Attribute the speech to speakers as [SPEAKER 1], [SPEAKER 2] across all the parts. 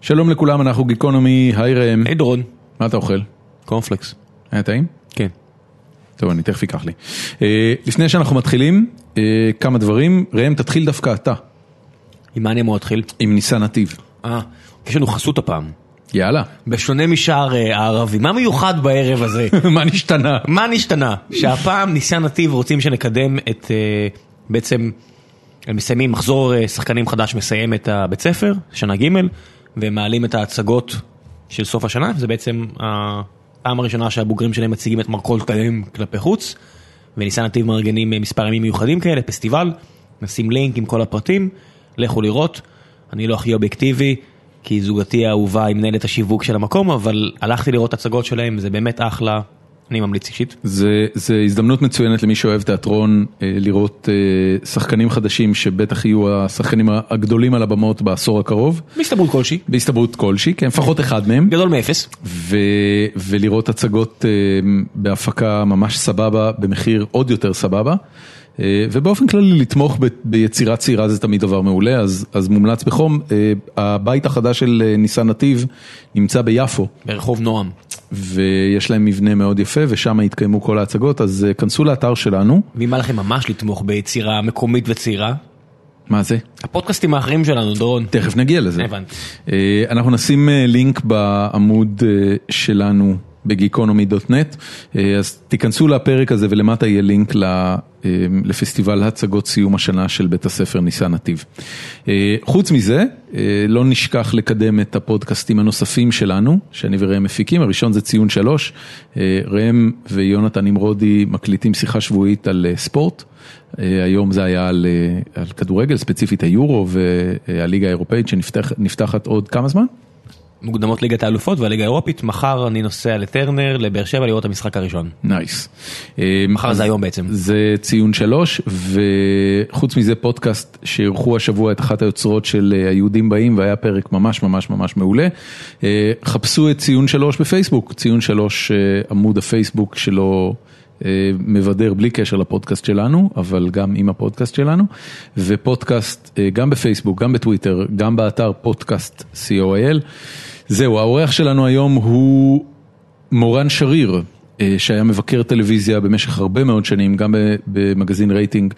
[SPEAKER 1] שלום לכולם, אנחנו גיקונומי, היי ראם.
[SPEAKER 2] היי דורון.
[SPEAKER 1] מה אתה אוכל?
[SPEAKER 2] קורנפלקס.
[SPEAKER 1] היה טעים?
[SPEAKER 2] כן.
[SPEAKER 1] טוב, אני תכף אקח לי. אה, לפני שאנחנו מתחילים, אה, כמה דברים. ראם, תתחיל דווקא אתה,
[SPEAKER 2] עם מה אני אמור להתחיל?
[SPEAKER 1] עם ניסן נתיב.
[SPEAKER 2] אה, יש לנו חסות הפעם.
[SPEAKER 1] יאללה.
[SPEAKER 2] בשונה משאר אה, הערבים, מה מיוחד בערב הזה?
[SPEAKER 1] מה נשתנה?
[SPEAKER 2] מה נשתנה? שהפעם ניסן נתיב רוצים שנקדם את אה, בעצם, הם מסיימים מחזור אה, שחקנים חדש מסיים את הבית ספר, שנה ג', והם מעלים את ההצגות של סוף השנה, זה בעצם הפעם הראשונה שהבוגרים שלהם מציגים את מרכולותיהם כלפי חוץ, וניסן נתיב מארגנים אה, מספר ימים מיוחדים כאלה, פסטיבל, נשים לינק עם כל הפרטים, לכו לראות, אני לא הכי אובייקטיבי. כי זוגתי האהובה היא מנהלת השיווק של המקום, אבל הלכתי לראות הצגות שלהם, זה באמת אחלה, אני ממליץ אישית.
[SPEAKER 1] זה, זה הזדמנות מצוינת למי שאוהב תיאטרון אה, לראות אה, שחקנים חדשים שבטח יהיו השחקנים הגדולים על הבמות בעשור הקרוב,
[SPEAKER 2] בהסתברות כלשהי.
[SPEAKER 1] בהסתברות כלשהי, כן, לפחות אחד מהם.
[SPEAKER 2] גדול מאפס.
[SPEAKER 1] ו, ולראות הצגות אה, בהפקה ממש סבבה, במחיר עוד יותר סבבה. אה, ובאופן כללי לתמוך ב, ביצירה צעירה זה תמיד דבר מעולה, אז, אז מומלץ בחום. אה, הבית החדש של אה, ניסן נתיב נמצא ביפו,
[SPEAKER 2] ברחוב נועם.
[SPEAKER 1] ויש להם מבנה מאוד יפה, ושם יתקיימו כל ההצגות, אז אה, כנסו לאתר שלנו.
[SPEAKER 2] ואם בא לכם ממש לתמוך ביצירה מקומית וצעירה,
[SPEAKER 1] מה זה?
[SPEAKER 2] הפודקאסטים האחרים שלנו, דורון.
[SPEAKER 1] תכף נגיע לזה.
[SPEAKER 2] הבנתי.
[SPEAKER 1] אה, אנחנו נשים אה, לינק בעמוד אה, שלנו בגיקונומי.נט, אה, אז תיכנסו לפרק הזה ולמטה יהיה לינק ל- אה, לפסטיבל הצגות סיום השנה של בית הספר ניסן נתיב. אה, חוץ מזה, אה, לא נשכח לקדם את הפודקאסטים הנוספים שלנו, שאני וראם מפיקים, הראשון זה ציון שלוש, אה, ראם ויונתן נמרודי מקליטים שיחה שבועית על אה, ספורט. אה, היום זה היה על, אה, על כדורגל, ספציפית היורו והליגה האירופאית שנפתחת עוד כמה זמן?
[SPEAKER 2] מוקדמות ליגת האלופות והליגה האירופית, מחר אני נוסע לטרנר, לבאר שבע לראות את המשחק הראשון.
[SPEAKER 1] נייס.
[SPEAKER 2] מחר זה היום בעצם.
[SPEAKER 1] אה, זה ציון שלוש, וחוץ מזה פודקאסט שאירחו השבוע את אחת היוצרות של אה, היהודים באים, והיה פרק ממש ממש ממש מעולה. אה, חפשו את ציון שלוש בפייסבוק, ציון שלוש אה, עמוד הפייסבוק שלו. אה, מבדר בלי קשר לפודקאסט שלנו, אבל גם עם הפודקאסט שלנו, ופודקאסט אה, גם בפייסבוק, גם בטוויטר, גם באתר פודקאסט co.il. זהו, האורח שלנו היום הוא מורן שריר, אה, שהיה מבקר טלוויזיה במשך הרבה מאוד שנים, גם ב- במגזין רייטינג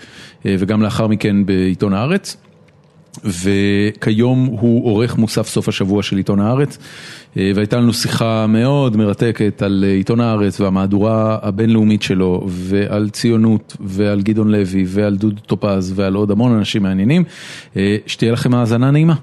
[SPEAKER 1] אה, וגם לאחר מכן בעיתון הארץ. וכיום הוא עורך מוסף סוף השבוע של עיתון הארץ, אה, והייתה לנו שיחה מאוד מרתקת על אה, עיתון הארץ והמהדורה הבינלאומית שלו, ועל ציונות, ועל גדעון לוי, ועל דודו טופז, ועל עוד המון אנשים מעניינים. אה, שתהיה לכם האזנה נעימה.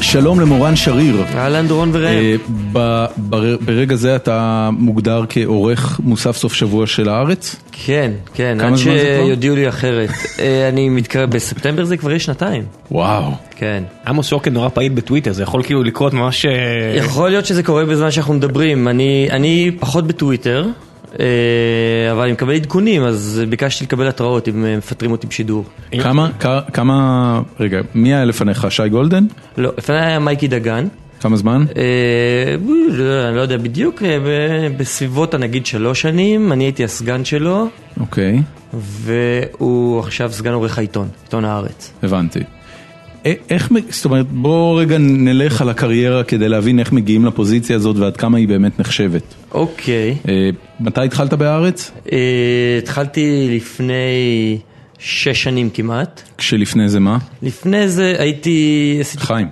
[SPEAKER 1] שלום למורן שריר.
[SPEAKER 3] אהלן דורון וראם.
[SPEAKER 1] אה, ב- בר- ברגע זה אתה מוגדר כעורך מוסף סוף שבוע של הארץ?
[SPEAKER 3] כן, כן,
[SPEAKER 1] כמה
[SPEAKER 3] עד
[SPEAKER 1] זמן זה כבר?
[SPEAKER 3] שיודיעו לי אחרת. אה, אני מתקרב, בספטמבר זה כבר יהיה שנתיים.
[SPEAKER 1] וואו.
[SPEAKER 3] כן.
[SPEAKER 2] עמוס שוקן נורא פעיל בטוויטר, זה יכול כאילו לקרות ממש... אה,
[SPEAKER 3] יכול להיות שזה קורה בזמן שאנחנו מדברים. אני, אני פחות בטוויטר, אה, אבל אני מקבל עדכונים, אז ביקשתי לקבל התראות אם אה, מפטרים אותי בשידור.
[SPEAKER 1] כמה, כ- כמה, רגע, מי היה לפניך? שי גולדן?
[SPEAKER 3] לא, לפני היה מייקי דגן.
[SPEAKER 1] כמה זמן?
[SPEAKER 3] אה, בוא, לא, אני לא יודע בדיוק, אה, ב- בסביבות הנגיד שלוש שנים, אני הייתי הסגן שלו,
[SPEAKER 1] אוקיי,
[SPEAKER 3] והוא עכשיו סגן עורך העיתון, עיתון הארץ.
[SPEAKER 1] הבנתי. א- איך, מ- זאת אומרת, בוא רגע נלך על הקריירה כדי להבין איך מגיעים לפוזיציה הזאת ועד כמה היא באמת נחשבת.
[SPEAKER 3] אוקיי.
[SPEAKER 1] אה, מתי התחלת בהארץ?
[SPEAKER 3] אה, התחלתי לפני שש שנים כמעט.
[SPEAKER 1] כשלפני זה מה?
[SPEAKER 3] לפני זה הייתי, עשיתי
[SPEAKER 1] חיים.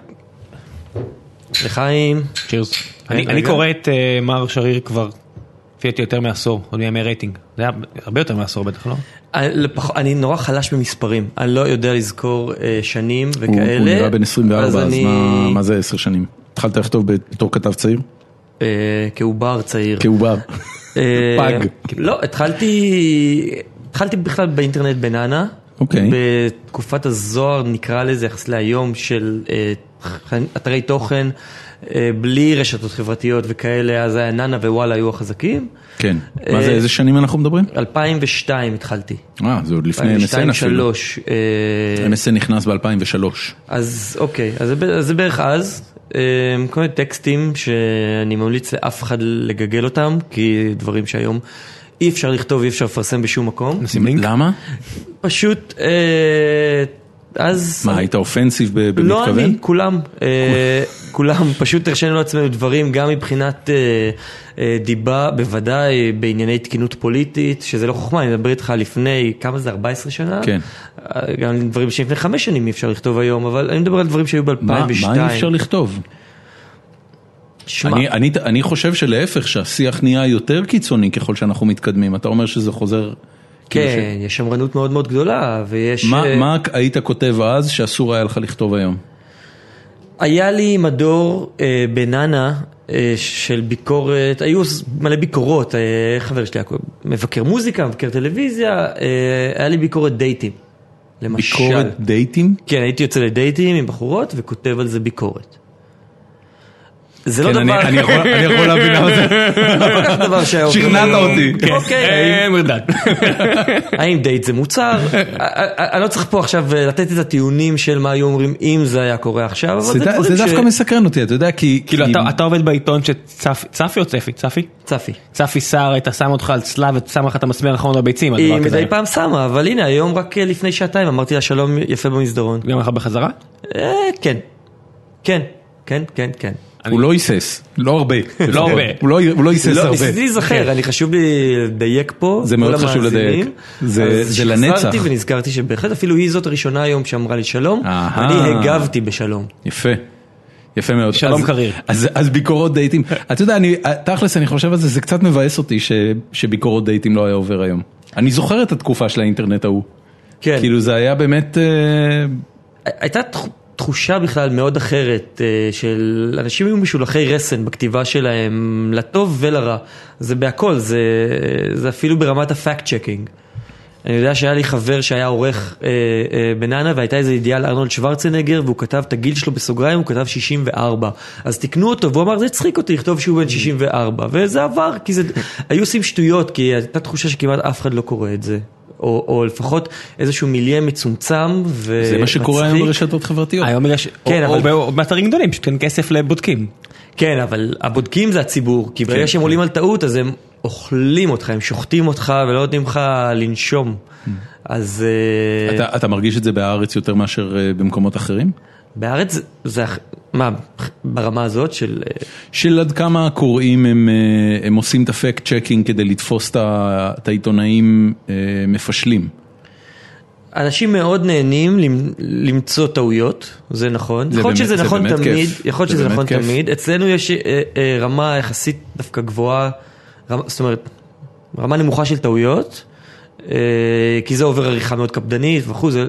[SPEAKER 3] לחיים,
[SPEAKER 2] צ'ירס. אני
[SPEAKER 3] רגע.
[SPEAKER 2] אני קורא את אה, מר שריר כבר, לפי דעתי יותר מעשור, עוד מימי רייטינג. זה היה הרבה יותר מעשור בטח, לא?
[SPEAKER 3] אני, אה, לפח- אני נורא חלש במספרים, אני לא יודע לזכור אה, שנים
[SPEAKER 1] הוא,
[SPEAKER 3] וכאלה.
[SPEAKER 1] הוא נראה בן 24, אז,
[SPEAKER 3] אני,
[SPEAKER 1] מה, מה זה 10 שנים? התחלת לכתוב בתור כתב צעיר?
[SPEAKER 3] אה, כעובר צעיר.
[SPEAKER 1] כעובר.
[SPEAKER 3] אה,
[SPEAKER 1] פג.
[SPEAKER 3] לא, התחלתי, התחלתי בכלל באינטרנט בננה.
[SPEAKER 1] אוקיי.
[SPEAKER 3] בתקופת הזוהר, נקרא לזה, יחס להיום, של אה, תכן- אתרי תוכן, אה, בלי רשתות חברתיות וכאלה, אז היה נאנה ווואלה היו החזקים.
[SPEAKER 1] כן. מה זה,
[SPEAKER 3] אה,
[SPEAKER 1] איזה שנים אנחנו מדברים?
[SPEAKER 3] 2002 התחלתי.
[SPEAKER 1] אה, זה עוד לפני MSN
[SPEAKER 3] 2002
[SPEAKER 1] אפילו.
[SPEAKER 3] 2003. אה,
[SPEAKER 1] MSN נכנס ב-2003.
[SPEAKER 3] אז אוקיי, אז זה, ב- אז זה בערך אז. אמ, כל מיני טקסטים שאני ממליץ לאף אחד לגגל אותם, כי דברים שהיום אי אפשר לכתוב, אי אפשר לפרסם בשום מקום.
[SPEAKER 2] נשים לינק?
[SPEAKER 1] למה?
[SPEAKER 3] פשוט, אה, אז...
[SPEAKER 1] מה, היית אופנסיב ב- במתכוון?
[SPEAKER 3] לא אני, כולם, אה, כולם, פשוט הרשינו לעצמנו דברים, גם מבחינת אה, אה, דיבה, בוודאי בענייני תקינות פוליטית, שזה לא חוכמה, אני מדבר איתך לפני, כמה זה, 14 שנה?
[SPEAKER 1] כן.
[SPEAKER 3] אה, גם דברים שלפני חמש שנים אי אפשר לכתוב היום, אבל אני מדבר על דברים שהיו ב-2002.
[SPEAKER 1] מה מה אי אפשר לכתוב?
[SPEAKER 3] שמע,
[SPEAKER 1] אני, אני, אני חושב שלהפך, שהשיח נהיה יותר קיצוני ככל שאנחנו מתקדמים. אתה אומר שזה חוזר... כאילו
[SPEAKER 3] כן, יש שמרנות מאוד מאוד גדולה, ויש...
[SPEAKER 1] ש... מה,
[SPEAKER 3] אה,
[SPEAKER 1] מה היית כותב אז שאסור היה לך לכתוב היום?
[SPEAKER 3] היה לי מדור אה, בננה אה, של ביקורת, היו ס- מלא ביקורות, אה, חבר שלי היה קו- מבקר מוזיקה, מבקר טלוויזיה, אה, היה לי ביקורת דייטים, למשל.
[SPEAKER 1] ביקורת דייטים?
[SPEAKER 3] כן, הייתי יוצא לדייטים עם בחורות וכותב על זה ביקורת. זה לא
[SPEAKER 1] כן, אני,
[SPEAKER 3] דבר,
[SPEAKER 1] אני, יכול, אני יכול להבין למה זה...
[SPEAKER 3] לא כל כך דבר שהיה... כן.
[SPEAKER 1] שכנעת אותי. כן.
[SPEAKER 3] אוקיי,
[SPEAKER 2] אה, מרדד.
[SPEAKER 3] האם דייט זה מוצר? א- א- א- אני לא צריך פה עכשיו אה, לתת את הטיעונים של מה היו אומרים אם זה היה קורה עכשיו, אבל זה
[SPEAKER 1] זה, ד-
[SPEAKER 3] דברים
[SPEAKER 1] זה
[SPEAKER 3] ש...
[SPEAKER 1] דווקא מסקרן אותי, אתה יודע, כי...
[SPEAKER 2] כאילו
[SPEAKER 1] כי...
[SPEAKER 2] אתה- אתה עובד בעיתון שצפי, צפי או צפי? צפי?
[SPEAKER 3] צפי.
[SPEAKER 2] צפי סער הייתה שם אותך על צלב ושם לך את המסמר האחרון בביצים. על
[SPEAKER 3] היא
[SPEAKER 2] דבר כזה.
[SPEAKER 3] מדי פעם שמה, אבל הנה, היום רק אה, לפני שעתיים אמרתי לה שלום יפה במסדרון.
[SPEAKER 2] גם לך בחזרה?
[SPEAKER 3] אה, כן. כן, כן, כן, כן.
[SPEAKER 1] הוא לא היסס, לא הרבה.
[SPEAKER 2] לא הרבה.
[SPEAKER 1] הוא לא- הוא לא היסס
[SPEAKER 3] לא,
[SPEAKER 1] הרבה.
[SPEAKER 3] ניסיתי להיזכר, אני חשוב לי לדייק פה.
[SPEAKER 1] כן. זה
[SPEAKER 3] כל
[SPEAKER 1] מאוד חשוב
[SPEAKER 3] המאזינים.
[SPEAKER 1] לדייק. זה-
[SPEAKER 3] אז
[SPEAKER 1] זה
[SPEAKER 3] שחזרתי
[SPEAKER 1] לנצח.
[SPEAKER 3] ונזכרתי שבהחלט אפילו היא זאת הראשונה היום שאמרה לי שלום,
[SPEAKER 1] אהה.
[SPEAKER 3] אני הגבתי בשלום.
[SPEAKER 1] יפה. יפה מאוד.
[SPEAKER 2] שלום
[SPEAKER 1] אז-
[SPEAKER 2] קריר.
[SPEAKER 1] אז, אז ביקורות דייטים. אתה יודע, אני, תכלס, אני חושב על זה, זה קצת מבאס אותי ש, שביקורות דייטים לא היה עובר היום. אני זוכר את התקופה של האינטרנט ההוא.
[SPEAKER 3] כן.
[SPEAKER 1] כאילו זה היה באמת... אה,
[SPEAKER 3] הייתה תח- תחושה בכלל מאוד אחרת אה, של אנשים היו משולחי רסן בכתיבה שלהם, לטוב ולרע. זה בהכל, זה, זה אפילו ברמת הפאקט צ'קינג. אני יודע שהיה לי חבר שהיה עורך אה, אה, בננה והייתה איזו ידיעה על ארנולד שוורצנגר והוא כתב את הגיל שלו בסוגריים, הוא כתב 64. אז תיקנו אותו והוא אמר זה הצחיק אותי לכתוב שהוא בן 64 וזה עבר כי זה, היו עושים שטויות כי הייתה תחושה שכמעט אף אחד לא קורא את זה. או, או לפחות איזשהו מיליה מצומצם ו...
[SPEAKER 1] זה מה שקורה היום
[SPEAKER 3] מצחיק.
[SPEAKER 1] ברשתות חברתיות.
[SPEAKER 2] היום יש,
[SPEAKER 3] כן,
[SPEAKER 2] או- או
[SPEAKER 3] אבל-
[SPEAKER 2] ב- באתרים גדולים, פשוט אין כסף לבודקים.
[SPEAKER 3] כן, אבל הבודקים זה הציבור, כי
[SPEAKER 1] כן,
[SPEAKER 3] ברגע שהם עולים על טעות אז הם אוכלים אותך, הם שוחטים אותך ולא נותנים לך לנשום.
[SPEAKER 1] Mm.
[SPEAKER 3] אז אה,
[SPEAKER 1] אתה, אתה מרגיש את זה בהארץ יותר מאשר אה, במקומות אחרים?
[SPEAKER 3] בארץ זה- זה, אח- מה, ברמה הזאת של... אה,
[SPEAKER 1] של עד כמה הקוראים הם, אה, הם עושים את הפקט צ'קינג כדי לתפוס את ה- את העיתונאים אה, מפשלים.
[SPEAKER 3] אנשים מאוד נהנים למ- למצוא טעויות, זה נכון.
[SPEAKER 1] זה
[SPEAKER 3] יכול להיות
[SPEAKER 1] באמת-
[SPEAKER 3] שזה
[SPEAKER 1] זה
[SPEAKER 3] נכון
[SPEAKER 1] באמת
[SPEAKER 3] תמיד,
[SPEAKER 1] כיף.
[SPEAKER 3] יכול להיות
[SPEAKER 1] זה
[SPEAKER 3] שזה
[SPEAKER 1] באמת
[SPEAKER 3] נכון
[SPEAKER 1] כיף.
[SPEAKER 3] תמיד. אצלנו יש אה, אה, רמה יחסית דווקא גבוהה, רמה- זאת אומרת, רמה נמוכה של טעויות, אה, כי זה עובר עריכה מאוד קפדנית וכו', זה-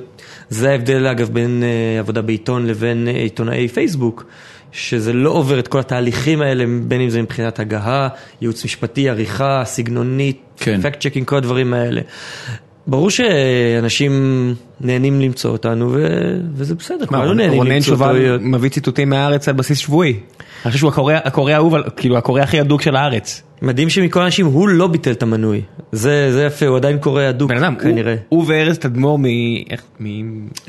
[SPEAKER 3] זה ההבדל אגב בין אה, עבודה בעיתון לבין אה, עיתונאי פייסבוק. שזה לא עובר את כל התהליכים האלה, בין אם זה מבחינת הגהה, ייעוץ משפטי, עריכה, סגנונית,
[SPEAKER 1] כן.
[SPEAKER 3] fact checking, כל הדברים האלה. ברור שאנשים נהנים למצוא אותנו, ו... וזה בסדר,
[SPEAKER 2] מה,
[SPEAKER 3] כולנו נהנים
[SPEAKER 2] רונן
[SPEAKER 3] למצוא
[SPEAKER 2] שובל
[SPEAKER 3] טעויות.
[SPEAKER 2] מביא ציטוטים מהארץ על בסיס שבועי. אני חושב שהוא הקורא הקורא האהוב, על- כאילו הקורא הכי הדוק של הארץ.
[SPEAKER 3] מדהים שמכל האנשים הוא לא ביטל את המנוי. זה, זה יפה, הוא עדיין קורא הדוק,
[SPEAKER 2] בן אדם, הוא-
[SPEAKER 3] כנראה.
[SPEAKER 2] הוא וארז תדמור מ... איך- מ-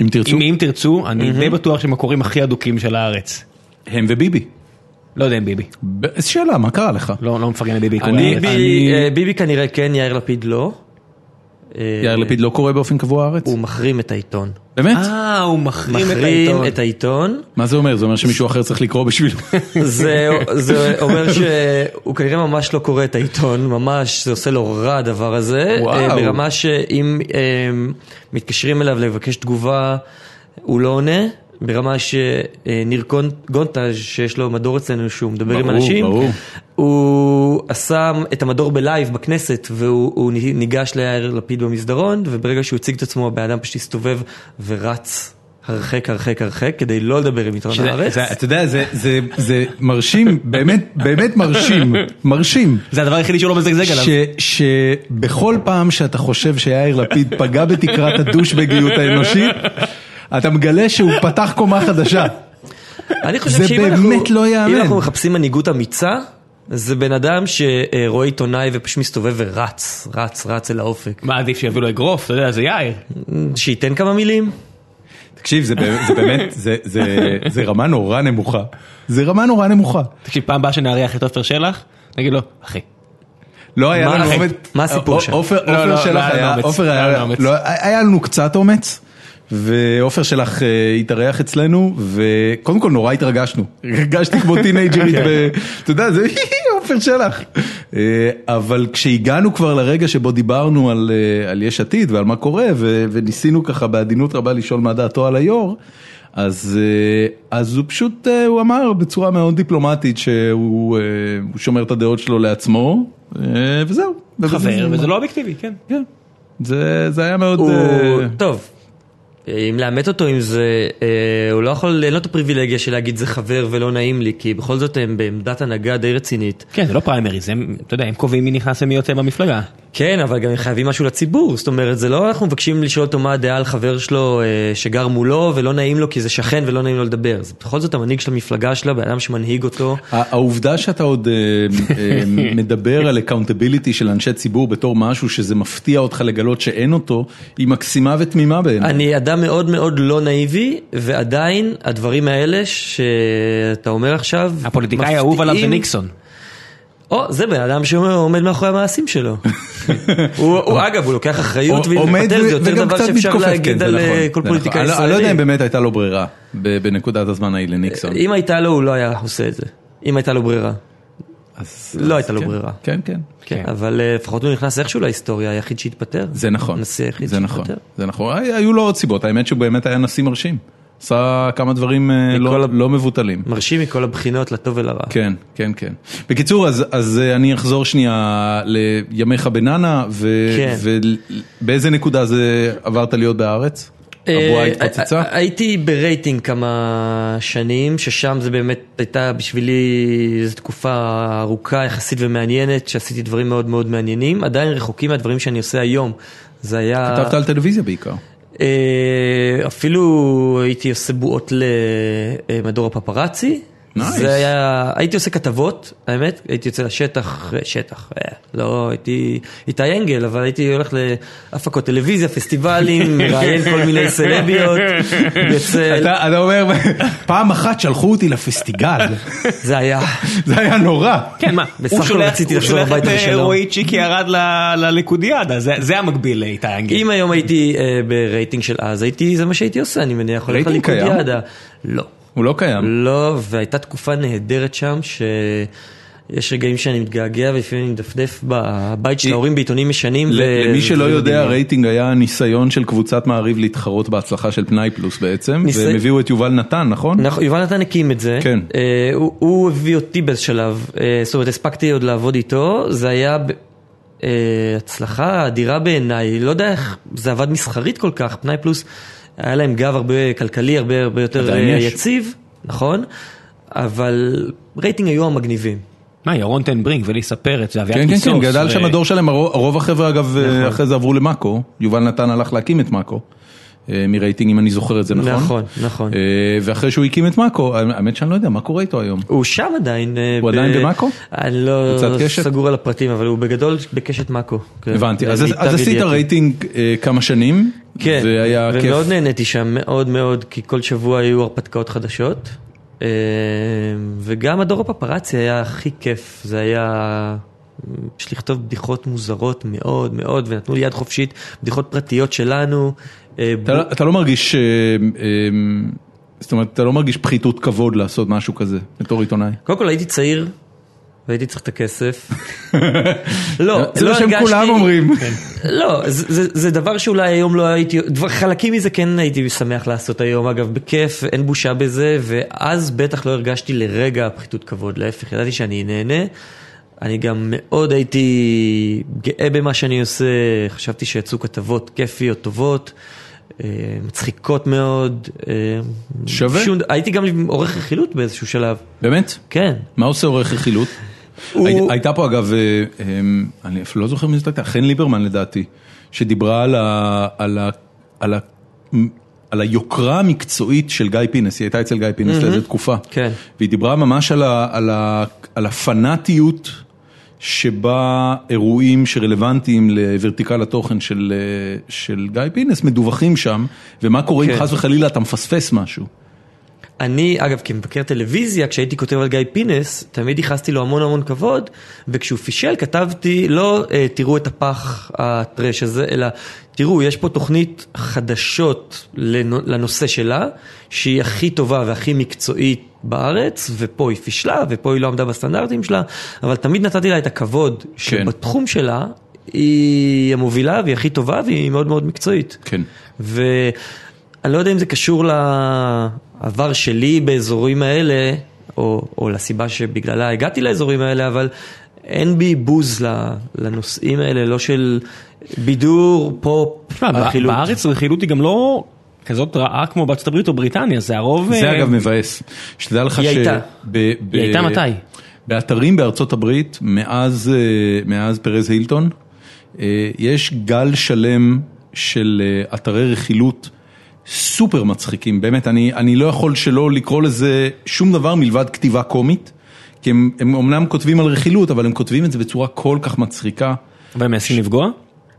[SPEAKER 1] אם תרצו.
[SPEAKER 2] אם תרצו, אני די בטוח שהם הקוראים הכי הדוקים של הארץ.
[SPEAKER 1] הם וביבי.
[SPEAKER 2] לא יודע אם ביבי.
[SPEAKER 1] ב- איזה שאלה, מה קרה לך?
[SPEAKER 2] לא לא מפרגן לביבי. קורא
[SPEAKER 1] אני-
[SPEAKER 2] הארץ.
[SPEAKER 3] ביבי,
[SPEAKER 1] אני-
[SPEAKER 3] אה, ביבי כנראה כן, יאיר לפיד לא. אה,
[SPEAKER 1] יאיר לפיד לא קורא באופן קבוע הארץ?
[SPEAKER 3] הוא מחרים את העיתון.
[SPEAKER 1] באמת?
[SPEAKER 2] אה, הוא מחרים את
[SPEAKER 3] מחרים
[SPEAKER 2] העיתון.
[SPEAKER 3] את העיתון.
[SPEAKER 1] מה זה אומר? זה אומר שמישהו אחר צריך לקרוא בשבילו.
[SPEAKER 3] זה, זה אומר שהוא כנראה ממש לא קורא את העיתון, ממש, זה עושה לו רע הדבר הזה.
[SPEAKER 1] וואו.
[SPEAKER 3] אה, ברמה שאם אה, מתקשרים אליו לבקש תגובה, הוא לא עונה. ברמה אה, שניר גונטז' שיש לו מדור אצלנו שהוא מדבר עם
[SPEAKER 1] ברור,
[SPEAKER 3] אנשים,
[SPEAKER 1] ברור.
[SPEAKER 3] הוא עשה את המדור בלייב בכנסת והוא הוא ניגש ליאיר לפיד במסדרון וברגע שהוא הציג את עצמו הבן אדם פשוט הסתובב ורץ הרחק, הרחק, הרחק, כדי לא לדבר עם עיתון
[SPEAKER 1] שזה-
[SPEAKER 3] הארץ.
[SPEAKER 1] זה- אתה יודע, זה- זה- זה מרשים, באמת, באמת מרשים, מרשים.
[SPEAKER 2] זה הדבר היחידי שהוא לא מזגזג עליו.
[SPEAKER 1] ש- שבכל פעם שאתה חושב שיאיר לפיד פגע בתקרת הדושבגיות האנושית, אתה מגלה שהוא פתח קומה חדשה.
[SPEAKER 3] אני
[SPEAKER 1] זה
[SPEAKER 3] חושב שאם אנחנו,
[SPEAKER 1] באמת לא
[SPEAKER 3] אם
[SPEAKER 1] ייאמן.
[SPEAKER 3] אנחנו מחפשים מנהיגות אמיצה, זה בן אדם שרואה עיתונאי ופשוט מסתובב ורץ, רץ, רץ אל האופק.
[SPEAKER 2] מה עדיף שיביאו לו אגרוף, אתה יודע, זה יאיר.
[SPEAKER 3] שייתן כמה מילים.
[SPEAKER 1] תקשיב, זה באמת- זה באמת, זה- זה- זה רמה נורא נמוכה. זה רמה נורא נמוכה.
[SPEAKER 2] תקשיב, פעם הבאה שנארח את עופר שלח, נגיד לו, אחי,
[SPEAKER 1] לא היה
[SPEAKER 3] מה
[SPEAKER 1] לנו
[SPEAKER 3] החטא?
[SPEAKER 1] אומץ.
[SPEAKER 3] מה הסיפור
[SPEAKER 1] אה,
[SPEAKER 3] שם?
[SPEAKER 1] עופר
[SPEAKER 2] לא,
[SPEAKER 1] עופר
[SPEAKER 2] לא, לא
[SPEAKER 1] שלח
[SPEAKER 2] היה
[SPEAKER 1] היה,
[SPEAKER 2] לנו אומץ.
[SPEAKER 1] עופר
[SPEAKER 2] לא היה
[SPEAKER 1] היה,
[SPEAKER 2] לנו אומץ.
[SPEAKER 1] לא, היה לנו קצת אומץ. ועופר שלך אה, התארח אצלנו, וקודם כל נורא התרגשנו. הרגשתי כמו טינג'רית,
[SPEAKER 2] כן.
[SPEAKER 1] ב- אתה יודע, זה עופר שלח. אה, אבל כשהגענו כבר לרגע שבו דיברנו על, אה, על יש עתיד ועל מה קורה, ו- וניסינו ככה בעדינות רבה לשאול מה דעתו על היו"ר, אז, אה, אז הוא פשוט, אה, הוא אמר בצורה מאוד דיפלומטית שהוא אה, הוא שומר את הדעות שלו לעצמו, אה, וזהו. ובזה
[SPEAKER 2] חבר,
[SPEAKER 1] נגמר.
[SPEAKER 2] וזה לא אובייקטיבי, כן.
[SPEAKER 1] כן. זה, זה היה מאוד...
[SPEAKER 3] הוא,
[SPEAKER 1] אה,
[SPEAKER 3] טוב, אם לאמת אותו עם זה, אה, הוא לא יכול, אין לו את הפריבילגיה של להגיד זה חבר ולא נעים לי, כי בכל זאת הם בעמדת הנהגה די רצינית.
[SPEAKER 2] כן, זה לא פריימריז, הם, אתה יודע, הם קובעים מי נכנס ומי יוצא במפלגה.
[SPEAKER 3] כן, אבל גם הם חייבים משהו לציבור, זאת אומרת, זה לא אנחנו מבקשים לשאול אותו מה הדעה על חבר שלו אה, שגר מולו ולא נעים לו כי זה שכן ולא נעים לו לדבר. זה בכל זאת המנהיג של המפלגה שלה, בן אדם שמנהיג אותו.
[SPEAKER 1] ה- העובדה שאתה עוד אה, אה, מדבר על אקאונטביליטי של אנשי ציבור בתור משהו שזה מפתיע אותך לגלות שאין אותו, היא מקסימה ותמימה בעיניי.
[SPEAKER 3] אני אדם מאוד מאוד לא נאיבי, ועדיין הדברים האלה שאתה אומר עכשיו,
[SPEAKER 2] הפוליטיקאי האהוב עליו זה
[SPEAKER 3] מפתיעים.
[SPEAKER 2] ניקסון.
[SPEAKER 3] או, זה בן אדם שעומד מאחורי המעשים שלו. הוא, הוא אגב, הוא לוקח אחריות
[SPEAKER 1] עומד
[SPEAKER 3] ומתפטר, זה
[SPEAKER 1] ו-
[SPEAKER 3] יותר
[SPEAKER 1] וגם
[SPEAKER 3] דבר
[SPEAKER 1] קצת
[SPEAKER 3] שאפשר
[SPEAKER 1] מתכופף, כן,
[SPEAKER 3] להגיד
[SPEAKER 1] זה
[SPEAKER 3] על
[SPEAKER 1] נכון,
[SPEAKER 3] אה,
[SPEAKER 1] זה
[SPEAKER 3] כל
[SPEAKER 1] נכון.
[SPEAKER 3] פוליטיקאי
[SPEAKER 1] אני לא- אני לא יודע אם
[SPEAKER 3] ישראלי.
[SPEAKER 1] באמת הייתה לו ברירה ב- בנקודת הזמן ההיא לניקסון.
[SPEAKER 3] אם הייתה לו, הוא לא היה עושה את זה. אם הייתה לו ברירה.
[SPEAKER 1] אז-
[SPEAKER 3] לא
[SPEAKER 1] אז
[SPEAKER 3] הייתה לו
[SPEAKER 1] כן,
[SPEAKER 3] ברירה.
[SPEAKER 1] כן, כן.
[SPEAKER 3] כן, אבל אה, לפחות הוא נכנס איכשהו להיסטוריה, היחיד שהתפטר.
[SPEAKER 1] זה נכון.
[SPEAKER 3] הנשיא היחיד
[SPEAKER 1] זה נכון.
[SPEAKER 3] שהתפטר.
[SPEAKER 1] זה נכון. הי- היו לו עוד סיבות, האמת שהוא באמת היה נשיא מרשים. עשה כמה דברים אה, לא-
[SPEAKER 3] מכל ה-
[SPEAKER 1] לא מבוטלים.
[SPEAKER 3] מרשים מכל הבחינות, לטוב ולרע.
[SPEAKER 1] כן, כן, כן. בקיצור, אז, אז אה, אני אחזור שנייה לימיך בננה, ו-
[SPEAKER 3] כן.
[SPEAKER 1] ובאיזה נקודה זה עברת להיות בהארץ?
[SPEAKER 3] אה,
[SPEAKER 1] הבועה התפוצצה?
[SPEAKER 3] ה- ה- הייתי ברייטינג כמה שנים, ששם זה באמת הייתה בשבילי איזו תקופה ארוכה יחסית ומעניינת, שעשיתי דברים מאוד מאוד מעניינים, עדיין רחוקים מהדברים שאני עושה היום. זה היה...
[SPEAKER 1] כתבת על טלוויזיה בעיקר.
[SPEAKER 3] אה, אפילו הייתי עושה בועות למדור הפפראצי.
[SPEAKER 1] Nice.
[SPEAKER 3] זה היה, הייתי עושה כתבות, האמת, הייתי יוצא לשטח, שטח, אה, לא, הייתי איתי אנגל, אבל הייתי הולך להפקות טלוויזיה, פסטיבלים, מראיין כל מיני סלביות, יוצא,
[SPEAKER 1] אתה, אתה אומר, פעם אחת שלחו אותי לפסטיגל,
[SPEAKER 3] זה היה,
[SPEAKER 1] זה היה נורא.
[SPEAKER 2] כן, מה,
[SPEAKER 3] בסך הכל רציתי לחזור הביתה בשלום.
[SPEAKER 2] אה, רועי צ'יקי ירד ל- לליכודיאדה, זה- זה המקביל לאיתי אנגל.
[SPEAKER 3] אם היום הייתי אה, ברייטינג של אז, הייתי, זה מה שהייתי עושה, אני מניח, הולך
[SPEAKER 1] רייטינג קיים?
[SPEAKER 3] לליכודיאדה, לא.
[SPEAKER 1] הוא לא קיים.
[SPEAKER 3] לא, והייתה תקופה נהדרת שם, שיש רגעים שאני מתגעגע ולפעמים אני מדפדף בבית של ההורים בעיתונים ישנים.
[SPEAKER 1] ל-
[SPEAKER 3] ו-
[SPEAKER 1] למי שלא
[SPEAKER 3] ו-
[SPEAKER 1] יודע, רייטינג היה ניסיון של קבוצת מעריב להתחרות בהצלחה של פנאי פלוס בעצם,
[SPEAKER 3] ניסי-
[SPEAKER 1] והם הביאו את יובל נתן, נכון?
[SPEAKER 3] נכון, יובל נתן הקים את זה,
[SPEAKER 1] כן.
[SPEAKER 3] אה, הוא, הוא הביא אותי באיזה שלב, אה, זאת אומרת הספקתי עוד לעבוד איתו, זה היה ב- אה, הצלחה אדירה בעיניי, לא יודע איך זה עבד מסחרית כל כך, פנאי פלוס, היה להם גב הרבה כלכלי, הרבה הרבה יותר
[SPEAKER 1] עדיין
[SPEAKER 3] אה,
[SPEAKER 1] יש.
[SPEAKER 3] יציב, נכון, אבל רייטינג היו המגניבים.
[SPEAKER 2] מה, ירון טן ברינק וליסה פרץ ואביעד
[SPEAKER 1] כן, כן,
[SPEAKER 2] קיסוס.
[SPEAKER 1] כן, גדל שם
[SPEAKER 2] ו-
[SPEAKER 1] הדור שלהם, הרוב הרוב החבר'ה אגב
[SPEAKER 3] נכון.
[SPEAKER 1] אה, אחרי זה עברו למאקו, יובל נתן הלך להקים את מאקו, אה, מרייטינג אם אני זוכר את זה נכון.
[SPEAKER 3] נכון, נכון.
[SPEAKER 1] אה, ואחרי שהוא הקים את מאקו, האמת שאני לא יודע, מה קורה איתו היום?
[SPEAKER 3] הוא שם עדיין. אה,
[SPEAKER 1] הוא עדיין במאקו?
[SPEAKER 3] אני לא
[SPEAKER 1] בצד קשת?
[SPEAKER 3] סגור על הפרטים, אבל הוא בגדול בקשת מאקו. כן.
[SPEAKER 1] הבנתי, אז
[SPEAKER 3] למיטב
[SPEAKER 1] אז עשית
[SPEAKER 3] ידיעתי.
[SPEAKER 1] רייטינג אה, כמה שנים,
[SPEAKER 3] כן,
[SPEAKER 1] והיה כיף.
[SPEAKER 3] ומאוד נהניתי שם, מאוד מאוד, כי כל שבוע היו הרפתקאות חדשות. אה, וגם הדור הפפרצי היה הכי כיף, זה היה... יש לכתוב בדיחות מוזרות מאוד מאוד, ונתנו לי יד חופשית, בדיחות פרטיות שלנו. אה,
[SPEAKER 1] אתה לא- אתה לא מרגיש, אה, אה, זאת אומרת, אתה לא מרגיש פחיתות כבוד לעשות משהו כזה, בתור עיתונאי.
[SPEAKER 3] קודם כל הייתי צעיר, והייתי צריך את הכסף. לא,
[SPEAKER 1] זה מה
[SPEAKER 3] לא
[SPEAKER 1] שהם
[SPEAKER 3] הרגשתי-
[SPEAKER 1] כולם אומרים.
[SPEAKER 3] לא, זה, זה, זה דבר שאולי היום לא הייתי, דבר, חלקים מזה כן הייתי שמח לעשות היום, אגב, בכיף, אין בושה בזה, ואז בטח לא הרגשתי לרגע פחיתות כבוד, להפך, ידעתי שאני נהנה. אני גם מאוד הייתי גאה במה שאני עושה, חשבתי שיצאו כתבות כיפיות, טובות. אה, מצחיקות מאוד. אה,
[SPEAKER 1] שווה.
[SPEAKER 3] שום- הייתי גם עורך רכילות באיזשהו שלב,
[SPEAKER 1] באמת?
[SPEAKER 3] כן.
[SPEAKER 1] מה עושה עורך רכילות?
[SPEAKER 3] הוא-
[SPEAKER 1] הי- הייתה פה אגב, אה, אמ, אני אפילו לא זוכר מי זאת הייתה, חן ליברמן לדעתי, שדיברה על ה- על ה- על ה- מ- על היוקרה המקצועית של גיא פינס, היא הייתה אצל גיא פינס לאיזו תקופה.
[SPEAKER 3] כן.
[SPEAKER 1] והיא דיברה ממש על ה- על ה- על הפנאטיות שבה אירועים שרלוונטיים לוורטיקל התוכן של אה, של גיא פינס מדווחים שם, ומה קורה אם
[SPEAKER 3] כן.
[SPEAKER 1] חס וחלילה אתה מפספס משהו.
[SPEAKER 3] אני, אגב, כמבקר טלוויזיה, כשהייתי כותב על גיא פינס, תמיד ייחסתי לו המון המון כבוד, וכשהוא פישל כתבתי, לא אה, תראו את הפח הטרש הזה, אלא תראו, יש פה תוכנית חדשות לנו- לנושא שלה, שהיא הכי טובה והכי מקצועית בארץ, ופה היא פישלה, ופה היא לא עמדה בסטנדרטים שלה, אבל תמיד נתתי לה את הכבוד שבתחום שלה היא המובילה והיא הכי טובה והיא מאוד מאוד מקצועית.
[SPEAKER 1] כן.
[SPEAKER 3] ואני לא יודע אם זה קשור לעבר שלי באזורים האלה, או, או לסיבה שבגללה הגעתי לאזורים האלה, אבל אין בי בוז ל- לנושאים האלה, לא של בידור, פופ,
[SPEAKER 2] תשמע, בא-
[SPEAKER 3] רכילות.
[SPEAKER 2] בארץ רכילות היא גם לא כזאת רעה כמו בארצות הברית או בריטניה, זה הרוב...
[SPEAKER 1] זה
[SPEAKER 2] אה,
[SPEAKER 1] אגב מבאס, שתדע לך
[SPEAKER 3] היא
[SPEAKER 1] ש...
[SPEAKER 3] הייתה.
[SPEAKER 1] ב- היא
[SPEAKER 2] הייתה מתי?
[SPEAKER 1] באתרים בארצות הברית, מאז, אה, מאז פרז הילטון, אה, יש גל שלם של אה, אתרי רכילות סופר מצחיקים, באמת, אני, אני לא יכול שלא לקרוא לזה שום דבר מלבד כתיבה קומית, כי הם, הם אמנם כותבים על רכילות, אבל הם כותבים את זה בצורה כל כך מצחיקה.
[SPEAKER 2] אבל הם מנסים לפגוע?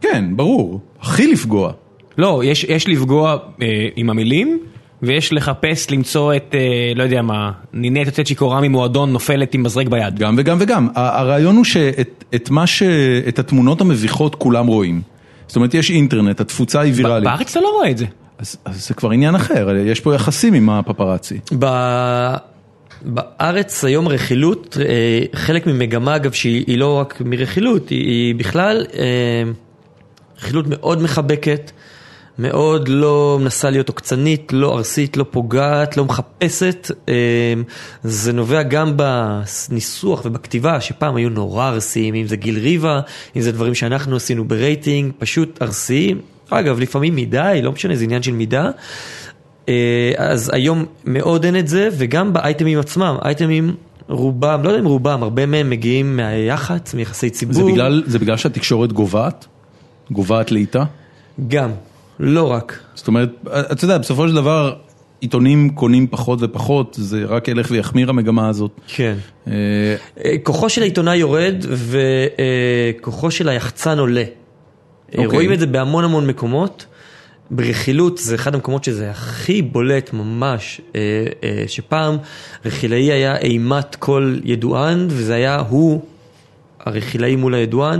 [SPEAKER 1] כן, ברור, הכי לפגוע.
[SPEAKER 2] לא, יש, יש לפגוע אה, עם המילים, ויש לחפש למצוא את, אה, לא יודע מה, נינת יוצאת שיכורה ממועדון נופלת עם מזרק ביד.
[SPEAKER 1] גם וגם וגם. ה- הרעיון הוא שאת את מה ש... את התמונות המביכות כולם רואים. זאת אומרת, יש אינטרנט, התפוצה היא
[SPEAKER 2] ב-
[SPEAKER 1] ויראלית.
[SPEAKER 2] בארץ אתה לא רואה את זה.
[SPEAKER 1] אז, אז זה כבר עניין אחר, יש פה יחסים עם הפפראצי.
[SPEAKER 3] ב... בארץ היום רכילות, אה, חלק ממגמה אגב שהיא היא לא רק מרכילות, היא, היא בכלל אה, רכילות מאוד מחבקת, מאוד לא מנסה להיות עוקצנית, לא ארסית, לא פוגעת, לא מחפשת. אה, זה נובע גם בניסוח ובכתיבה, שפעם היו נורא ארסיים, אם זה גיל ריבה, אם זה דברים שאנחנו עשינו ברייטינג, פשוט ארסיים. אגב, לפעמים מדי, לא משנה, זה עניין של מידה. אה, אז היום מאוד אין את זה, וגם באייטמים עצמם, אייטמים רובם, לא יודע אם רובם, הרבה מהם מגיעים מהיח"צ, מיחסי ציבור.
[SPEAKER 1] זה בגלל, זה בגלל שהתקשורת גוועת? גוועת לאיטה?
[SPEAKER 3] גם, לא רק.
[SPEAKER 1] זאת אומרת, אה, אתה יודע, בסופו של דבר עיתונים קונים פחות ופחות, זה רק ילך ויחמיר המגמה הזאת.
[SPEAKER 3] כן.
[SPEAKER 1] אה,
[SPEAKER 3] אה, כוחו של העיתונאי יורד וכוחו של היחצן עולה.
[SPEAKER 1] אוקיי.
[SPEAKER 3] Okay. רואים את זה בהמון המון מקומות. ברכילות זה אחד המקומות שזה הכי בולט ממש, אה, אה, שפעם רכילאי היה אימת כל ידוען, וזה היה הוא, הרכילאי מול הידוען.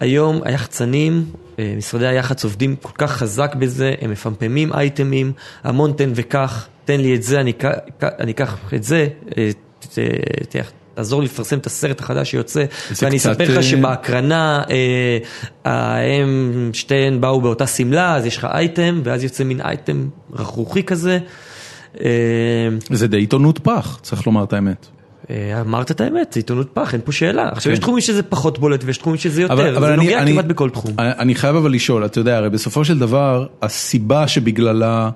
[SPEAKER 3] היום היחצנים, אה, משרדי היח"צ עובדים כל כך חזק בזה, הם מפמפמים אייטמים, המון תן וקח, תן לי את זה, אני, ק- ק- אני אקח את זה, אה, ת- ת- תעזור לי לפרסם את הסרט החדש שיוצא,
[SPEAKER 1] זה
[SPEAKER 3] ואני
[SPEAKER 1] קצת,
[SPEAKER 3] אספר לך
[SPEAKER 1] אה,
[SPEAKER 3] שבה... הקרנה, אה, הם שתיהן באו באותה שמלה, אז יש לך אייטם, ואז יוצא מין אייטם רכרוכי כזה. אה,
[SPEAKER 1] זה די עיתונות פח, צריך לומר את האמת.
[SPEAKER 3] אה, אמרת את האמת, זה עיתונות פח, אין פה שאלה. עכשיו,
[SPEAKER 1] כן.
[SPEAKER 3] יש תחומים שזה פחות בולט ויש תחומים שזה יותר, זה נוגע כמעט בכל תחום.
[SPEAKER 1] אני, אני חייב אבל לשאול, אתה יודע, הרי בסופו של דבר, הסיבה שבגללה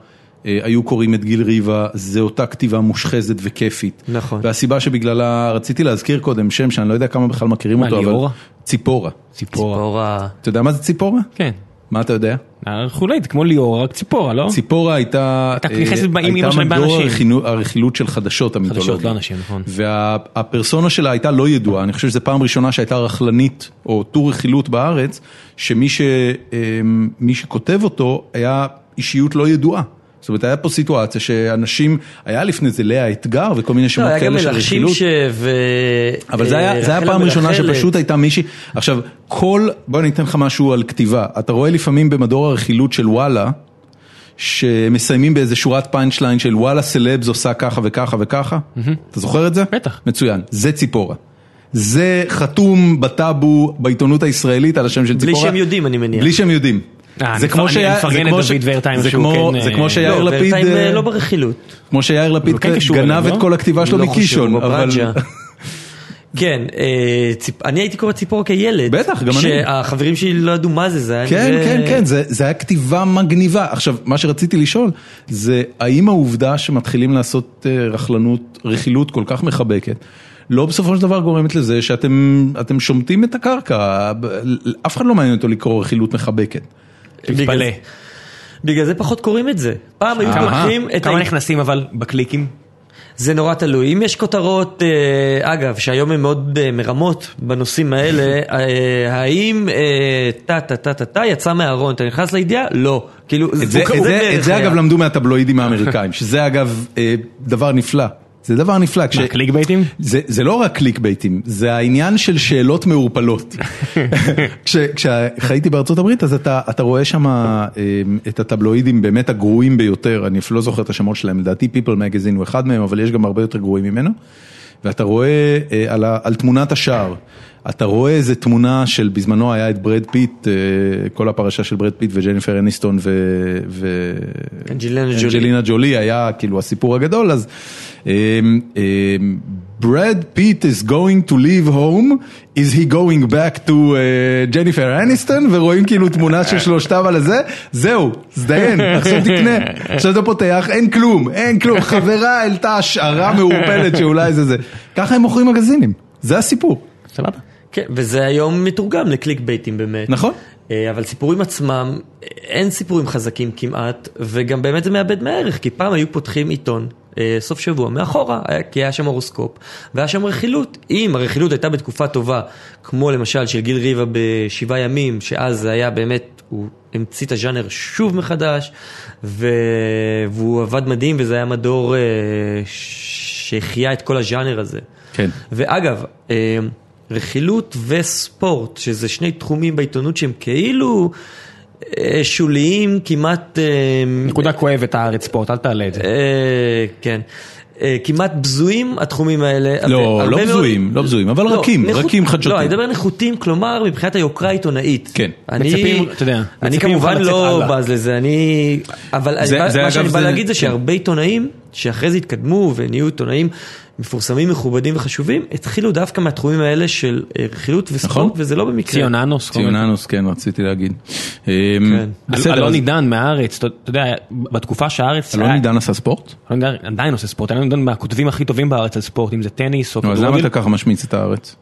[SPEAKER 1] אה, היו קוראים את גיל ריבה, זה אותה כתיבה מושחזת וכיפית.
[SPEAKER 3] נכון.
[SPEAKER 1] והסיבה שבגללה, רציתי להזכיר קודם שם שאני לא יודע כמה בכלל מכירים
[SPEAKER 2] מה,
[SPEAKER 1] אותו,
[SPEAKER 2] ליאורה?
[SPEAKER 1] אבל... ציפורה.
[SPEAKER 2] ציפורה.
[SPEAKER 3] אורה.
[SPEAKER 1] אתה יודע מה זה ציפורה?
[SPEAKER 2] כן. אה,
[SPEAKER 1] מה אתה יודע?
[SPEAKER 2] חולית, כמו ליאור, רק ציפורה, לא?
[SPEAKER 1] ציפורה הייתה, אה,
[SPEAKER 2] הייתה נכנסת עם אמא שלהם
[SPEAKER 1] הייתה
[SPEAKER 2] באנשים.
[SPEAKER 1] מדור הרכינו- הרכילות של חדשות המיתולוגיה.
[SPEAKER 2] לא אנשים, נכון.
[SPEAKER 1] והפרסונה שלה הייתה לא ידועה, אני חושב שזו פעם ראשונה שהייתה רכלנית או טור רכילות בארץ, שמי ש, אמ, מי שכותב אותו היה אישיות לא ידועה. זאת אומרת, היה פה סיטואציה שאנשים, היה לפני זה לאה אתגר וכל מיני
[SPEAKER 3] לא,
[SPEAKER 1] שמות
[SPEAKER 3] היה גם
[SPEAKER 1] כאלה של
[SPEAKER 3] מלחשים
[SPEAKER 1] רכילות.
[SPEAKER 3] ש... ו...
[SPEAKER 1] אבל זה
[SPEAKER 3] אה,
[SPEAKER 1] היה, זה היה
[SPEAKER 3] רחל
[SPEAKER 1] פעם ראשונה
[SPEAKER 3] המלחלת.
[SPEAKER 1] שפשוט הייתה מישהי, עכשיו כל, בוא אני אתן לך משהו על כתיבה, אתה רואה לפעמים במדור הרכילות של וואלה, שמסיימים באיזה שורת פאנצ' ליין של וואלה סלבס עושה ככה וככה וככה, אתה זוכר את זה?
[SPEAKER 2] בטח.
[SPEAKER 1] מצוין, זה ציפורה. זה חתום בטאבו בעיתונות הישראלית על השם של
[SPEAKER 3] בלי
[SPEAKER 1] ציפורה.
[SPEAKER 3] שהם יודעים, אני מניח.
[SPEAKER 1] בלי שהם יודעים.
[SPEAKER 2] אה,
[SPEAKER 1] זה
[SPEAKER 2] אני
[SPEAKER 1] כמו
[SPEAKER 2] מפ- אני
[SPEAKER 1] שהיה-
[SPEAKER 2] מפרגן
[SPEAKER 1] זה
[SPEAKER 2] את
[SPEAKER 1] כמו
[SPEAKER 2] דוד
[SPEAKER 1] ש-
[SPEAKER 2] ורטיים
[SPEAKER 1] זה
[SPEAKER 2] שהוא
[SPEAKER 1] כמו-
[SPEAKER 2] כן,
[SPEAKER 1] זה
[SPEAKER 2] אה,
[SPEAKER 1] כמו שיאיר
[SPEAKER 3] לא,
[SPEAKER 1] לפיד,
[SPEAKER 3] בינתיים, אה,
[SPEAKER 1] אה,
[SPEAKER 3] לא ברכילות.
[SPEAKER 1] כמו שיאיר לפיד
[SPEAKER 2] כן קשור אליו,
[SPEAKER 1] גנב
[SPEAKER 2] לא?
[SPEAKER 1] את כל הכתיבה שלו
[SPEAKER 3] לא חושב,
[SPEAKER 1] מקישון,
[SPEAKER 3] הוא
[SPEAKER 1] אבל...
[SPEAKER 3] בפרג'ה. כן, אה, ציפ- אני הייתי קורא ציפור כילד.
[SPEAKER 1] בטח, גם אני.
[SPEAKER 3] שהחברים שלי לא ידעו מה זה, זה היה...
[SPEAKER 1] כן,
[SPEAKER 3] נראה-
[SPEAKER 1] כן, כן, זה, זה היה כתיבה מגניבה. עכשיו, מה שרציתי לשאול, זה האם העובדה שמתחילים לעשות אה, רכלנות, רכילות כל כך מחבקת, לא בסופו של דבר גורמת לזה שאתם אתם שומטים את הקרקע, ב- אף אחד לא מעניין אותו לקרוא רכילות מחבקת.
[SPEAKER 3] בגלל
[SPEAKER 2] תתפלא.
[SPEAKER 3] זה- בגלל זה פחות קוראים את זה. פעם היו
[SPEAKER 1] כמה?
[SPEAKER 3] פותחים את...
[SPEAKER 2] אה, כמה
[SPEAKER 3] ה-
[SPEAKER 2] נכנסים אבל בקליקים?
[SPEAKER 3] זה נורא תלוי. אם יש כותרות, אה, אגב, שהיום הן מאוד אה, מרמות בנושאים האלה, אה, האם אה, טה טה טה טה טה יצא מהארון, אתה נכנס לידיעה? לא. כאילו,
[SPEAKER 1] את זה,
[SPEAKER 3] הוא-
[SPEAKER 1] את
[SPEAKER 3] הוא
[SPEAKER 1] זה,
[SPEAKER 3] בערך
[SPEAKER 1] את זה
[SPEAKER 3] היה.
[SPEAKER 1] אגב למדו מהטבלואידים האמריקאים, שזה אגב אה, דבר נפלא. זה דבר נפלא. כש-
[SPEAKER 2] מה, קליק בייטים?
[SPEAKER 1] זה, זה לא רק קליק בייטים, זה העניין של שאלות מעורפלות. כש, כשחייתי בארצות הברית, אז אתה, אתה רואה שם אה, את הטבלואידים באמת הגרועים ביותר, אני אפילו לא זוכר את השמות שלהם, לדעתי People Magazine הוא אחד מהם, אבל יש גם הרבה יותר גרועים ממנו. ואתה רואה אה, על, ה, על תמונת השער, אתה רואה איזה תמונה של בזמנו היה את ברד פיט, אה, כל הפרשה של ברד פיט וג'ניפר אניסטון ו... ו...
[SPEAKER 3] אנג'לינה ג'ולי.
[SPEAKER 1] אנג'לינה ג'ולי היה כאילו הסיפור הגדול, אז אה, ברד פיט is going to leave home, is he going back to ג'ניפר אניסטון, ורואים כאילו תמונה של שלושתם על הזה, זהו, הזדיין, עכשיו תקנה, עכשיו אתה פותח, אין כלום, אין כלום, חברה העלתה השערה מעורפלת שאולי זה זה, ככה הם מוכרים מגזינים, זה הסיפור,
[SPEAKER 2] סבבה.
[SPEAKER 3] כן, וזה היום מתורגם לקליק בייטים באמת.
[SPEAKER 1] נכון?
[SPEAKER 3] אה, אבל סיפורים עצמם, אה, אין סיפורים חזקים כמעט, וגם באמת זה מאבד מהערך, כי פעם היו פותחים עיתון. אה, סוף שבוע מאחורה, היה- כי היה שם הורוסקופ והיה שם רכילות. אם הרכילות הייתה בתקופה טובה, כמו למשל של גיל ריבה בשבעה ימים, שאז זה היה באמת, הוא המציא את הז'אנר שוב מחדש, ו... והוא עבד מדהים וזה היה מדור אה, ש- שהחיה את כל הז'אנר הזה.
[SPEAKER 1] כן.
[SPEAKER 3] ואגב, אה, רכילות וספורט, שזה שני תחומים בעיתונות שהם כאילו אה, שוליים כמעט... אה,
[SPEAKER 2] נקודה כואבת הארץ ספורט, אל תעלה את זה.
[SPEAKER 3] אה, כן. אה, כמעט בזויים התחומים האלה.
[SPEAKER 1] לא,
[SPEAKER 3] הרבה
[SPEAKER 1] לא
[SPEAKER 3] מאוד-
[SPEAKER 1] בזויים, לא בזויים, אבל רכים, רכים חדשותיים.
[SPEAKER 3] לא, אני מדבר נחותים, כלומר מבחינת היוקרה העיתונאית.
[SPEAKER 1] כן.
[SPEAKER 3] אני,
[SPEAKER 2] מצפים, אתה יודע,
[SPEAKER 3] אני
[SPEAKER 2] מצפים ממך
[SPEAKER 3] כמובן
[SPEAKER 2] לצאת
[SPEAKER 3] לא
[SPEAKER 2] הלאה.
[SPEAKER 3] בז לזה, אני... אבל
[SPEAKER 1] זה-
[SPEAKER 3] אני,
[SPEAKER 1] זה,
[SPEAKER 3] מה
[SPEAKER 1] אגב,
[SPEAKER 3] שאני בא
[SPEAKER 1] זה-
[SPEAKER 3] להגיד זה
[SPEAKER 1] כן.
[SPEAKER 3] שהרבה עיתונאים, שאחרי זה התקדמו ונהיו עיתונאים מפורסמים, מכובדים וחשובים, התחילו דווקא מהתחומים האלה של אה, רכילות
[SPEAKER 1] נכון.
[SPEAKER 3] וספורט, וזה לא במקרה.
[SPEAKER 2] ציון אנוס. כל מיני.
[SPEAKER 1] ציוננוס, כן, רציתי להגיד. אה,
[SPEAKER 2] אל-
[SPEAKER 1] בסדר,
[SPEAKER 2] אלון
[SPEAKER 1] אז-
[SPEAKER 2] עידן מהארץ, אתה אתה יודע, בתקופה שהארץ...
[SPEAKER 1] אלון
[SPEAKER 2] היה-
[SPEAKER 1] עידן עשה ספורט?
[SPEAKER 2] אלון עידן עדיין עושה ספורט, אלון עידן מהכותבים הכי טובים בארץ על ספורט, אם זה טניס או
[SPEAKER 1] נו, אז למה
[SPEAKER 2] כדורגל.
[SPEAKER 1] אתה ככה משמיץ את הארץ?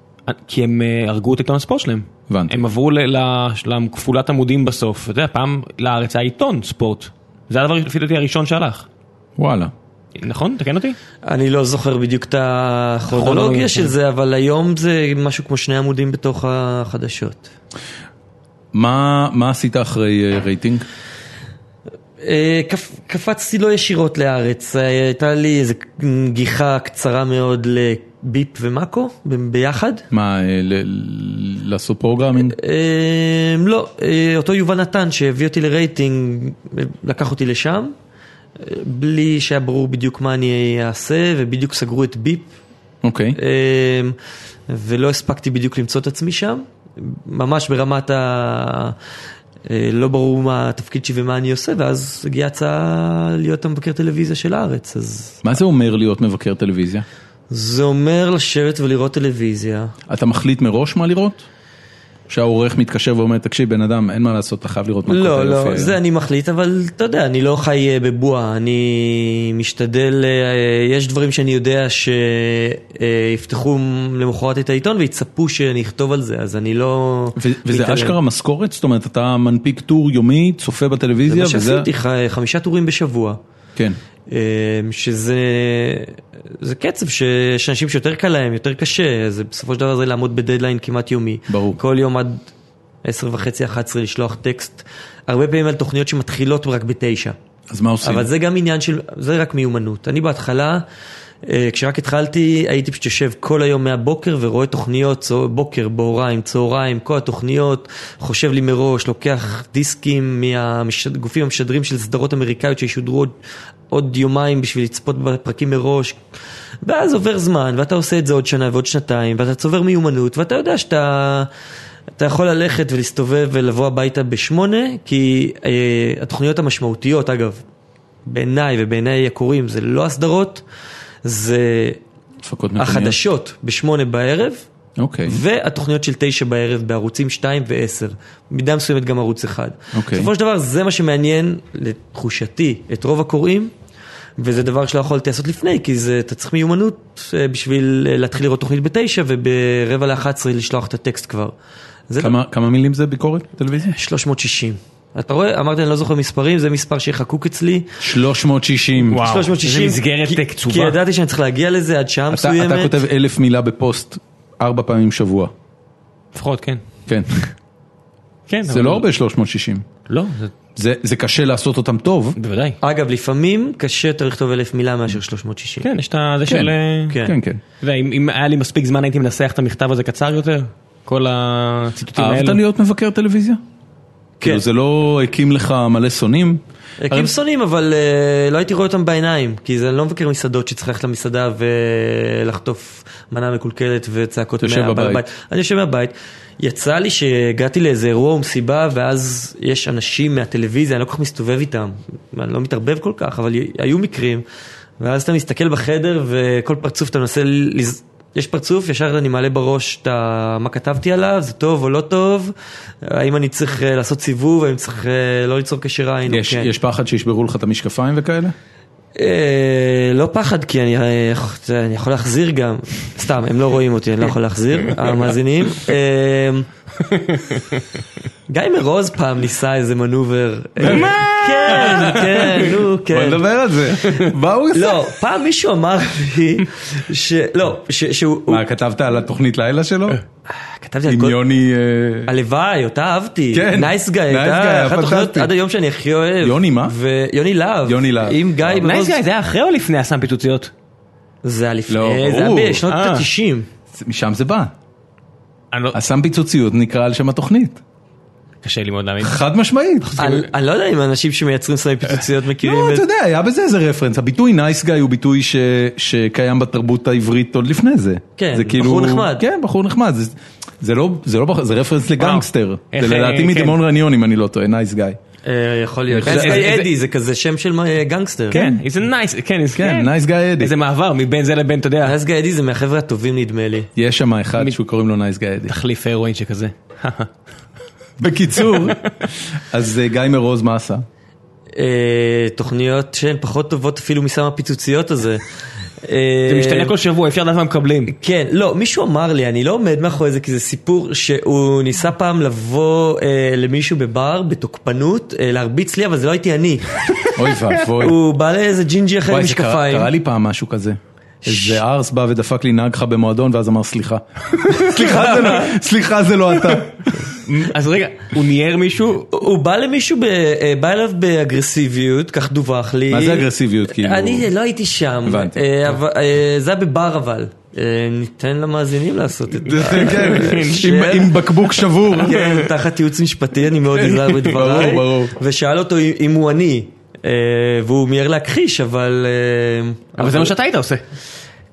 [SPEAKER 2] כי הם אה, הרגו את עיתון הספורט שלהם.
[SPEAKER 1] הבנתי.
[SPEAKER 2] הם עברו ל- ל- לכפולת עמודים בסוף. אתה יודע, פעם לארץ היה עיתון ספורט. זה הדבר לפי דעתי הראשון שהלך.
[SPEAKER 1] וואלה.
[SPEAKER 2] נכון? תקן אותי?
[SPEAKER 3] אני לא זוכר בדיוק את
[SPEAKER 2] כרונולוגיה,
[SPEAKER 1] נכון,
[SPEAKER 3] הכרונולוגיה
[SPEAKER 2] כן.
[SPEAKER 3] של זה, אבל היום זה משהו כמו שני עמודים בתוך החדשות.
[SPEAKER 1] מה, מה עשית אחרי אה, רייטינג?
[SPEAKER 3] אה, קפ- קפצתי לא ישירות לארץ, אה, הייתה לי איזו גיחה קצרה מאוד לביפ ומאקו ב- ביחד.
[SPEAKER 1] מה, אה, ל- ל- לעשות פרוגרמינג?
[SPEAKER 3] אה, לא, אה, אותו יובל נתן שהביא אותי לרייטינג, אה, לקח אותי לשם, אה, בלי שהיה ברור בדיוק מה אני אעשה, ובדיוק סגרו את ביפ,
[SPEAKER 1] אוקיי.
[SPEAKER 3] אה, ולא הספקתי בדיוק למצוא את עצמי שם, ממש ברמת ה... אה, לא ברור מה התפקיד שלי ומה אני עושה, ואז הגיעה הצעה להיות המבקר טלוויזיה של הארץ, אז
[SPEAKER 1] מה זה אומר להיות מבקר טלוויזיה?
[SPEAKER 3] זה אומר לשבת ולראות טלוויזיה.
[SPEAKER 1] אתה מחליט מראש מה לראות? שהעורך מתקשר ואומר, תקשיב, בן אדם, אין מה לעשות, אתה חייב לראות מה
[SPEAKER 3] לא,
[SPEAKER 1] כותב,
[SPEAKER 3] לא,
[SPEAKER 1] אה,
[SPEAKER 3] זה אני מחליט, אבל אתה יודע, אני לא חי אה, בבועה, אני משתדל, אה, יש דברים שאני יודע שיפתחו למחרת את העיתון ויצפו שאני אכתוב על זה, אז אני לא...
[SPEAKER 1] ו- וזה
[SPEAKER 3] מתעלם.
[SPEAKER 1] אשכרה משכורת? זאת אומרת, אתה מנפיק טור יומי, צופה
[SPEAKER 3] זה
[SPEAKER 1] בטלוויזיה,
[SPEAKER 3] מה שעשיתי, ח- אה, חמישה טורים בשבוע,
[SPEAKER 1] כן.
[SPEAKER 3] אה, שזה זה קצב ש- יש אנשים שיותר קל להם, יותר קשה, זה בסופו של דבר זה לעמוד בדדליין כמעט יומי.
[SPEAKER 1] ברור.
[SPEAKER 3] כל יום עד עשר וחצי, 11 לשלוח טקסט, הרבה פעמים על תוכניות שמתחילות רק בתשע.
[SPEAKER 1] אז מה עושים?
[SPEAKER 3] אבל זה גם עניין של, זה רק מיומנות. אני בהתחלה, אה, כשרק התחלתי, הייתי פשוט יושב כל היום מהבוקר ורואה תוכניות, צה- בוקר, בהוריים, צהריים, כל התוכניות, חושב לי מראש, לוקח דיסקים מהגופים המשדרים של סדרות אמריקאיות שישודרו עוד, עוד יומיים בשביל לצפות בפרקים מראש. ואז עובר זמן, ואתה עושה את זה עוד שנה ועוד שנתיים, ואתה צובר מיומנות, ואתה יודע שאתה... אתה יכול ללכת ולהסתובב ולבוא הביתה בשמונה, כי אה, התוכניות המשמעותיות, אגב, בעיניי ובעיניי הקוראים, זה לא הסדרות, זה
[SPEAKER 1] הפקות מקומיות?
[SPEAKER 3] החדשות בשמונה בערב,
[SPEAKER 1] אוקיי.
[SPEAKER 3] והתוכניות של תשע בערב בערוצים שתיים ועשר, במידה מסוימת גם ערוץ אחד.
[SPEAKER 1] אוקיי.
[SPEAKER 3] בסופו של דבר זה מה שמעניין, לתחושתי, את רוב הקוראים, וזה דבר שלא יכולתי לעשות לפני, כי זה, אתה צריך מיומנות אה, בשביל אה, להתחיל לראות תוכנית בתשע וברבע לאחת עשרה לשלוח את הטקסט כבר. זה
[SPEAKER 1] כמה- כמה מילים זה ביקורת טלוויזיה?
[SPEAKER 3] 360. אתה רואה, אמרתי, אני לא זוכר מספרים, זה מספר שחקוק אצלי.
[SPEAKER 1] 360.
[SPEAKER 2] וואו,
[SPEAKER 3] 360.
[SPEAKER 2] איזה מסגרת
[SPEAKER 3] כי-
[SPEAKER 2] קצובה.
[SPEAKER 3] כי ידעתי שאני צריך להגיע לזה עד שעה
[SPEAKER 1] אתה אתה
[SPEAKER 3] מסוימת.
[SPEAKER 1] כותב אלף מילה בפוסט ארבע פעמים בשבוע.
[SPEAKER 2] לפחות כן.
[SPEAKER 1] כן.
[SPEAKER 2] כן.
[SPEAKER 1] זה
[SPEAKER 2] אבל-
[SPEAKER 1] לא הרבה 360.
[SPEAKER 2] לא, זה-
[SPEAKER 1] זה זה קשה לעשות אותם טוב.
[SPEAKER 2] בוודאי.
[SPEAKER 3] אגב, לפעמים קשה יותר לכתוב אלף מילה מאשר 360.
[SPEAKER 2] כן, יש את ה... זה של... אה,
[SPEAKER 3] כן.
[SPEAKER 1] כן, כן.
[SPEAKER 2] ואם אם היה לי מספיק זמן הייתי מנסח את המכתב הזה קצר יותר? כל הציטוטים האלה?
[SPEAKER 1] אהבת להיות מבקר טלוויזיה? כאילו זה לא הקים לך מלא שונאים?
[SPEAKER 3] הקים שונאים, אבל אה, לא הייתי רואה אותם בעיניים, כי זה אני לא מבקר מסעדות שצריך ללכת למסעדה ולחטוף מנה מקולקלת וצעקות
[SPEAKER 1] אתה יושב
[SPEAKER 3] מהבעל
[SPEAKER 1] בבית.
[SPEAKER 3] אני יושב מהבית. יצא לי שהגעתי לאיזה אירוע או מסיבה, ואז יש אנשים מהטלוויזיה, אני לא כל כך מסתובב איתם, אני לא מתערבב כל כך, אבל היו מקרים, ואז אתה מסתכל בחדר וכל פרצוף אתה מנסה לז... יש פרצוף, ישר אני מעלה בראש את ה... מה כתבתי עליו, זה טוב או לא טוב, האם אני צריך אה, לעשות סיבוב, האם צריך אה, לא ליצור קשר עין. או
[SPEAKER 1] יש-
[SPEAKER 3] כן.
[SPEAKER 1] יש פחד שישברו לך את המשקפיים וכאלה?
[SPEAKER 3] אה, לא פחד, כי אני, אה, אתה יודע, אני יכול להחזיר גם. סתם, הם לא רואים אותי, אני לא יכול להחזיר, המאזינים. אה, גיא מרוז פעם ניסה איזה מנובר. אה, כן, כן, נו,
[SPEAKER 1] בוא
[SPEAKER 3] כן.
[SPEAKER 1] נדבר על זה. מה הוא עשה?
[SPEAKER 3] לא, פעם מישהו אמר לי, ש... לא, ש- שהוא... הוא-
[SPEAKER 1] מה, כתבת על התוכנית לילה שלו?
[SPEAKER 3] כתבתי על
[SPEAKER 1] עם
[SPEAKER 3] כל...
[SPEAKER 1] יוני... אה,
[SPEAKER 3] הלוואי, אותה אהבתי.
[SPEAKER 1] כן.
[SPEAKER 3] נייס גיא,
[SPEAKER 1] Nice Guy,
[SPEAKER 3] הייתה אחת התוכניות
[SPEAKER 1] הפנטסטי.
[SPEAKER 3] עד היום שאני הכי אוהב.
[SPEAKER 1] יוני מה?
[SPEAKER 3] ו- יוני להב.
[SPEAKER 1] יוני להב. לא.
[SPEAKER 3] עם גיא מרוז.
[SPEAKER 2] נייס גיא, זה היה אחרי או לפני הסם פיצוציות?
[SPEAKER 3] זה היה
[SPEAKER 1] לא,
[SPEAKER 3] לפני, זה
[SPEAKER 1] ברור.
[SPEAKER 3] היה בשנות
[SPEAKER 2] אה.
[SPEAKER 3] ה-90.
[SPEAKER 1] זה- משם זה בא.
[SPEAKER 2] אני לא...
[SPEAKER 1] הסם פיצוציות נקרא על שם התוכנית.
[SPEAKER 2] קשה לי מאוד להאמין.
[SPEAKER 1] חד משמעית.
[SPEAKER 3] אני אני לא יודע אם אנשים שמייצרים סמי פיצוציות מכירים
[SPEAKER 1] כאילו- לא,
[SPEAKER 3] את
[SPEAKER 1] אתה יודע, היה בזה איזה רפרנס. הביטוי נייס גיא הוא ביטוי ש- שקיים בתרבות העברית עוד לפני זה.
[SPEAKER 3] כן,
[SPEAKER 1] זה כאילו-
[SPEAKER 3] בחור נחמד.
[SPEAKER 1] כן, בחור נחמד. זה- זה לא, זה לא, בחור- זה רפרנס לגנגסטר.
[SPEAKER 2] איך,
[SPEAKER 1] זה לדעתי
[SPEAKER 2] אה,
[SPEAKER 1] מדמון רניון אם אני לא טועה, נייס גיא.
[SPEAKER 3] אה, יכול להיות.
[SPEAKER 1] אני חושב-
[SPEAKER 3] בנסקי
[SPEAKER 2] זה-
[SPEAKER 3] אדי זה כזה שם של אה, גנגסטר.
[SPEAKER 2] כן, איזה נייס, כן, איזה-
[SPEAKER 1] כן, נייס גיא אדי.
[SPEAKER 2] איזה מעבר מבין זה לבין, אתה יודע,
[SPEAKER 3] בנסקי אדי זה מהחבר'ה הטובים נדמה לי.
[SPEAKER 1] יש שם אחד שהוא קוראים לו נייס גיא אדי.
[SPEAKER 2] תחליף הרואין שכזה.
[SPEAKER 1] אה, בקיצור, אז אה, גיא מרוז מה עשה?
[SPEAKER 3] אה, תוכניות שהן פחות טובות אפילו מסם הפיצוציות הזה. אה,
[SPEAKER 2] זה משתנה כל שבוע, אפשר לדעת מה מקבלים.
[SPEAKER 3] כן, לא, מישהו אמר לי, אני לא עומד מאחורי זה, כי זה סיפור שהוא ניסה פעם לבוא אה, למישהו בבר בתוקפנות, אה, להרביץ לי, אבל זה לא הייתי אני.
[SPEAKER 1] אוי ואבוי.
[SPEAKER 3] הוא בא לאיזה ג'ינג'י אחרי
[SPEAKER 1] כן. וואי, זה קרה
[SPEAKER 3] משקפיים.
[SPEAKER 1] קרה לי פעם משהו כזה. איזה ארס בא ודפק לי נהג לך במועדון ואז אמר סליחה. סליחה זה לא- סליחה זה לא אתה.
[SPEAKER 2] אז רגע, הוא ניער מישהו?
[SPEAKER 3] הוא בא למישהו, ב, אה, בא אליו באגרסיביות, כך דווח לי.
[SPEAKER 1] מה זה אגרסיביות כאילו?
[SPEAKER 3] אני לא הייתי שם.
[SPEAKER 1] הבנתי.
[SPEAKER 3] אה, אבל, אה, זה היה בבר אבל. אה, ניתן למאזינים לעשות את זה.
[SPEAKER 1] כן,
[SPEAKER 3] של-
[SPEAKER 1] עם- עם בקבוק שבור.
[SPEAKER 3] כן, תחת ייעוץ משפטי אני מאוד נזהר בדבריי.
[SPEAKER 1] ברור, ברור.
[SPEAKER 3] ושאל אותו אם הוא אני. אה, והוא מיהר להכחיש, אבל... אה,
[SPEAKER 2] אבל זה מה שאתה היית עושה.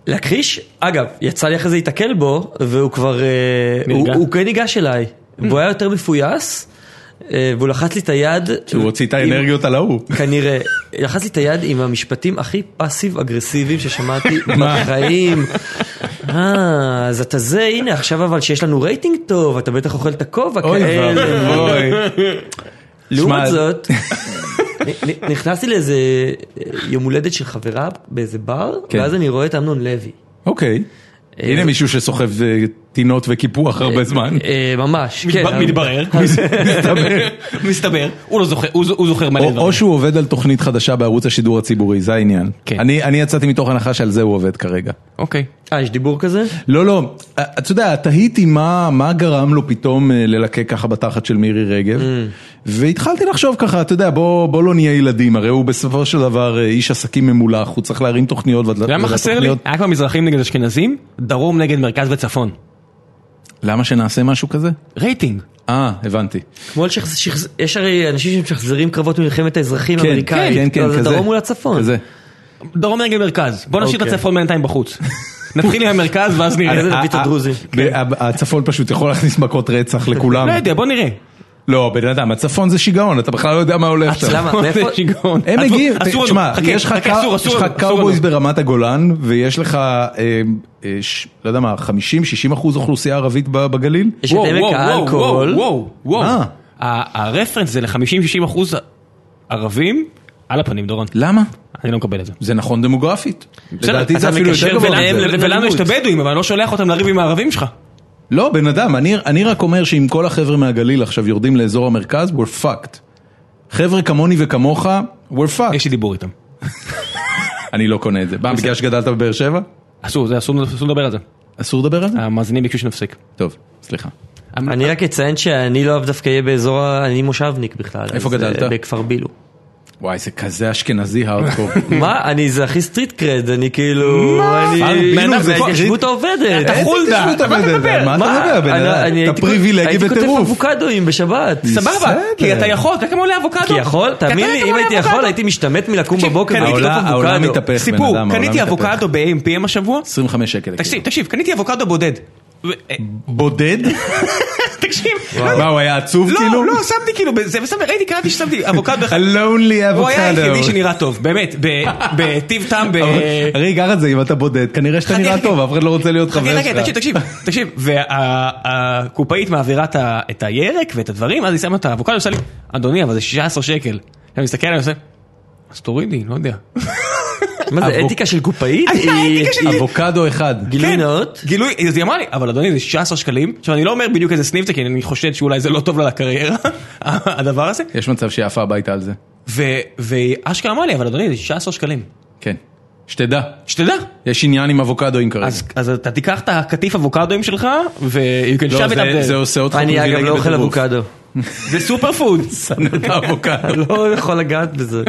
[SPEAKER 3] להכחיש, אגב, יצא לי אחרי זה להתקל בו, והוא כבר, אה,
[SPEAKER 2] נרגע?
[SPEAKER 3] הוא, הוא כן ניגש אליי, והוא היה יותר מפויס, אה, והוא לחץ לי את היד.
[SPEAKER 1] שהוא הוציא את
[SPEAKER 3] עם-
[SPEAKER 1] האנרגיות על ההוא.
[SPEAKER 3] כנראה, לחץ לי את היד עם המשפטים הכי פאסיב אגרסיביים ששמעתי
[SPEAKER 1] מה?
[SPEAKER 3] בחיים. אה, אז אתה זה, הנה עכשיו אבל שיש לנו רייטינג טוב, אתה בטח אוכל את הכובע
[SPEAKER 1] אוי
[SPEAKER 3] כאלה.
[SPEAKER 1] ואבוי. שמע,
[SPEAKER 3] לעומת זאת, נ- נ- נכנסתי לאיזה אה, יום הולדת של חברה באיזה בר,
[SPEAKER 1] כן.
[SPEAKER 3] ואז אני רואה את אמנון לוי.
[SPEAKER 1] אוקיי. הנה מישהו שסוחב אה, טינות וקיפוח הרבה זמן.
[SPEAKER 3] אה, ממש, כן.
[SPEAKER 2] מתב- מתברר, מסתבר, מסתבר, הוא לא זוכר, הוא ז- הוא זוכר מלא
[SPEAKER 1] או, או
[SPEAKER 2] דברים.
[SPEAKER 1] שהוא עובד על תוכנית חדשה בערוץ השידור הציבורי, זה העניין.
[SPEAKER 2] כן.
[SPEAKER 1] אני, אני יצאתי מתוך הנחה שעל זה הוא עובד כרגע.
[SPEAKER 2] אוקיי.
[SPEAKER 3] אה, יש דיבור כזה?
[SPEAKER 1] לא, לא, אתה יודע, תהיתי מה, מה גרם לו פתאום אה, ללקק ככה בתחת של מירי רגב, והתחלתי לחשוב ככה, אתה יודע, בוא, בוא לא נהיה ילדים, הרי הוא בסופו של דבר אה, איש עסקים ממולח, הוא צריך להרים לא תוכניות.
[SPEAKER 2] אתה יודע מה חסר לי? היה כבר מזרחים נגד אשכנזים, דרום נגד מרכז וצפון.
[SPEAKER 1] למה שנעשה משהו כזה?
[SPEAKER 2] רייטינג.
[SPEAKER 1] אה, הבנתי.
[SPEAKER 3] כמו לשחז... שחז... יש הרי אנשים שמשחזרים קרבות מלחמת האזרחים
[SPEAKER 1] כן,
[SPEAKER 3] האמריקאית.
[SPEAKER 1] כן, כן,
[SPEAKER 3] לא,
[SPEAKER 1] כזה.
[SPEAKER 3] זה דרום מול הצפון.
[SPEAKER 1] כזה.
[SPEAKER 2] דרום נגד מרכז. בוא נשאיר את
[SPEAKER 3] אוקיי.
[SPEAKER 2] הצפון בינתיים בחוץ. נתחיל עם המרכז
[SPEAKER 1] אה,
[SPEAKER 2] ואז נראה.
[SPEAKER 3] אז זה נביא את הדרוזים.
[SPEAKER 1] ב- הצפון פשוט יכול להכניס מכות רצח לכולם.
[SPEAKER 2] לא כן. יודע, בוא נראה.
[SPEAKER 1] לא, בן אדם, הצפון זה שיגעון, אתה בכלל לא יודע מה הולך שם.
[SPEAKER 3] למה? מאיפה-
[SPEAKER 2] שיגעון.
[SPEAKER 1] הם
[SPEAKER 2] אסור-
[SPEAKER 1] מגיעים,
[SPEAKER 2] אסור לנו,
[SPEAKER 1] תשמע,
[SPEAKER 2] חכה,
[SPEAKER 1] יש לך
[SPEAKER 2] חכה,
[SPEAKER 1] קאו-
[SPEAKER 2] אסור,
[SPEAKER 1] יש
[SPEAKER 2] אסור
[SPEAKER 1] לך
[SPEAKER 2] לנו, אסור לנו.
[SPEAKER 1] קאובויז ברמת הגולן, ויש לך, אה, אה, ש- לא יודע מה, 50-60 אחוז אוכלוסייה ערבית ב- בגליל?
[SPEAKER 3] יש את עמק האלכוהול.
[SPEAKER 2] וואו, וואו,
[SPEAKER 1] מה?
[SPEAKER 2] וואו.
[SPEAKER 1] אה.
[SPEAKER 2] ה- הרפרנס זה ל-50-60 אחוז ערבים על הפנים, דורון.
[SPEAKER 1] למה?
[SPEAKER 2] אני לא מקבל את זה.
[SPEAKER 1] זה נכון דמוגרפית.
[SPEAKER 2] בסדר,
[SPEAKER 1] לדעתי זה
[SPEAKER 2] אתה
[SPEAKER 1] אפילו
[SPEAKER 2] מקשר
[SPEAKER 1] יותר גבוה
[SPEAKER 2] ביניהם
[SPEAKER 1] מזה.
[SPEAKER 2] ל- ולנו יש את הבדואים, אבל אני לא שולח אותם לריב עם הערבים שלך.
[SPEAKER 1] לא, בן אדם, אני, אני רק אומר שאם כל החבר'ה מהגליל עכשיו יורדים לאזור המרכז, we're fucked. חבר'ה כמוני וכמוך, we're fucked.
[SPEAKER 2] יש לי דיבור איתם.
[SPEAKER 1] אני לא קונה את זה. מה, בגלל שגדלת בבאר שבע?
[SPEAKER 2] אסור, זה אסור אסור לדבר על זה.
[SPEAKER 1] אסור לדבר על זה?
[SPEAKER 2] המאזינים ביקשו שנפסיק.
[SPEAKER 1] טוב, סליחה.
[SPEAKER 3] אני רק אציין שאני לא אוהב דווקא יהיה באזור, ה- אני מושבניק בכלל.
[SPEAKER 1] איפה
[SPEAKER 3] אז, אה,
[SPEAKER 1] גדלת?
[SPEAKER 3] בכפר בילו.
[SPEAKER 1] וואי, זה כזה אשכנזי הארדקור.
[SPEAKER 3] מה? אני, זה הכי סטריט קרד, אני כאילו... מה?
[SPEAKER 1] כפר
[SPEAKER 3] אני...
[SPEAKER 1] בילו
[SPEAKER 3] בן אדם,
[SPEAKER 1] זה
[SPEAKER 3] זה
[SPEAKER 1] כבר-
[SPEAKER 3] ההתיישבות העובדת.
[SPEAKER 1] איזה
[SPEAKER 2] חולדה,
[SPEAKER 1] התיישבות
[SPEAKER 2] על מה אתה
[SPEAKER 1] עובדת?
[SPEAKER 2] מדבר?
[SPEAKER 1] על מה אתה מדבר, בן
[SPEAKER 3] אני-
[SPEAKER 1] אדם?
[SPEAKER 3] אני
[SPEAKER 1] אתה
[SPEAKER 3] הייתי-
[SPEAKER 1] פריבילגי
[SPEAKER 3] הייתי כותב
[SPEAKER 1] בטירוף.
[SPEAKER 3] אבוקדואים בשבת.
[SPEAKER 2] סבבה, כי אתה יכול, אתה כמו לאבוקדו.
[SPEAKER 3] כי יכול,
[SPEAKER 2] אתה
[SPEAKER 3] תאמין לי,
[SPEAKER 2] כמו
[SPEAKER 3] אם הייתי
[SPEAKER 2] לאבוקדו.
[SPEAKER 3] יכול, הייתי משתמט מלקום
[SPEAKER 2] תקשיב, כן,
[SPEAKER 3] בבוקר
[SPEAKER 2] קניתי-
[SPEAKER 3] ולקטוף
[SPEAKER 1] העולם- העולם
[SPEAKER 3] אבוקדו.
[SPEAKER 1] מתהפך. בן
[SPEAKER 2] סיפור,
[SPEAKER 1] אדם, העולם
[SPEAKER 2] קניתי
[SPEAKER 1] מתהפך.
[SPEAKER 2] אבוקדו ב-AMPM השבוע.
[SPEAKER 1] 25 שקל. לקילו.
[SPEAKER 2] תקשיב, תקשיב, קניתי אבוקדו בודד. ו- אה,
[SPEAKER 1] בודד?
[SPEAKER 2] תקשיב,
[SPEAKER 1] מה, הוא היה עצוב כאילו?
[SPEAKER 2] לא, לא, שמתי כאילו, בזה, ושמתי, ראיתי, קראתי ששמתי אבוקדו. אחד.
[SPEAKER 1] הלונלי
[SPEAKER 2] הוא היה היחידי
[SPEAKER 1] אבוקדו.
[SPEAKER 2] שנראה טוב, באמת, ב- בטיב טעם, ב...
[SPEAKER 1] הרי גר את זה אם אתה בודד, כנראה שאתה
[SPEAKER 2] חכה,
[SPEAKER 1] נראה
[SPEAKER 2] חכה.
[SPEAKER 1] טוב, אף אחד לא רוצה להיות
[SPEAKER 2] חכה,
[SPEAKER 1] חבר
[SPEAKER 2] חכה, תקשיב,
[SPEAKER 1] שלך.
[SPEAKER 2] תקשיב, תקשיב, והקופאית מעבירה את ה- את הירק ואת הדברים, אז היא שמה את האבוקדו, עושה לי, אדוני, אבל זה 16 שקל. אני מסתכל עליי, עושה, אז תורידי, לא יודע.
[SPEAKER 3] מה זה,
[SPEAKER 1] אבוק-
[SPEAKER 3] אתיקה של קופאית?
[SPEAKER 2] הייתה
[SPEAKER 3] היא-
[SPEAKER 2] אתיקה של-
[SPEAKER 1] אבוקדו אחד.
[SPEAKER 3] גילוי
[SPEAKER 2] כן,
[SPEAKER 3] נאות?
[SPEAKER 2] גילוי, אז היא אמרה לי, אבל אדוני זה 16 שקלים, עכשיו אני לא אומר בדיוק איזה סניף זה, כי אני חושד שאולי זה לא טוב לה לקריירה, הדבר הזה,
[SPEAKER 1] יש מצב שהיא עפה הביתה על זה.
[SPEAKER 2] ו- והיא אשכרה אמרה לי, אבל אדוני זה 16 שקלים,
[SPEAKER 1] כן. שתדע,
[SPEAKER 2] שתדע,
[SPEAKER 1] יש עניין עם אבוקדואים כרגע.
[SPEAKER 2] אז, אז אתה תיקח את הקטיף אבוקדואים שלך, ו-you can
[SPEAKER 1] לא,
[SPEAKER 2] shove it
[SPEAKER 1] זה-
[SPEAKER 2] up
[SPEAKER 1] זה
[SPEAKER 2] there,
[SPEAKER 1] עושה אותך
[SPEAKER 3] אני אגב
[SPEAKER 1] פריבילגי
[SPEAKER 3] לא אוכל
[SPEAKER 1] בטירוף.
[SPEAKER 3] אבוקדו.
[SPEAKER 2] זה סופר פוד,
[SPEAKER 1] שונא את האבוקדו.
[SPEAKER 3] לא יכול לגעת בזה.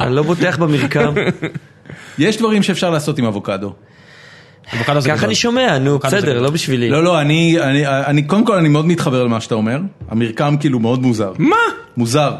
[SPEAKER 3] אני לא בוטח במרקם.
[SPEAKER 1] יש דברים שאפשר לעשות עם אבוקדו.
[SPEAKER 2] אבוקדו זה
[SPEAKER 3] ככה
[SPEAKER 2] גדול.
[SPEAKER 3] אני שומע, נו,
[SPEAKER 2] אבוקדו זה
[SPEAKER 3] בסדר,
[SPEAKER 2] גדול.
[SPEAKER 3] לא בשבילי.
[SPEAKER 1] לא, לא, אני, אני, אני, קודם כל אני מאוד מתחבר למה שאתה אומר. המרקם כאילו מאוד מוזר.
[SPEAKER 2] מה?
[SPEAKER 1] מוזר.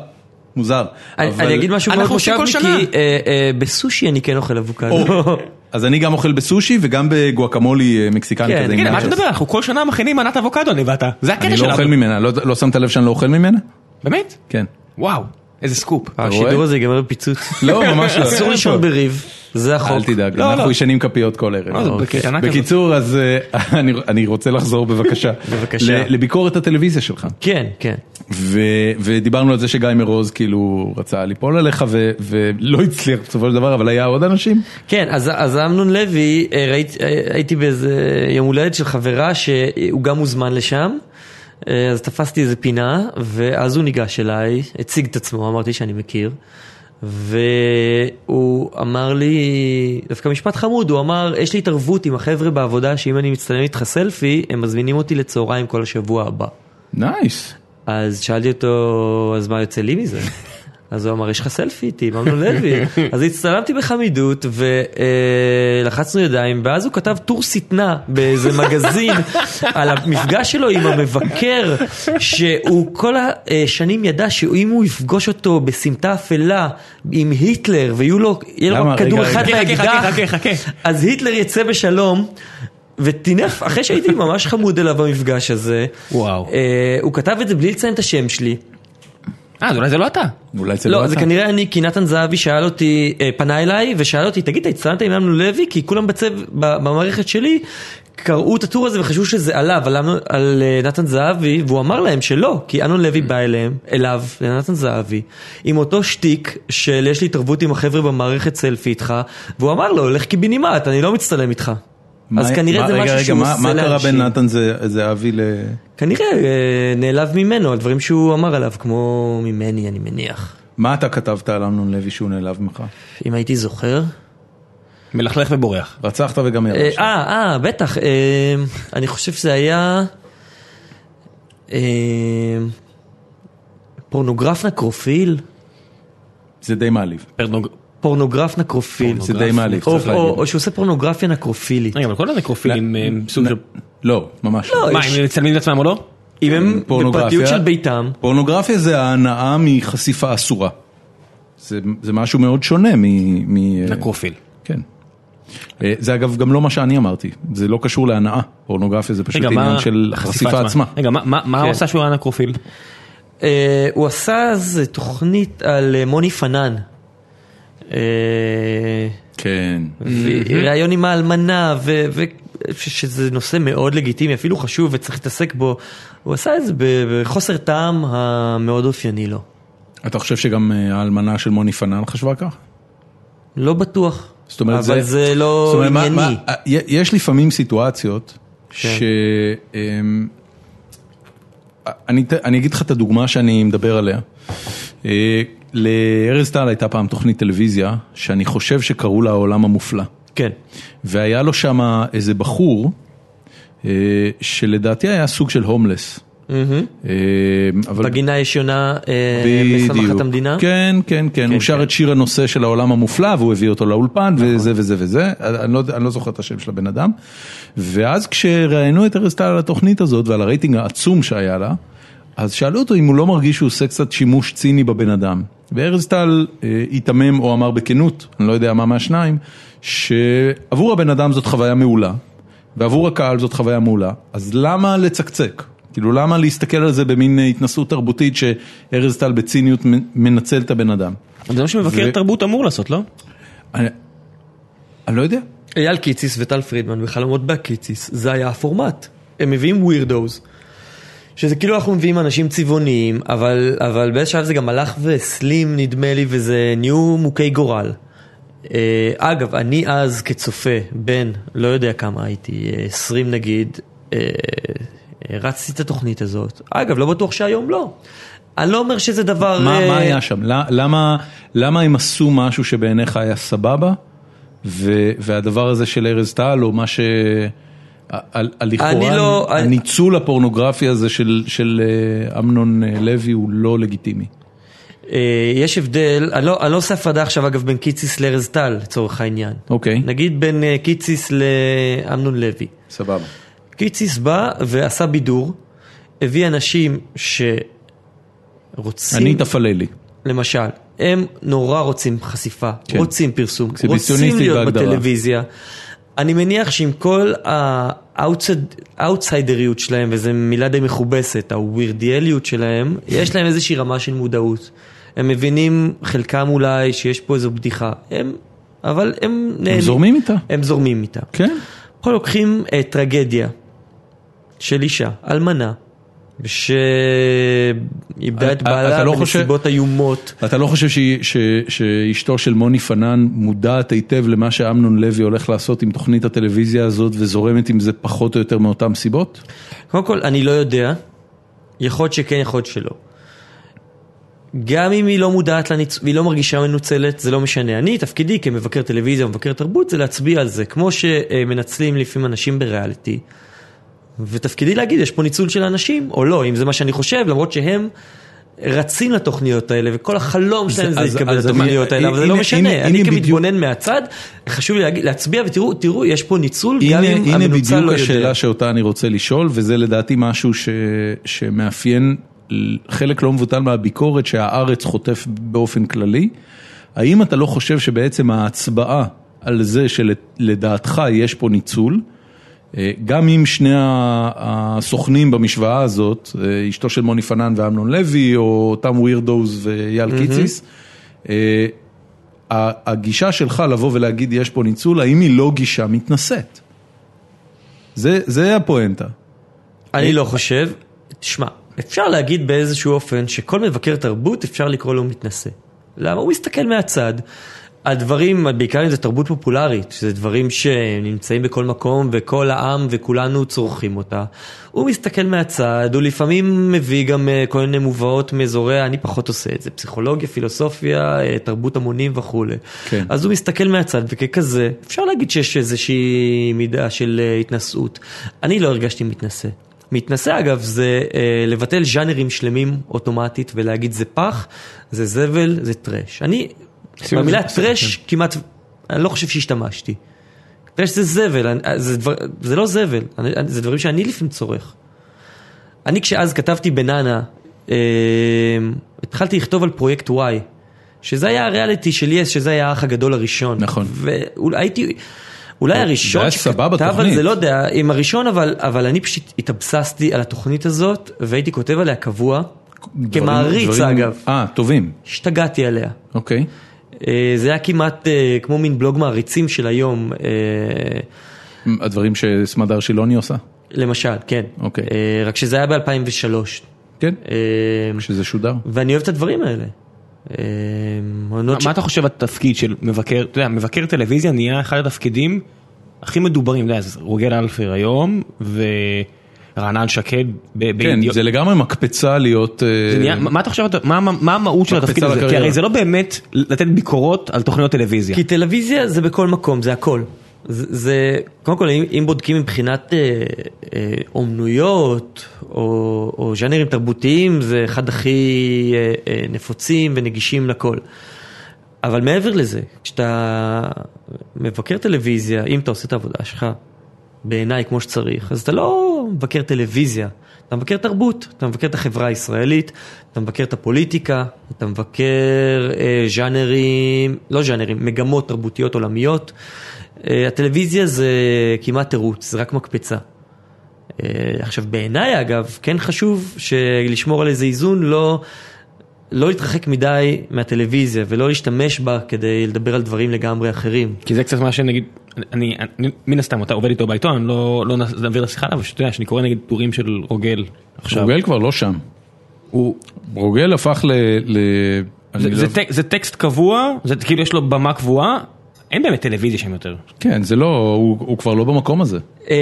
[SPEAKER 1] מוזר.
[SPEAKER 3] אני
[SPEAKER 1] אבל-
[SPEAKER 3] אני אגיד משהו
[SPEAKER 2] אנחנו
[SPEAKER 3] מאוד
[SPEAKER 2] עושים כל
[SPEAKER 3] מושבניקי, אה, אה, בסושי אני כן אוכל אבוקדו.
[SPEAKER 1] או, אז אני גם אוכל בסושי וגם בגואקמולי אה, מקסיקני
[SPEAKER 3] כן,
[SPEAKER 1] כזה. עם
[SPEAKER 2] כן, מה אתה
[SPEAKER 1] נאצ'וס.
[SPEAKER 2] מדבר? אנחנו כל שנה מכינים מנת אבוקדו, אני ואתה, זה הקטע
[SPEAKER 1] אני לא
[SPEAKER 2] שלנו,
[SPEAKER 1] אוכל ממנה, לא, לא שמת לב שאני לא אוכל ממנה?
[SPEAKER 2] באמת?
[SPEAKER 1] כן.
[SPEAKER 2] וואו, איזה סקופ.
[SPEAKER 3] השידור הזה ייגמר בפיצוץ.
[SPEAKER 1] לא, ממש לא.
[SPEAKER 3] אסור לישון בריב, זה החוק.
[SPEAKER 1] אל תדאג,
[SPEAKER 2] לא,
[SPEAKER 1] אנחנו
[SPEAKER 2] לא.
[SPEAKER 1] ישנים כפיות כל ערב.
[SPEAKER 2] לא, זה
[SPEAKER 1] אוקיי.
[SPEAKER 2] בקטנה כזאת.
[SPEAKER 1] בקיצור, אז אה, אני- אני רוצה לחזור בבקשה.
[SPEAKER 3] בבקשה.
[SPEAKER 1] ל- לביקורת הטלוויזיה שלך.
[SPEAKER 3] כן, כן.
[SPEAKER 1] ו- ודיברנו על זה שגיא מרוז כאילו רצה ליפול עליך ו- ולא הצליח בסופו של דבר, אבל היה עוד אנשים.
[SPEAKER 3] כן, אז, אז אמנון לוי, אה, ראית, אה, הייתי באיזה יום הולדת של חברה שהוא גם מוזמן לשם, אה, אז תפסתי איזה פינה, ואז הוא ניגש אליי, הציג את עצמו, אמרתי שאני מכיר, והוא אמר לי, דווקא משפט חמוד, הוא אמר, יש לי התערבות עם החבר'ה בעבודה שאם אני מצטלם איתך סלפי, הם מזמינים אותי לצהריים כל השבוע הבא.
[SPEAKER 1] נייס.
[SPEAKER 3] אז שאלתי אותו, אז מה יוצא לי מזה? אז הוא אמר, יש לך סלפי איתי, עם אמנון לוי. אז הצטלמתי בחמידות ולחצנו ידיים, ואז הוא כתב טור שטנה באיזה מגזין על המפגש שלו עם המבקר, שהוא כל השנים ידע שאם הוא יפגוש אותו בסמטה אפלה עם היטלר, ויהיו לו, יהיה לו
[SPEAKER 1] למה?
[SPEAKER 3] רק כדור
[SPEAKER 1] רגע,
[SPEAKER 3] אחד
[SPEAKER 2] רגע. חכה, חכה, חכה,
[SPEAKER 3] לאקדח,
[SPEAKER 2] חכה.
[SPEAKER 3] אז היטלר יצא בשלום. וטינף, אחרי שהייתי ממש חמוד אליו במפגש הזה,
[SPEAKER 2] וואו.
[SPEAKER 3] אה, הוא כתב את זה בלי לציין את השם שלי.
[SPEAKER 2] אה, אז אולי זה לא אתה.
[SPEAKER 1] אולי זה
[SPEAKER 3] לא,
[SPEAKER 1] לא
[SPEAKER 3] זה
[SPEAKER 1] אתה.
[SPEAKER 3] כנראה אני, כי נתן זהבי שאל אותי, אה, פנה אליי ושאל אותי, תגיד, אתה הצטלמת עם אמנון לוי? כי כולם בצב, ב- במערכת שלי, קראו את הטור הזה וחשבו שזה עליו, על, אמנון- על אה, נתן זהבי, והוא אמר להם שלא, כי אמנון לוי בא אליהם, אליו, לנתן זהבי, עם אותו שטיק של יש לי התערבות עם החבר'ה במערכת סלפי איתך, והוא אמר לו, לך קיבינימט, אני לא מצטלם איתך.
[SPEAKER 1] מה-
[SPEAKER 3] אז כנראה
[SPEAKER 1] מה-
[SPEAKER 3] זה
[SPEAKER 1] רגע,
[SPEAKER 3] משהו
[SPEAKER 1] רגע,
[SPEAKER 3] שהוא
[SPEAKER 1] מה-
[SPEAKER 3] עושה
[SPEAKER 1] מה קרה
[SPEAKER 3] לאנשים.
[SPEAKER 1] בין נתן זה- זהבי ל...
[SPEAKER 3] כנראה אה, נעלב ממנו על דברים שהוא אמר עליו, כמו ממני, אני מניח.
[SPEAKER 1] מה אתה כתבת על אמנון לוי שהוא נעלב ממך?
[SPEAKER 3] אם הייתי זוכר.
[SPEAKER 2] מלכלך ובורח.
[SPEAKER 1] רצחת וגם
[SPEAKER 3] אה,
[SPEAKER 1] ירשת.
[SPEAKER 3] אה, אה, בטח. אה, אני חושב שזה היה... אה, פורנוגרף נקרופיל?
[SPEAKER 1] זה די מעליב.
[SPEAKER 2] פרנוג...
[SPEAKER 3] פורנוגרף נקרופיל.
[SPEAKER 1] זה די מעליב,
[SPEAKER 3] או-
[SPEAKER 1] צריך
[SPEAKER 3] או-
[SPEAKER 1] להגיד. אה,
[SPEAKER 3] או שהוא עושה פורנוגרפיה נקרופילית.
[SPEAKER 2] רגע, אבל כל הנקרופילים הם סוג של...
[SPEAKER 1] לא, ממש לא.
[SPEAKER 2] מה,
[SPEAKER 3] יש-
[SPEAKER 2] הם מצלמים את עצמם או לא?
[SPEAKER 3] אם הם
[SPEAKER 1] פורנוגרפיה.
[SPEAKER 3] אה, בפרטיות של ביתם,
[SPEAKER 1] פורנוגרפיה זה ההנאה מחשיפה אסורה. זה זה משהו מאוד שונה מ- מ...
[SPEAKER 3] נכון.
[SPEAKER 1] אה,
[SPEAKER 2] נקרופיל.
[SPEAKER 1] כן. אה, זה אגב גם לא מה שאני אמרתי, זה לא קשור להנאה, פורנוגרפיה זה פשוט
[SPEAKER 2] רגע, מה-
[SPEAKER 1] עניין של החשיפה עצמה.
[SPEAKER 2] רגע, מה- מה מה
[SPEAKER 3] כן.
[SPEAKER 2] עושה שהוא היה נקרופיל?
[SPEAKER 3] אה, הוא עשה אז תוכנית על אה, מוני פנן. אה,
[SPEAKER 1] כן.
[SPEAKER 3] וראיון עם האלמנה, ו- ו- ש- שזה נושא מאוד לגיטימי, אפילו חשוב וצריך להתעסק בו, הוא עשה את זה ב- בחוסר טעם המאוד אופייני לו.
[SPEAKER 1] אתה חושב שגם אה, האלמנה של מוני פנן חשבה כך?
[SPEAKER 3] לא בטוח,
[SPEAKER 1] זאת אומרת,
[SPEAKER 3] אבל זה לא
[SPEAKER 1] זאת אומרת, מה-
[SPEAKER 3] ענייני.
[SPEAKER 1] מה- אה, יש לפעמים סיטואציות ש... אמ, אני, ת- אני אגיד לך את הדוגמה שאני מדבר עליה. אה, לארז טל הייתה פעם תוכנית טלוויזיה שאני חושב שקראו לה העולם המופלא.
[SPEAKER 3] כן,
[SPEAKER 1] והיה לו שם איזה בחור אה, שלדעתי היה סוג של הומלס. אה, אבל
[SPEAKER 3] בגינה יש יונה אה, משמחת
[SPEAKER 1] בדיוק.
[SPEAKER 3] המדינה.
[SPEAKER 1] כן, כן, כן, הוא שר
[SPEAKER 3] כן.
[SPEAKER 1] את שיר הנושא של העולם המופלא והוא הביא אותו לאולפן וזה וזה וזה, אני לא, אני לא זוכר את השם של הבן אדם. ואז כשראיינו את ארז טל על התוכנית הזאת ועל הרייטינג העצום שהיה לה, אז שאלו אותו אם הוא לא מרגיש שהוא עושה קצת שימוש ציני בבן אדם. וארז טל אה, היתמם או אמר בכנות, אני לא יודע מה מהשניים, שעבור הבן אדם זאת חוויה מעולה, ועבור הקהל זאת חוויה מעולה, אז למה לצקצק? כאילו למה להסתכל על זה במין אה, התנסות תרבותית שארז טל בציניות מ- מנצל את הבן אדם?
[SPEAKER 2] זה מה שמבקר
[SPEAKER 1] ו-
[SPEAKER 2] תרבות אמור לעשות, לא?
[SPEAKER 1] אני, אני לא יודע.
[SPEAKER 3] אייל קיציס וטל פרידמן וחלומות בהקיציס, זה היה הפורמט. הם מביאים ווירדוז. שזה כאילו אנחנו מביאים אנשים צבעוניים, אבל, אבל באיזה שלב זה גם הלך והסלים נדמה לי, וזה נהיו מוכי גורל. אה, אגב, אני אז כצופה, בן, לא יודע כמה הייתי, אה, 20 נגיד, אה, אה, רצתי את התוכנית הזאת. אגב, לא בטוח שהיום לא. אני לא אומר שזה דבר...
[SPEAKER 1] מה, מה
[SPEAKER 3] אה,
[SPEAKER 1] היה שם? ל- למה, למה הם עשו משהו שבעיניך היה סבבה, ו, והדבר הזה של ארז טל, או מה ש... ה- ה- הלכאורה,
[SPEAKER 3] אני לא-
[SPEAKER 1] הניצול הפורנוגרפי הזה של, של אה, אמנון אה, לוי הוא לא לגיטימי.
[SPEAKER 3] אה, יש הבדל, אני לא, אני לא עושה הפרדה עכשיו אגב בין קיציס לארז טל לצורך העניין.
[SPEAKER 1] אוקיי,
[SPEAKER 3] נגיד בין אה, קיציס לאמנון לוי.
[SPEAKER 1] סבבה.
[SPEAKER 3] קיציס בא ועשה בידור, הביא אנשים שרוצים,
[SPEAKER 1] אני תפללי.
[SPEAKER 3] אה, למשל, הם נורא רוצים חשיפה,
[SPEAKER 1] כן.
[SPEAKER 3] כן. רוצים פרסום, רוצים
[SPEAKER 1] אקסיביציוניסטי
[SPEAKER 3] להיות
[SPEAKER 1] בהגדרה.
[SPEAKER 3] בטלוויזיה. אני מניח שעם כל האאוטסיידריות שלהם, וזו מילה די מכובסת, הווירדיאליות שלהם, יש להם איזושהי רמה של מודעות. הם מבינים, חלקם אולי, שיש פה איזו בדיחה. הם, אבל הם נהנים.
[SPEAKER 1] הם זורמים איתה?
[SPEAKER 3] הם זורמים איתה.
[SPEAKER 1] כן.
[SPEAKER 3] פה לוקחים אה, טרגדיה של אישה, אלמנה, שאיבדה את
[SPEAKER 1] אתה
[SPEAKER 3] בעלה
[SPEAKER 1] לא חושב-
[SPEAKER 3] בנסיבות איומות.
[SPEAKER 1] אתה לא חושב שהיא- ש- שאשתו של מוני פנן מודעת היטב למה שאמנון לוי הולך לעשות עם תוכנית הטלוויזיה הזאת וזורמת עם זה פחות או יותר מאותן סיבות?
[SPEAKER 3] קודם כל, אני לא יודע, יכול להיות שכן, יכול להיות שלא. גם אם היא לא מודעת, לניצ... היא לא מרגישה מנוצלת, זה לא משנה. אני, תפקידי כמבקר טלוויזיה, מבקר תרבות, זה להצביע על זה. כמו שמנצלים לפעמים אנשים בריאליטי, ותפקידי להגיד, יש פה ניצול של אנשים, או לא, אם זה מה שאני חושב, למרות שהם רצים לתוכניות האלה, וכל החלום שלהם זה
[SPEAKER 1] אז-
[SPEAKER 3] להתקבל
[SPEAKER 1] אז אני-
[SPEAKER 3] לתוכניות האלה, אבל זה
[SPEAKER 1] הנה-
[SPEAKER 3] לא משנה.
[SPEAKER 1] הנה- הנה
[SPEAKER 3] אני
[SPEAKER 1] בדיוק-
[SPEAKER 3] כמתבונן מהצד, חשוב לי להגיד- להצביע, ותראו, תראו, יש פה ניצול, גם
[SPEAKER 1] הנה,
[SPEAKER 3] אם
[SPEAKER 1] הנה
[SPEAKER 3] המנוצל
[SPEAKER 1] בדיוק
[SPEAKER 3] לא יודע.
[SPEAKER 1] השאלה שאותה אני רוצה לשאול, וזה לדעתי משהו ש, שמאפיין חלק לא מבוטל מהביקורת שהארץ חוטף באופן כללי. האם אתה לא חושב שבעצם ההצבעה על זה שלדעתך יש פה ניצול, אה, גם אם שני ה- הסוכנים במשוואה הזאת, אה, אשתו של מוני פנן ואמנון לוי, או אותם ווירדוז ואייל קיציס, אה, ה- הגישה שלך לבוא ולהגיד יש פה ניצול, האם היא לא גישה מתנשאת? זה, זה הפואנטה.
[SPEAKER 3] אני לא חושב. תשמע, אפשר להגיד באיזשהו אופן שכל מבקר תרבות אפשר לקרוא לו מתנשא. למה? הוא מסתכל מהצד. הדברים, בעיקר אם זה תרבות פופולרית, שזה דברים שנמצאים בכל מקום וכל העם וכולנו צורכים אותה. הוא מסתכל מהצד, הוא לפעמים מביא גם אה, כל מיני מובאות מאזורי, אני פחות עושה את זה, פסיכולוגיה, פילוסופיה, אה, תרבות המונים וכולי.
[SPEAKER 1] כן.
[SPEAKER 3] אז הוא מסתכל מהצד, וככזה, אפשר להגיד שיש איזושהי מידה של אה, התנשאות. אני לא הרגשתי מתנשא. מתנשא, אגב, זה אה, לבטל ז'אנרים שלמים אוטומטית ולהגיד זה פח, זה זבל, זה טרש. אני,
[SPEAKER 2] סיום
[SPEAKER 3] במילה
[SPEAKER 2] זה- כן.
[SPEAKER 3] טרש כמעט, אני לא חושב שהשתמשתי. טרש זה זבל, אני- אה, זה, דבר, זה לא זבל, אני, אני- זה דברים שאני לפעמים צורך. אני כשאז כתבתי בננה, אה, התחלתי לכתוב על פרויקט Y, שזה היה הריאליטי של יס, שזה היה האח הגדול הראשון.
[SPEAKER 1] נכון.
[SPEAKER 3] והייתי, אולי
[SPEAKER 1] היה
[SPEAKER 3] הראשון
[SPEAKER 1] סבבה
[SPEAKER 3] שכתב על
[SPEAKER 1] תוכנית.
[SPEAKER 3] זה, לא יודע, עם הראשון, אבל, אבל אני פשוט התאבססתי על התוכנית הזאת, והייתי כותב עליה קבוע,
[SPEAKER 1] דברים-
[SPEAKER 3] כמעריץ,
[SPEAKER 1] דברים-
[SPEAKER 3] אגב.
[SPEAKER 1] אה, טובים,
[SPEAKER 3] השתגעתי עליה.
[SPEAKER 1] אוקיי.
[SPEAKER 3] אה, זה היה כמעט אה, כמו מין בלוג מעריצים של היום, אה,
[SPEAKER 1] הדברים שסמדר שילוני עושה,
[SPEAKER 3] למשל, כן.
[SPEAKER 1] אוקיי.
[SPEAKER 3] אה, רק שזה היה ב-2003.
[SPEAKER 1] כן, כשזה שודר.
[SPEAKER 3] ואני אוהב את הדברים האלה. אה, עונות ש-
[SPEAKER 2] מה אתה חושב התפקיד של מבקר, אתה יודע, מבקר טלוויזיה נהיה אחד התפקידים הכי מדוברים, אתה יודע, אז רוגל אלפר היום ורענן שקד, ב-
[SPEAKER 1] כן,
[SPEAKER 2] בידיעות-
[SPEAKER 1] זה לגמרי מקפצה להיות... אה,
[SPEAKER 2] זה נהיה- מה אתה חושב, מה- מה מה המהות של
[SPEAKER 1] מקפצה
[SPEAKER 2] התפקיד הזה? כי
[SPEAKER 1] לקריירה.
[SPEAKER 2] הרי זה לא באמת לתת ביקורות על תוכניות טלוויזיה.
[SPEAKER 3] כי טלוויזיה זה בכל מקום, זה הכל. זה, זה קודם כל, אם, אם בודקים מבחינת אה, אה, אומנויות או, או ז'אנרים תרבותיים, זה אחד הכי אה, אה, נפוצים ונגישים לכל. אבל מעבר לזה, כשאתה מבקר טלוויזיה, אם אתה עושה את העבודה שלך, בעיניי כמו שצריך, אז אתה לא מבקר טלוויזיה, אתה מבקר תרבות, אתה מבקר את החברה הישראלית, אתה מבקר את הפוליטיקה, אתה מבקר אה, ז'אנרים, לא ז'אנרים, מגמות תרבותיות עולמיות. אה, הטלוויזיה זה כמעט תירוץ, זה רק מקפצה. אה, עכשיו בעיניי אגב, כן חשוב שלשמור על איזה איזון, לא, לא להתרחק מדי מהטלוויזיה ולא להשתמש בה כדי לדבר על דברים לגמרי אחרים.
[SPEAKER 2] כי זה קצת מה שנגיד, אני, אני מן הסתם אתה עובד איתו בעיתון, אני לא, לא נס- נעביר לשיחה עליו, אבל שאתה יודע, שאני קורא נגיד טורים של רוגל עכשיו.
[SPEAKER 1] רוגל כבר לא שם.
[SPEAKER 2] הוא,
[SPEAKER 1] רוגל הפך ל... ל...
[SPEAKER 2] זה,
[SPEAKER 1] אני
[SPEAKER 2] זה,
[SPEAKER 1] לא-
[SPEAKER 2] טק, זה טקסט קבוע, זה כאילו יש לו במה קבועה, אין באמת טלוויזיה שם יותר.
[SPEAKER 1] כן, זה לא, הוא הוא כבר לא במקום הזה.
[SPEAKER 3] אמ,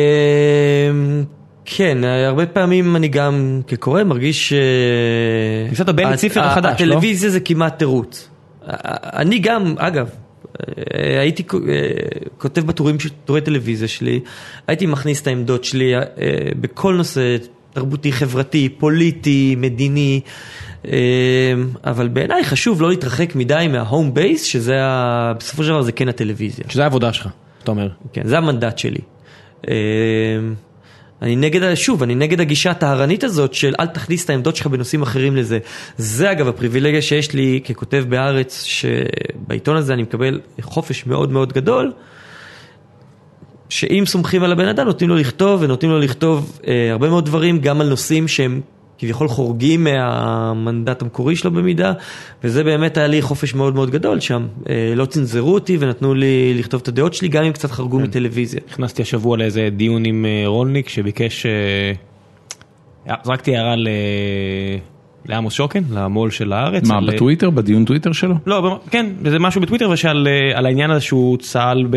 [SPEAKER 3] כן, הרבה פעמים אני גם כקורא מרגיש ש...
[SPEAKER 2] ניסית בבית
[SPEAKER 3] הט-
[SPEAKER 2] הספר
[SPEAKER 3] ה-
[SPEAKER 2] החדש, לא?
[SPEAKER 3] הטלוויזיה זה כמעט תירוץ. ה- אני גם, אגב, אה, הייתי כ- אה, כותב בטורים, ש- טורי טלוויזיה שלי, הייתי מכניס את העמדות שלי אה, בכל נושא תרבותי, חברתי, פוליטי, מדיני, אמ, אבל בעיניי חשוב לא להתרחק מדי מההום בייס, שזה ה- בסופו של דבר זה כן הטלוויזיה.
[SPEAKER 2] שזה העבודה שלך, אתה אומר.
[SPEAKER 3] כן, זה המנדט שלי. אמ, אני נגד, ה- שוב, אני נגד הגישה הטהרנית הזאת של אל תכניס את העמדות שלך בנושאים אחרים לזה. זה אגב הפריבילגיה שיש לי ככותב בארץ, שבעיתון הזה אני מקבל חופש מאוד מאוד גדול, שאם סומכים על הבן אדם נותנים לו לכתוב, ונותנים לו לכתוב אה, הרבה מאוד דברים, גם על נושאים שהם כביכול חורגים מהמנדט המקורי שלו במידה, וזה באמת היה לי חופש מאוד מאוד גדול שם. אה, לא צנזרו אותי ונתנו לי לכתוב את הדעות שלי, גם אם קצת חרגו מטלוויזיה.
[SPEAKER 2] נכנסתי השבוע לאיזה דיון עם אה, רולניק שביקש, אה, זרקתי הערה ל... לעמוס שוקן, למו"ל של הארץ.
[SPEAKER 1] מה,
[SPEAKER 2] על- אה,
[SPEAKER 1] בטוויטר? בדיון טוויטר שלו?
[SPEAKER 2] לא, במ- כן, וזה משהו בטוויטר ושעל אה, על העניין הזה שהוא צהל ב...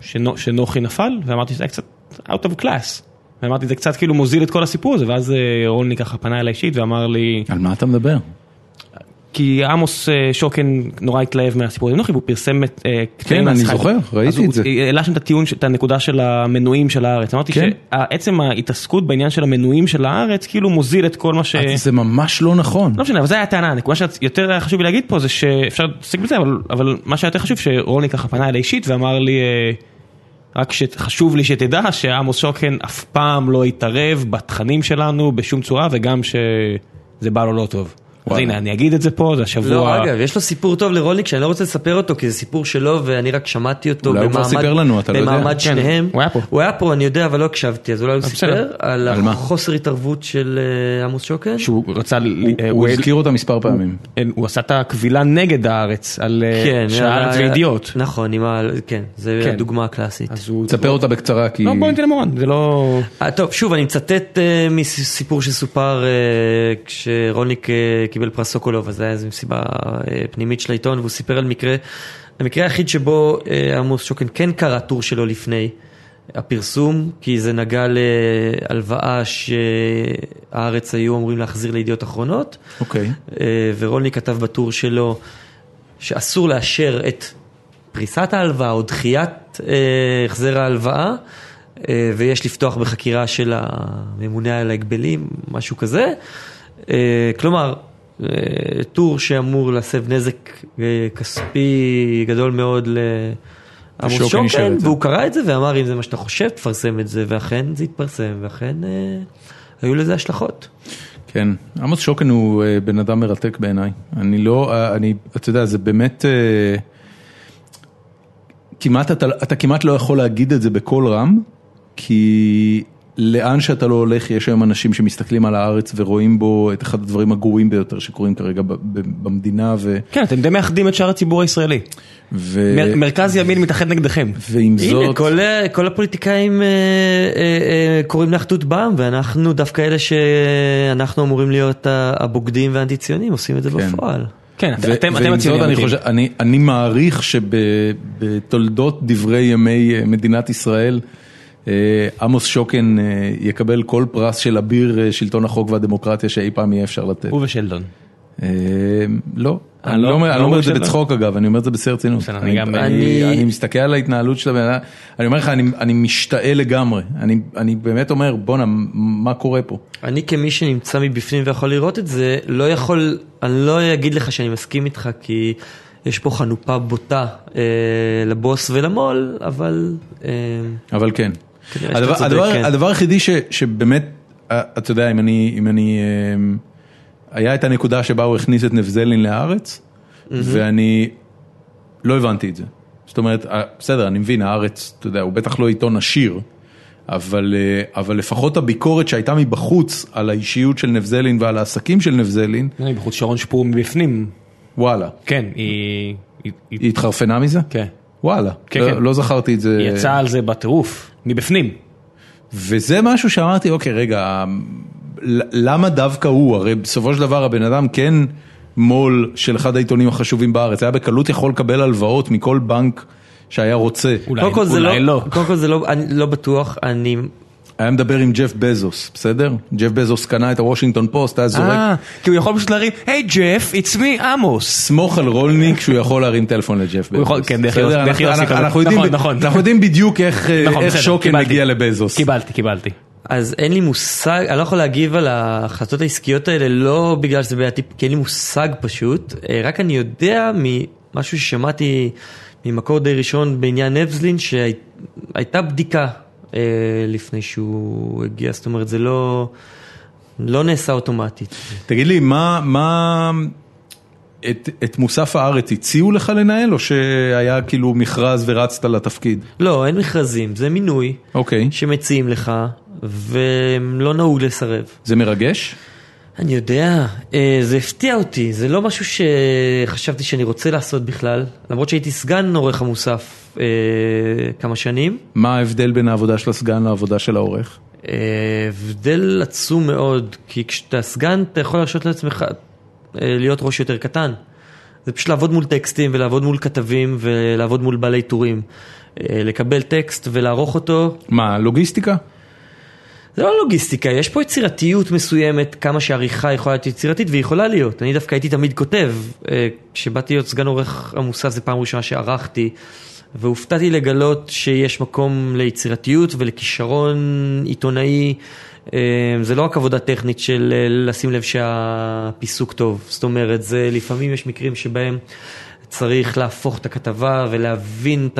[SPEAKER 2] שנו, שנוחי נפל, ואמרתי שזה היה קצת out of class. ואמרתי זה קצת כאילו מוזיל את כל הסיפור הזה, ואז אה, רולני ככה פנה אליי אישית ואמר לי,
[SPEAKER 1] על מה אתה מדבר?
[SPEAKER 2] כי עמוס אה, שוקן נורא התלהב מהסיפור הזה, נוחי, והוא פרסם את... אה, קטעים
[SPEAKER 1] כן, אני
[SPEAKER 2] מהשיחה.
[SPEAKER 1] זוכר,
[SPEAKER 2] אז
[SPEAKER 1] ראיתי
[SPEAKER 2] הוא אה,
[SPEAKER 1] את זה.
[SPEAKER 2] העלה שם את הטיעון, ש- את הנקודה של המנויים של הארץ. אמרתי
[SPEAKER 1] כן.
[SPEAKER 2] שעצם ההתעסקות בעניין של המנויים של הארץ, כאילו מוזיל את כל מה ש...
[SPEAKER 1] זה ממש לא נכון.
[SPEAKER 2] לא משנה, אבל זו הייתה הטענה, הנקודה שיותר היה חשוב לי להגיד פה זה שאפשר להתעסק בזה, אבל, אבל מה שהיה יותר חשוב שרוני ככה פנה אליי אישית ואמר לי, אה, רק שחשוב לי שתדע שעמוס שוקן אף פעם לא התערב בתכנים שלנו בשום צורה, וגם שזה בא לו לא טוב. אז
[SPEAKER 1] וואלה.
[SPEAKER 2] הנה, אני אגיד את זה פה, זה השבוע...
[SPEAKER 3] לא, אגב, יש לו סיפור טוב לרולניק שאני לא רוצה לספר אותו, כי זה סיפור שלו ואני רק שמעתי אותו
[SPEAKER 1] אולי הוא
[SPEAKER 3] במעמד,
[SPEAKER 1] כבר סיפר לנו, אתה לא יודע.
[SPEAKER 3] במעמד
[SPEAKER 1] כן,
[SPEAKER 3] שניהם.
[SPEAKER 2] הוא היה פה. אה,
[SPEAKER 3] הוא היה פה, אני יודע, אבל לא הקשבתי, אז אולי הוא סיפר
[SPEAKER 2] בסדר.
[SPEAKER 3] על
[SPEAKER 1] על מה?
[SPEAKER 3] החוסר התערבות של אה, עמוס שוקן.
[SPEAKER 2] שהוא רצה... ל-
[SPEAKER 1] הוא-
[SPEAKER 2] אה,
[SPEAKER 1] הוא הזכיר אותה מספר פעמים.
[SPEAKER 2] הוא עשה את הקבילה נגד הארץ, על אה,
[SPEAKER 3] כן,
[SPEAKER 2] שהארץ
[SPEAKER 3] היה-
[SPEAKER 2] וידיעות.
[SPEAKER 3] נכון, עם ה... כן, זה
[SPEAKER 2] כן.
[SPEAKER 3] הדוגמה הקלאסית.
[SPEAKER 2] אז הוא...
[SPEAKER 1] תספר אותה בקצרה, כי...
[SPEAKER 2] לא, בוא ניתן למורן, זה לא...
[SPEAKER 3] אה, טוב, שוב, אני מצטט אה, מסיפור שסופר אה, כשרוניק אה, קיבל פרס סוקולוב, אז זה היה איזו מסיבה אה, פנימית של העיתון, והוא סיפר על מקרה, המקרה היחיד שבו אה, עמוס שוקן כן קרא טור שלו לפני הפרסום, כי זה נגע להלוואה שהארץ היו אמורים להחזיר לידיעות אחרונות.
[SPEAKER 1] אוקיי.
[SPEAKER 3] אה, ורולני כתב בטור שלו שאסור לאשר את פריסת ההלוואה או דחיית אה, החזר ההלוואה, אה, ויש לפתוח בחקירה של הממונה על ההגבלים, משהו כזה. אה, כלומר, אה, טור שאמור להסב נזק אה, כספי גדול מאוד ל... עמוס
[SPEAKER 1] ושוקן אישר
[SPEAKER 3] שוקן,
[SPEAKER 1] כן את זה.
[SPEAKER 3] והוא קרא את זה ואמר אם זה מה שאתה חושב תפרסם את זה, ואכן זה התפרסם, ואכן אה, היו לזה השלכות.
[SPEAKER 1] כן, עמוס שוקן הוא אה, בן אדם מרתק בעיניי. אני לא, אה, אני, אתה יודע, זה באמת, אה, כמעט, אתה, אתה כמעט לא יכול להגיד את זה בקול רם, כי לאן שאתה לא הולך, יש היום אנשים שמסתכלים על הארץ ורואים בו את אחד הדברים הגרועים ביותר שקורים כרגע ב- ב- במדינה, ו...
[SPEAKER 2] כן, אתם די מאחדים את שאר הציבור הישראלי.
[SPEAKER 1] ו...
[SPEAKER 2] מר- מרכז ימין מתאחד נגדכם.
[SPEAKER 1] ועם
[SPEAKER 3] הנה,
[SPEAKER 1] זאת,
[SPEAKER 3] כל, ה- כל הפוליטיקאים אה, אה, אה, קוראים לאחדות בעם, ואנחנו דווקא אלה שאנחנו אמורים להיות ה- הבוגדים והאנטי-ציונים, עושים את זה
[SPEAKER 1] כן.
[SPEAKER 3] בפועל.
[SPEAKER 2] כן,
[SPEAKER 1] ו-
[SPEAKER 2] אתם
[SPEAKER 1] ועם
[SPEAKER 2] אתם
[SPEAKER 1] זאת
[SPEAKER 2] הציונים.
[SPEAKER 1] אני
[SPEAKER 2] האמיתיים.
[SPEAKER 1] חושב, אני, אני מעריך שבתולדות דברי ימי אה, מדינת ישראל, אה, עמוס שוקן אה, יקבל כל פרס של אביר אה, שלטון החוק והדמוקרטיה שאי פעם יהיה אפשר לתת.
[SPEAKER 2] הוא ושלדון.
[SPEAKER 1] אה, לא,
[SPEAKER 2] אה,
[SPEAKER 1] אני
[SPEAKER 2] לא?
[SPEAKER 1] לא אומר- אני
[SPEAKER 2] לא
[SPEAKER 1] לא אומר את זה
[SPEAKER 2] הוא שלו?
[SPEAKER 1] בצחוק אגב, אני אומר את זה בשיא הרצינות.
[SPEAKER 2] בסדר, אני
[SPEAKER 1] אני-
[SPEAKER 2] גם-
[SPEAKER 1] אני
[SPEAKER 3] אני-
[SPEAKER 1] אני מסתכל על ההתנהלות של הבן אדם, אני אומר לך, אני- אני משתאה לגמרי, אני- אני באמת אומר, בואנה, מה קורה פה?
[SPEAKER 3] אני כמי שנמצא מבפנים ויכול לראות את זה, לא יכול, אני לא אגיד לך שאני מסכים איתך, כי יש פה חנופה בוטה אה, לבוס ולמו"ל, אבל... אה,
[SPEAKER 1] אבל כן.
[SPEAKER 3] כנראה שאתה
[SPEAKER 1] הדבר,
[SPEAKER 3] צודק,
[SPEAKER 1] הדבר,
[SPEAKER 3] כן.
[SPEAKER 1] הדבר היחידי ש, שבאמת, אה, אתה יודע, אם אני, אם אני, אמ, היה את הנקודה שבה הוא הכניס את נבזלין לארץ, ואני לא הבנתי את זה. זאת אומרת, אה, בסדר, אני מבין, הארץ, אתה יודע, הוא בטח לא עיתון עשיר, אבל, אה, אבל לפחות הביקורת שהייתה מבחוץ על האישיות של נבזלין ועל העסקים של נבזלין,
[SPEAKER 2] אני בחוץ שרון שפור מבפנים.
[SPEAKER 1] וואלה,
[SPEAKER 2] כן, היא... היא- היא-
[SPEAKER 1] היא התחרפנה מזה?
[SPEAKER 2] כן.
[SPEAKER 1] וואלה,
[SPEAKER 2] כן,
[SPEAKER 1] לא,
[SPEAKER 2] כן.
[SPEAKER 1] לא זכרתי את זה.
[SPEAKER 2] היא יצאה על זה בטירוף. מבפנים.
[SPEAKER 1] וזה משהו שאמרתי, אוקיי, רגע, ל- למה דווקא הוא? הרי בסופו של דבר הבן אדם כן מו"ל של אחד העיתונים החשובים בארץ, היה בקלות יכול לקבל הלוואות מכל בנק שהיה רוצה.
[SPEAKER 2] אולי-
[SPEAKER 3] קודם כל זה
[SPEAKER 2] אולי
[SPEAKER 3] לא.
[SPEAKER 2] לא.
[SPEAKER 3] קודם כל זה לא, אני לא בטוח, אני...
[SPEAKER 1] היה מדבר עם ג'ף בזוס, בסדר? ג'ף בזוס קנה את הוושינגטון פוסט, היה זורק.
[SPEAKER 2] אה, כי הוא יכול פשוט להרים, היי ג'ף, it's me עמוס.
[SPEAKER 1] סמוך על רולניק שהוא יכול להרים טלפון לג'ף
[SPEAKER 2] הוא יכול-
[SPEAKER 1] בזוס.
[SPEAKER 2] כן, דרך
[SPEAKER 1] בסדר?
[SPEAKER 2] יוסי- דרך
[SPEAKER 1] אנחנו-
[SPEAKER 2] יוסי
[SPEAKER 1] אנחנו-
[SPEAKER 2] כזה.
[SPEAKER 1] אנחנו יודעים
[SPEAKER 2] נכון,
[SPEAKER 1] ב-
[SPEAKER 2] נכון.
[SPEAKER 1] אנחנו יודעים בדיוק איך אה,
[SPEAKER 2] נכון,
[SPEAKER 1] איך
[SPEAKER 2] בסדר,
[SPEAKER 1] שוקן
[SPEAKER 2] קיבלתי.
[SPEAKER 1] מגיע לבזוס.
[SPEAKER 2] קיבלתי, קיבלתי.
[SPEAKER 3] אז אין לי מושג, אני לא יכול להגיב על ההחלטות העסקיות האלה, לא בגלל שזה בעייתי, כי אין לי מושג פשוט, אה, רק אני יודע ממשהו ששמעתי ממקור די ראשון בעניין נבזלין, שהייתה בדיקה אה, לפני שהוא הגיע, זאת אומרת זה לא, לא נעשה אוטומטית.
[SPEAKER 1] תגיד לי, מה, מה, את, את מוסף הארץ הציעו לך לנהל, או שהיה כאילו מכרז ורצת לתפקיד?
[SPEAKER 3] לא, אין מכרזים, זה מינוי
[SPEAKER 1] אוקיי.
[SPEAKER 3] שמציעים לך, ולא נהוג לסרב.
[SPEAKER 1] זה מרגש?
[SPEAKER 3] אני יודע, אה, זה הפתיע אותי, זה לא משהו שחשבתי שאני רוצה לעשות בכלל, למרות שהייתי סגן עורך המוסף אה, כמה שנים.
[SPEAKER 1] מה ההבדל בין העבודה של הסגן לעבודה של העורך?
[SPEAKER 3] אה, הבדל עצום מאוד, כי כשאתה סגן אתה יכול להרשות לעצמך אה, להיות ראש יותר קטן. זה פשוט לעבוד מול טקסטים ולעבוד מול כתבים ולעבוד מול בעלי טורים. אה, לקבל טקסט ולערוך אותו,
[SPEAKER 1] מה, לוגיסטיקה?
[SPEAKER 3] זה לא לוגיסטיקה, יש פה יצירתיות מסוימת, כמה שעריכה יכולה להיות יצירתית, והיא יכולה להיות. אני דווקא הייתי תמיד כותב, אה, כשבאתי להיות סגן עורך המוסף, זו פעם ראשונה שערכתי, והופתעתי לגלות שיש מקום ליצירתיות ולכישרון עיתונאי. אה, זה לא רק עבודה טכנית של אה, לשים לב שהפיסוק טוב, זאת אומרת, זה לפעמים יש מקרים שבהם צריך להפוך את הכתבה ולהבין את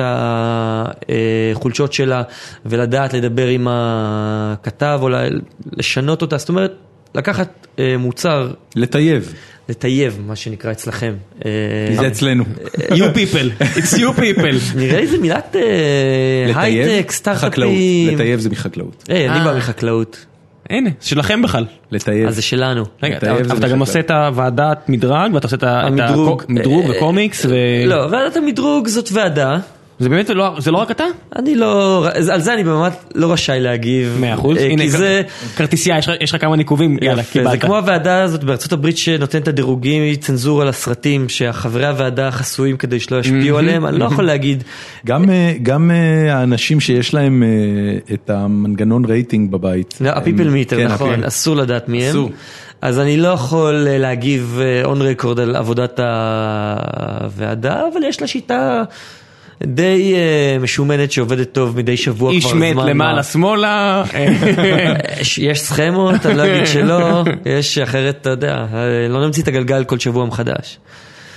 [SPEAKER 3] החולשות שלה ולדעת לדבר עם הכתב או ל- לשנות אותה. זאת אומרת, לקחת אה, מוצר,
[SPEAKER 1] לטייב,
[SPEAKER 3] לטייב, מה שנקרא אצלכם. אה,
[SPEAKER 1] כי זה אצלנו.
[SPEAKER 2] You people, it's you people.
[SPEAKER 3] נראה לי זה מילת אה, הייטק,
[SPEAKER 1] חקלאות.
[SPEAKER 3] סטארט-אפים.
[SPEAKER 1] לטייב זה מחקלאות.
[SPEAKER 3] היי, אני
[SPEAKER 2] אה.
[SPEAKER 3] בא מחקלאות,
[SPEAKER 2] הנה, זה שלכם בכלל.
[SPEAKER 1] לטייב.
[SPEAKER 3] אז זה שלנו.
[SPEAKER 2] רגע,
[SPEAKER 1] אתה אוהב
[SPEAKER 2] אבל
[SPEAKER 1] זה
[SPEAKER 2] אתה
[SPEAKER 1] בשקט.
[SPEAKER 2] גם עושה את הוועדת מדרג, ואתה עושה את ה- את
[SPEAKER 3] המדרוג.
[SPEAKER 2] הקוק- מדרוג
[SPEAKER 3] אה,
[SPEAKER 2] וקומיקס, ו...
[SPEAKER 3] לא, ועדת המדרוג זאת ועדה.
[SPEAKER 2] זה באמת לא, זה לא רק אתה?
[SPEAKER 3] אני לא, על זה אני באמת לא רשאי להגיב.
[SPEAKER 2] מאה אחוז.
[SPEAKER 3] אה,
[SPEAKER 2] הנה,
[SPEAKER 3] כי
[SPEAKER 2] כר-
[SPEAKER 3] זה,
[SPEAKER 2] כרטיסייה, יש לך- יש לך כמה ניקובים, יאללה,
[SPEAKER 3] יפה, זה
[SPEAKER 2] קיבלת.
[SPEAKER 3] כמו הוועדה הזאת בארצות הברית שנותנת את הדירוגים, היא צנזורה לסרטים, שחברי הוועדה חסויים כדי שלא ישפיעו עליהם, אני לא יכול להגיד,
[SPEAKER 1] גם, אה, גם אה, האנשים שיש להם אה, את המנגנון רייטינג בבית.
[SPEAKER 3] לא,
[SPEAKER 1] הם-
[SPEAKER 3] הפיפל מיטר,
[SPEAKER 1] כן,
[SPEAKER 3] נכון,
[SPEAKER 2] אוקיי.
[SPEAKER 1] ה-people-
[SPEAKER 3] אסור לדעת מי הם,
[SPEAKER 1] אסור.
[SPEAKER 3] אז אני לא יכול אה, להגיב און רקורד על עבודת הוועדה, אבל יש לה שיטה די אה, משומנת שעובדת טוב מדי שבוע כבר
[SPEAKER 2] איש
[SPEAKER 3] זמן.
[SPEAKER 2] מת
[SPEAKER 3] מה.
[SPEAKER 2] למעלה שמאלה.
[SPEAKER 3] יש- יש סכמות, אני לא אגיד שלא, יש אחרת, אתה יודע, אה, לא נמציא את הגלגל כל שבוע מחדש.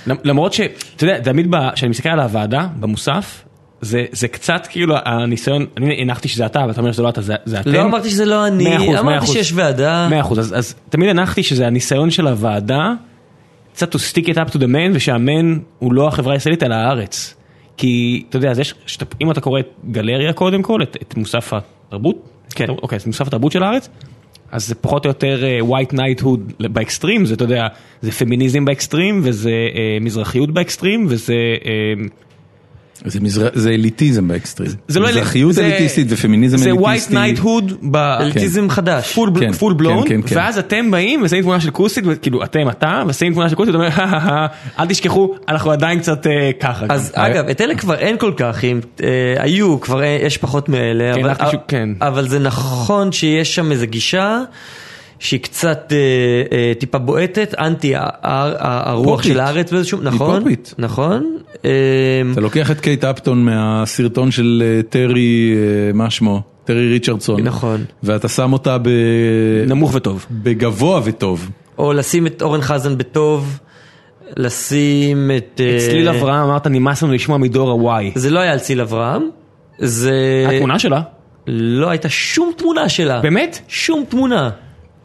[SPEAKER 2] אה, למרות ש, אתה יודע, תמיד ב- כשאני מסתכל על הוועדה, במוסף, זה, זה קצת כאילו הניסיון, אני הנחתי שזה אתה, ואתה אומר שזה לא אתה, זה, זה אתם.
[SPEAKER 3] לא אמרתי שזה לא אני,
[SPEAKER 2] מאה אחוז, מאה
[SPEAKER 3] אמרתי
[SPEAKER 2] אחוז.
[SPEAKER 3] שיש ועדה.
[SPEAKER 2] מאה אחוז, אז, אז תמיד הנחתי שזה הניסיון של הוועדה, קצת to stick it up to the man, ושהמן הוא לא החברה הישראלית אלא הארץ. כי, אתה יודע, אז יש, שאת, אם אתה קורא את גלריה קודם כל, את, את מוסף התרבות, כן, אוקיי, אז מוסף התרבות של הארץ, אז זה פחות או יותר אה, white night hood באקסטרים, זה אתה יודע, זה פמיניזם באקסטרים, וזה אה, מזרחיות באקסטרים, וזה... אה,
[SPEAKER 1] זה, מזר... זה אליטיזם באקסטרים.
[SPEAKER 2] זה לא... אלי-
[SPEAKER 1] מזרחיות
[SPEAKER 2] זה-
[SPEAKER 1] אליטיסטית ופמיניזם אליטיסטי.
[SPEAKER 2] זה white night hood ב...
[SPEAKER 3] אליטיזם חדש.
[SPEAKER 2] פול,
[SPEAKER 1] כן,
[SPEAKER 2] כן, פול בלון,
[SPEAKER 1] כן, כן, כן.
[SPEAKER 2] ואז אתם באים ושמים תמונה של כוסית, כאילו אתם, אתה, ושמים תמונה של כוסית, ואתה אומר, "הא, הא, הא, אל תשכחו, אנחנו עדיין קצת אה, ככה.
[SPEAKER 3] אז
[SPEAKER 1] אה,
[SPEAKER 3] אגב, את אלה כבר אין כל כך, אם אה, היו, כבר אה, יש פחות מאלה,
[SPEAKER 2] כן,
[SPEAKER 3] אבל-
[SPEAKER 2] רק מישהו- כן.
[SPEAKER 3] אבל זה נכון שיש שם איזו גישה שהיא קצת אה, אה, טיפה בועטת, אנטי ה- ה- הרוח
[SPEAKER 1] פופית.
[SPEAKER 3] של הארץ באיזשהו, נכון,
[SPEAKER 1] פופית.
[SPEAKER 3] נכון, אה,
[SPEAKER 1] אתה לוקח את קייט אפטון מהסרטון של אה, טרי, אה, מה שמו? טרי ריצ'רדסון.
[SPEAKER 3] נכון.
[SPEAKER 1] ואתה שם אותה ב...
[SPEAKER 2] נמוך וטוב.
[SPEAKER 1] בגבוה וטוב.
[SPEAKER 2] לא-
[SPEAKER 3] או לשים את אורן חזן בטוב, לשים את... אה,
[SPEAKER 2] את צליל אברהם אמרת, נמאס לנו לשמוע מדור ה-Y.
[SPEAKER 3] זה לא היה על צליל אברהם, זה...
[SPEAKER 2] התמונה שלה,
[SPEAKER 3] לא הייתה שום תמונה שלה.
[SPEAKER 2] באמת?
[SPEAKER 3] שום תמונה.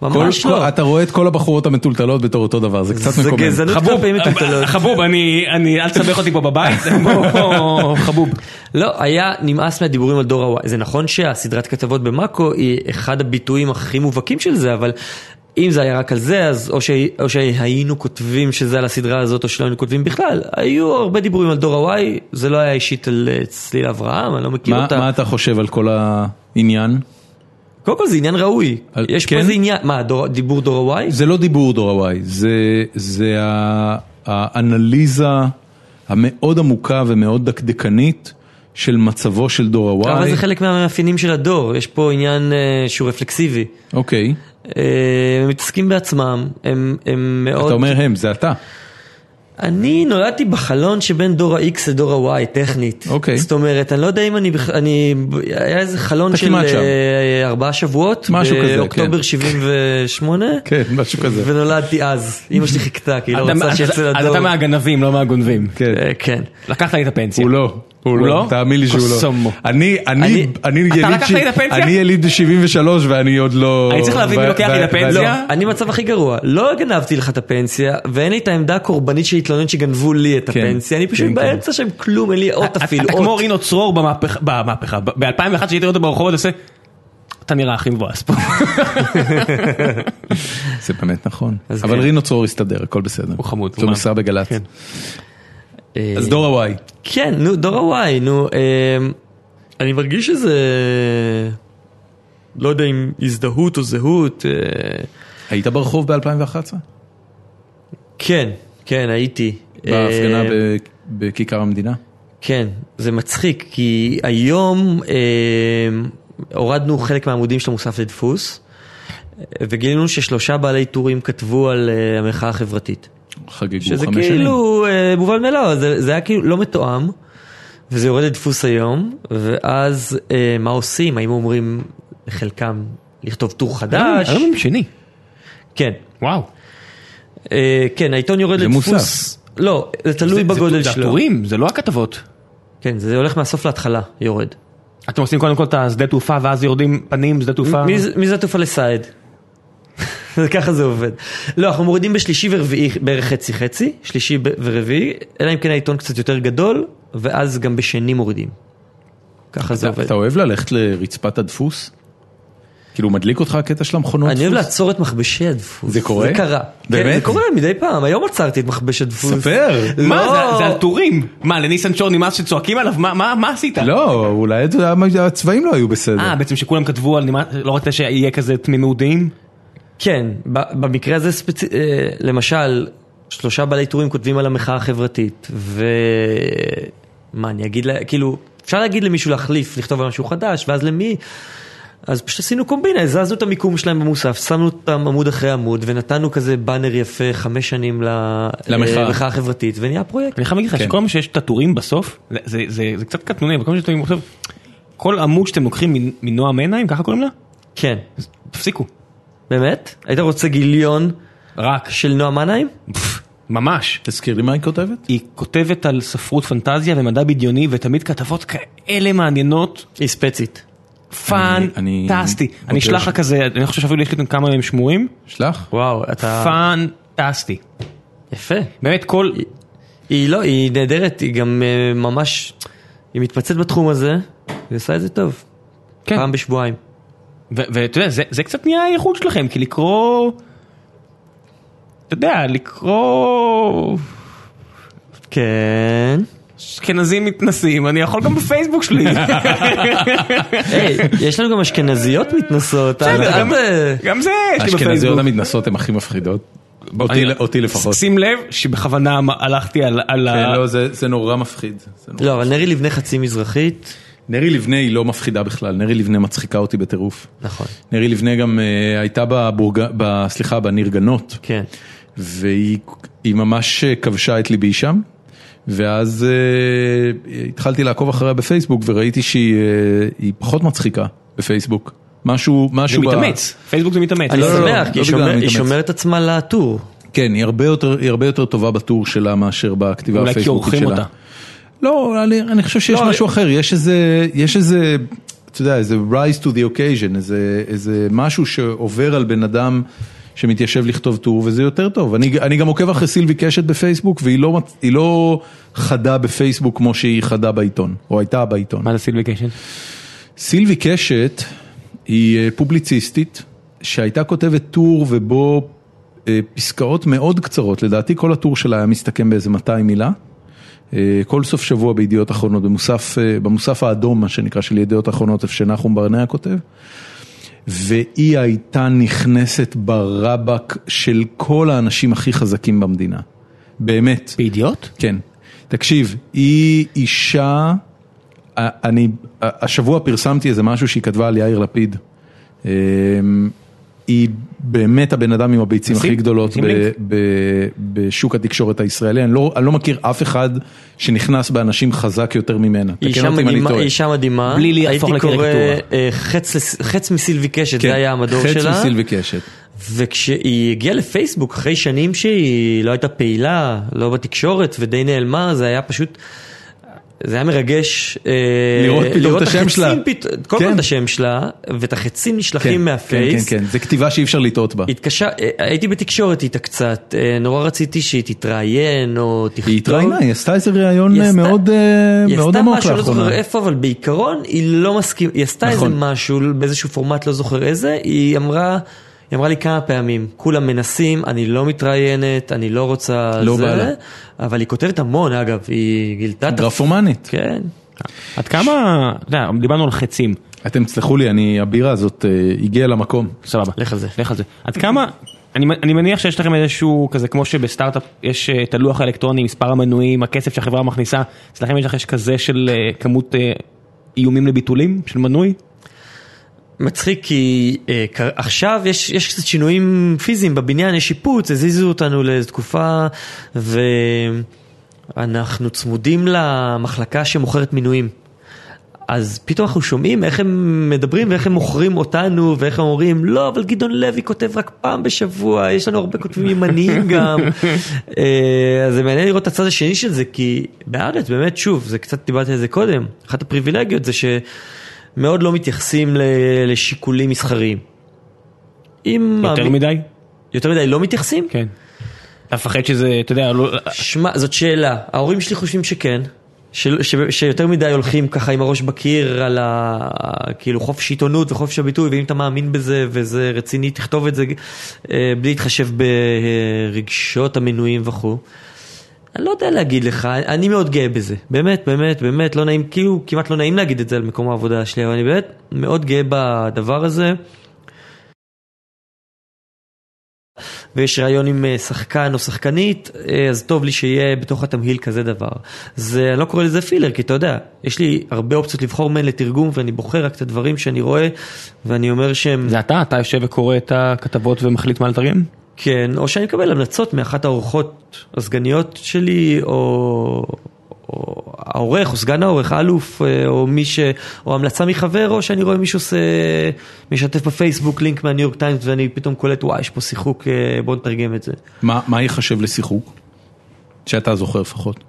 [SPEAKER 1] כל,
[SPEAKER 3] ממש לא.
[SPEAKER 1] כל, אתה רואה את כל הבחורות המטולטלות בתור אותו דבר, זה קצת
[SPEAKER 3] זה
[SPEAKER 1] מקומם.
[SPEAKER 3] גזענות
[SPEAKER 2] חבוב,
[SPEAKER 3] כלפי מטולטלות.
[SPEAKER 2] חבוב, אני, אני, אל תסבך אותי פה בבית, בוא, בוא, חבוב.
[SPEAKER 3] לא, היה נמאס מהדיבורים על דור הוואי. זה נכון שהסדרת כתבות במאקו היא אחד הביטויים הכי מובהקים של זה, אבל אם זה היה רק על זה, אז או, שהי, או שהיינו כותבים שזה על הסדרה הזאת, או שלא היינו כותבים בכלל. היו הרבה דיבורים על דור הוואי, זה לא היה אישית על אה, צליל אברהם, אני לא מכיר
[SPEAKER 1] מה,
[SPEAKER 3] אותה.
[SPEAKER 1] מה אתה חושב על כל העניין?
[SPEAKER 3] קודם כל זה עניין ראוי.
[SPEAKER 1] על-
[SPEAKER 3] יש
[SPEAKER 1] כן?
[SPEAKER 3] פה איזה עניין, מה, דור, דיבור דור הוואי?
[SPEAKER 1] זה לא דיבור דור ה-Y, זה, זה ה- האנליזה המאוד עמוקה ומאוד דקדקנית של מצבו של דור ה-Y.
[SPEAKER 3] אבל זה חלק מהמאפיינים של הדור, יש פה עניין אה, שהוא רפלקסיבי.
[SPEAKER 1] אוקיי,
[SPEAKER 3] אה, הם מתעסקים בעצמם, הם, הם מאוד...
[SPEAKER 1] אתה אומר הם, זה אתה.
[SPEAKER 3] אני נולדתי בחלון שבין דור ה-X לדור ה-Y, טכנית.
[SPEAKER 1] אוקיי.
[SPEAKER 3] זאת אומרת, אני לא יודע אם אני... בכ- אני היה איזה חלון
[SPEAKER 1] אתה
[SPEAKER 3] של
[SPEAKER 1] כמעט שם.
[SPEAKER 3] אה, ארבעה שבועות.
[SPEAKER 1] משהו כזה,
[SPEAKER 3] באוקטובר
[SPEAKER 1] כן.
[SPEAKER 3] 78.
[SPEAKER 1] כן, משהו כזה.
[SPEAKER 3] ונולדתי אז. אמא שלי חיכתה, כי היא לא
[SPEAKER 2] אתה-
[SPEAKER 3] רוצה שיצא
[SPEAKER 2] אז
[SPEAKER 3] לדור.
[SPEAKER 2] אתה מהגנבים, לא מהגונבים.
[SPEAKER 1] כן.
[SPEAKER 3] אה, כן.
[SPEAKER 2] לקחת לי את הפנסיה.
[SPEAKER 1] הוא לא. הוא
[SPEAKER 2] הוא
[SPEAKER 1] לא,
[SPEAKER 2] לא?
[SPEAKER 1] תאמין לי שהוא
[SPEAKER 2] קוסומו.
[SPEAKER 1] לא. אני, אני,
[SPEAKER 3] אני-
[SPEAKER 1] אני
[SPEAKER 2] אתה
[SPEAKER 1] יליד
[SPEAKER 2] לקחת
[SPEAKER 1] ש-
[SPEAKER 2] לי את הפנסיה?
[SPEAKER 1] אני יליד 73 ואני עוד לא...
[SPEAKER 2] אני צריך להבין מי
[SPEAKER 1] ו-
[SPEAKER 2] לוקח לי
[SPEAKER 1] ו-
[SPEAKER 2] את הפנסיה?
[SPEAKER 1] ו-
[SPEAKER 2] לא.
[SPEAKER 3] אני במצב הכי גרוע, לא גנבתי לך את הפנסיה, ואין לי את העמדה הקורבנית שהתלונן שגנבו לי את
[SPEAKER 1] כן.
[SPEAKER 3] הפנסיה, אני פשוט
[SPEAKER 1] כן, כן.
[SPEAKER 3] באמצע שם כלום, אין לי אות
[SPEAKER 2] אתה-
[SPEAKER 3] אפילו,
[SPEAKER 2] אתה כמו
[SPEAKER 3] אות.
[SPEAKER 2] רינו צרור במהפכה, במהפכה, ב-2001 שהייתי רואה אותו ברחובות, עושה, אתה נראה הכי מבואס פה.
[SPEAKER 1] זה באמת נכון.
[SPEAKER 3] אז
[SPEAKER 1] אבל
[SPEAKER 3] כן.
[SPEAKER 1] רינו צרור הסתדר, הכל בסדר.
[SPEAKER 2] לא. הוא חמוד,
[SPEAKER 1] זה
[SPEAKER 2] הוא
[SPEAKER 1] מוסר
[SPEAKER 2] מה?
[SPEAKER 1] בגל"צ.
[SPEAKER 2] כן.
[SPEAKER 3] אה,
[SPEAKER 1] אז דור ה-Y.
[SPEAKER 3] כן, נו, דור הוואי, נו, אמ, אני מרגיש שזה, לא יודע אם הזדהות או זהות, אה,
[SPEAKER 1] היית ברחוב
[SPEAKER 2] אה,
[SPEAKER 1] ב-2011?
[SPEAKER 3] כן, כן, הייתי.
[SPEAKER 1] בהפגנה
[SPEAKER 3] אה,
[SPEAKER 1] ב- בכיכר המדינה?
[SPEAKER 3] כן, זה מצחיק, כי היום אמ, הורדנו חלק מהעמודים של המוסף לדפוס, אה, וגילינו ששלושה בעלי טורים כתבו על אה, המחאה החברתית.
[SPEAKER 1] חגגו
[SPEAKER 3] שזה
[SPEAKER 1] חמש שנים.
[SPEAKER 3] כאילו אה, מובן מאליו, זה, זה היה כאילו לא מתואם, וזה יורד לדפוס היום, ואז אה, מה עושים? האם אומרים לחלקם לכתוב טור חדש?
[SPEAKER 1] אה,
[SPEAKER 2] היום יום שני.
[SPEAKER 3] כן,
[SPEAKER 2] וואו.
[SPEAKER 3] אה, כן, העיתון יורד
[SPEAKER 1] זה
[SPEAKER 3] לדפוס.
[SPEAKER 1] מוסף.
[SPEAKER 3] לא, זה תלוי
[SPEAKER 2] זה- זה-
[SPEAKER 3] בגודל
[SPEAKER 2] זה
[SPEAKER 3] שלו.
[SPEAKER 2] הטורים, זה לא הכתבות.
[SPEAKER 3] כן, זה הולך מהסוף להתחלה, יורד.
[SPEAKER 2] אתם עושים קודם כל את השדה תעופה ואז יורדים פנים, שדה תעופה.
[SPEAKER 3] מי זה- מי זה התעופה לסעד? ככה זה עובד. לא, אנחנו מורידים בשלישי ורביעי בערך חצי חצי, שלישי ב- ורביעי, אלא אם כן העיתון קצת יותר גדול, ואז גם בשני מורידים. ככה זה
[SPEAKER 1] אתה-
[SPEAKER 3] עובד.
[SPEAKER 1] אתה אוהב ללכת לרצפת הדפוס? כאילו מדליק אותך הקטע של המכונות
[SPEAKER 3] אני
[SPEAKER 1] דפוס?
[SPEAKER 3] אוהב לעצור את מכבשי הדפוס.
[SPEAKER 1] זה קורה?
[SPEAKER 3] זה קרה.
[SPEAKER 1] באמת?
[SPEAKER 3] כן, זה קורה מדי פעם, היום עצרתי את מכבש הדפוס.
[SPEAKER 1] ספר.
[SPEAKER 3] לא.
[SPEAKER 2] מה, זה- זה על טורים. מה, לניסן שור נמאס שצועקים עליו? מה- מה מה עשית?
[SPEAKER 1] לא, אולי אתה יודע, מה, הצבעים לא היו בסדר.
[SPEAKER 2] אה, בעצם שכולם כתבו על נמאס, לא רצית שיהיה כזה תמימות דעים?
[SPEAKER 3] כן, ב- במקרה הזה ספצי... אה, למשל, שלושה בעלי טורים כותבים על המחאה החברתית, ו... מה אני אגיד, לה... כאילו, אפשר להגיד למישהו להחליף, לכתוב על משהו חדש, ואז למי? אז פשוט עשינו קומבינה, הזזנו את המיקום שלהם במוסף, שמנו אותם עמוד אחרי עמוד, ונתנו כזה באנר יפה חמש שנים ל-
[SPEAKER 1] למחאה.
[SPEAKER 3] למחאה החברתית, ונהיה פרויקט.
[SPEAKER 2] אני חייב להגיד לך
[SPEAKER 1] כן.
[SPEAKER 2] שכל פעם שיש את הטורים בסוף, זה- זה- זה זה קצת קטנוני, אבל כל פעם שאתם עכשיו, כל עמוד שאתם לוקחים מ- מנועה מנהיים, ככה קוראים לה?
[SPEAKER 3] כן,
[SPEAKER 2] אז תפסיקו.
[SPEAKER 3] באמת? היית רוצה גיליון
[SPEAKER 2] רק.
[SPEAKER 3] של נועה מנהיים?
[SPEAKER 2] פפ, ממש.
[SPEAKER 1] תזכיר לי מה היא כותבת?
[SPEAKER 2] היא כותבת על ספרות פנטזיה ומדע בדיוני ותמיד כתבות כאלה מעניינות,
[SPEAKER 3] היא ספצית.
[SPEAKER 1] אני- אוקיי.
[SPEAKER 2] פאנטסטי.
[SPEAKER 1] אני
[SPEAKER 2] אני אשלח לך כזה, אני חושב שאפילו יש לי כאן כמה מהם שמורים,
[SPEAKER 1] שלח.
[SPEAKER 3] וואו, אתה...
[SPEAKER 2] פאנטסטי.
[SPEAKER 3] יפה.
[SPEAKER 2] באמת כל,
[SPEAKER 3] היא לא, היא נהדרת, היא גם אה, ממש, היא מתמצאת בתחום הזה, היא עושה את זה טוב.
[SPEAKER 2] כן.
[SPEAKER 3] פעם בשבועיים.
[SPEAKER 2] ואתה יודע, זה, זה קצת נהיה הייחוד שלכם, כי לקרוא... אתה יודע, לקרוא...
[SPEAKER 3] כן.
[SPEAKER 2] אשכנזים מתנסים, אני יכול גם בפייסבוק שלי.
[SPEAKER 3] היי, יש לנו גם אשכנזיות מתנסות. אה, אל-
[SPEAKER 2] בסדר,
[SPEAKER 3] אל
[SPEAKER 2] גם-
[SPEAKER 3] ת-
[SPEAKER 2] גם זה יש לי בפייסבוק.
[SPEAKER 1] האשכנזיות המתנסות הן הכי מפחידות. אותי-
[SPEAKER 2] אני-
[SPEAKER 1] אותי לפחות.
[SPEAKER 2] שים לב שבכוונה מ- הלכתי על- על
[SPEAKER 1] כן,
[SPEAKER 2] ה...
[SPEAKER 1] לא, זה זה נורא מפחיד. זה נורא.
[SPEAKER 3] לא, אבל נרי לבנה חצי מזרחית.
[SPEAKER 1] נרי לבנה היא לא מפחידה בכלל, נרי לבנה מצחיקה אותי בטירוף.
[SPEAKER 3] נכון.
[SPEAKER 1] נרי לבנה גם אה, הייתה בבורג... ב- סליחה, בניר גנות,
[SPEAKER 3] כן.
[SPEAKER 1] והיא היא ממש אה, כבשה את ליבי שם, ואז אה, התחלתי לעקוב אחריה בפייסבוק וראיתי שהיא אה, היא פחות מצחיקה בפייסבוק. משהו,
[SPEAKER 2] זה
[SPEAKER 1] משהו... ב-
[SPEAKER 2] מתאמץ, פייסבוק זה מתאמץ.
[SPEAKER 3] אני
[SPEAKER 1] לא, לא,
[SPEAKER 3] שמח,
[SPEAKER 1] לא
[SPEAKER 3] כי
[SPEAKER 1] בגלל
[SPEAKER 3] היא שומר- היא
[SPEAKER 1] המתאמץ.
[SPEAKER 3] שומרת עצמה לטור.
[SPEAKER 1] כן, היא הרבה יותר, היא הרבה יותר טובה בטור שלה מאשר בכתיבה
[SPEAKER 2] אולי כי
[SPEAKER 1] הפייסבוקית
[SPEAKER 2] עורכים
[SPEAKER 1] שלה.
[SPEAKER 2] אותה.
[SPEAKER 1] לא, אני, אני חושב שיש
[SPEAKER 2] לא,
[SPEAKER 1] משהו אחר, יש איזה, יש איזה, אתה יודע, איזה rise to the occasion, איזה, איזה משהו שעובר על בן אדם שמתיישב לכתוב טור, וזה יותר טוב. אני, אני גם עוקב אחרי סילבי קשת בפייסבוק, והיא לא, מצ- היא לא חדה בפייסבוק כמו שהיא חדה בעיתון, או הייתה בעיתון.
[SPEAKER 2] מה זה סילבי קשת?
[SPEAKER 1] סילבי קשת היא אה, פובליציסטית שהייתה כותבת טור ובו אה, פסקאות מאוד קצרות, לדעתי כל הטור שלה היה מסתכם באיזה 200 מילה. אה, כל סוף שבוע בידיעות אחרונות, במוסף, אה, במוסף האדום מה שנקרא של ידיעות אחרונות, איפה שנחום ברנע כותב. והיא הייתה נכנסת ברבק של כל האנשים הכי חזקים במדינה. באמת.
[SPEAKER 2] בידיעות?
[SPEAKER 1] כן. תקשיב, היא אישה, א- אני, ה- השבוע פרסמתי איזה משהו שהיא כתבה על יאיר לפיד. אמ, היא באמת הבן אדם עם הביצים
[SPEAKER 2] נשים-
[SPEAKER 1] הכי גדולות
[SPEAKER 2] נשים
[SPEAKER 1] ב-
[SPEAKER 2] לינק.
[SPEAKER 1] ב- בשוק התקשורת הישראלי, אני לא, אני לא מכיר אף אחד שנכנס באנשים חזק יותר ממנה.
[SPEAKER 3] היא
[SPEAKER 1] תקן
[SPEAKER 3] אישה
[SPEAKER 1] אותי אם אני
[SPEAKER 3] מדהימה, היא
[SPEAKER 1] טועה.
[SPEAKER 3] אישה מדהימה.
[SPEAKER 2] בלי להפוך
[SPEAKER 3] הייתי קורא
[SPEAKER 2] לקריקטורה.
[SPEAKER 3] אה, חץ לס- חץ מסילבי קשת,
[SPEAKER 1] כן,
[SPEAKER 3] זה היה המדור שלה.
[SPEAKER 1] חץ מסילבי קשת.
[SPEAKER 3] וכשהיא הגיעה לפייסבוק אחרי שנים שהיא לא הייתה פעילה, לא בתקשורת ודי נעלמה, זה היה פשוט, זה היה מרגש. אה,
[SPEAKER 1] לראות פתאום את השם
[SPEAKER 3] החצים
[SPEAKER 1] שלה.
[SPEAKER 3] פת... קודם כל
[SPEAKER 1] כן.
[SPEAKER 3] את השם שלה, ואת החצים נשלחים
[SPEAKER 1] כן,
[SPEAKER 3] מהפייס.
[SPEAKER 1] כן, כן, כן, זה כתיבה שאי אפשר לטעות בה.
[SPEAKER 3] התקשה, אה, הייתי בתקשורת איתה קצת, אה, נורא רציתי שהיא תתראיין או תכתוב.
[SPEAKER 1] היא התראיינה, היא עשתה איזה ראיון
[SPEAKER 3] היא
[SPEAKER 1] אה,
[SPEAKER 3] עשתה-
[SPEAKER 1] מאוד אה,
[SPEAKER 3] היא
[SPEAKER 1] מאוד
[SPEAKER 3] עשתה
[SPEAKER 1] עמוק
[SPEAKER 3] משהו, לא
[SPEAKER 1] לאחרונה.
[SPEAKER 3] זוכר איפה, אבל בעיקרון היא לא מסכים, היא עשתה איזה
[SPEAKER 1] נכון.
[SPEAKER 3] משהו באיזשהו פורמט, לא זוכר איזה, היא אמרה, היא אמרה לי כמה פעמים, כולם מנסים, אני לא מתראיינת, אני לא רוצה
[SPEAKER 1] לא בא לה.
[SPEAKER 3] זה, אבל היא כותבת המון אגב, היא גילתה את
[SPEAKER 1] גרפומנית.
[SPEAKER 3] כן.
[SPEAKER 2] עד כמה, אתה יודע, דיברנו על חצים,
[SPEAKER 1] אתם תסלחו לי, אני, הבירה הזאת אה, הגיעה למקום.
[SPEAKER 2] סבבה.
[SPEAKER 3] לך על זה.
[SPEAKER 2] לך על זה. עד כמה, אני, אני מניח שיש לכם איזשהו כזה, כמו שבסטארט-אפ יש אה, את הלוח האלקטרוני, מספר המנויים, הכסף שהחברה מכניסה, אצלכם יש לך יש כזה של אה, כמות אה, איומים לביטולים של מנוי?
[SPEAKER 3] מצחיק כי אה, כ- עכשיו יש, יש קצת שינויים פיזיים בבניין, יש שיפוץ, הזיזו אותנו לאיזו תקופה ואנחנו צמודים למחלקה שמוכרת מינויים. אז פתאום אנחנו שומעים איך הם מדברים ואיך הם מוכרים אותנו ואיך הם אומרים לא אבל גדעון לוי כותב רק פעם בשבוע יש לנו הרבה כותבים ימניים גם. אה, אז זה מעניין לראות את הצד השני של זה כי בארץ באמת שוב זה קצת דיברתי על זה קודם אחת הפריבילגיות זה שמאוד לא מתייחסים ל- לשיקולים מסחריים. אם
[SPEAKER 2] יותר
[SPEAKER 3] המ-
[SPEAKER 2] מדי?
[SPEAKER 3] יותר מדי לא מתייחסים?
[SPEAKER 2] כן. אתה מפחד שזה, אתה יודע, לא-
[SPEAKER 3] שמע, זאת שאלה. ההורים שלי חושבים שכן, של, ש, שיותר מדי הולכים ככה עם הראש בקיר על ה... כאילו חופש עיתונות וחופש הביטוי, ואם אתה מאמין בזה וזה רציני, תכתוב את זה אה, בלי להתחשב ברגשות המנויים וכו'. אני לא יודע להגיד לך, אני מאוד גאה בזה. באמת, באמת, באמת, לא נעים, כאילו כמעט לא נעים להגיד את זה על מקום העבודה שלי, אבל אני באמת מאוד גאה בדבר הזה. ויש ראיון עם אה, שחקן או שחקנית, אה, אז טוב לי שיהיה בתוך התמהיל כזה דבר. זה, אני לא קורא לזה פילר, כי אתה יודע, יש לי הרבה אופציות לבחור מהן לתרגום, ואני בוחר רק את הדברים שאני רואה, ואני אומר שהם,
[SPEAKER 2] זה אתה, אתה יושב וקורא את הכתבות ומחליט מה לתרגם?
[SPEAKER 3] כן, או שאני מקבל המלצות מאחת האורחות, הסגניות שלי, או... או העורך, או סגן העורך, האלוף, אה, או מי ש... או המלצה מחבר, או שאני רואה מישהו עושה... משתף בפייסבוק לינק מהניו יורק טיימס, ואני פתאום קולט, וואי, יש פה שיחוק, אה, בוא נתרגם את זה.
[SPEAKER 1] מה, מה ייחשב לשיחוק? שאתה זוכר לפחות.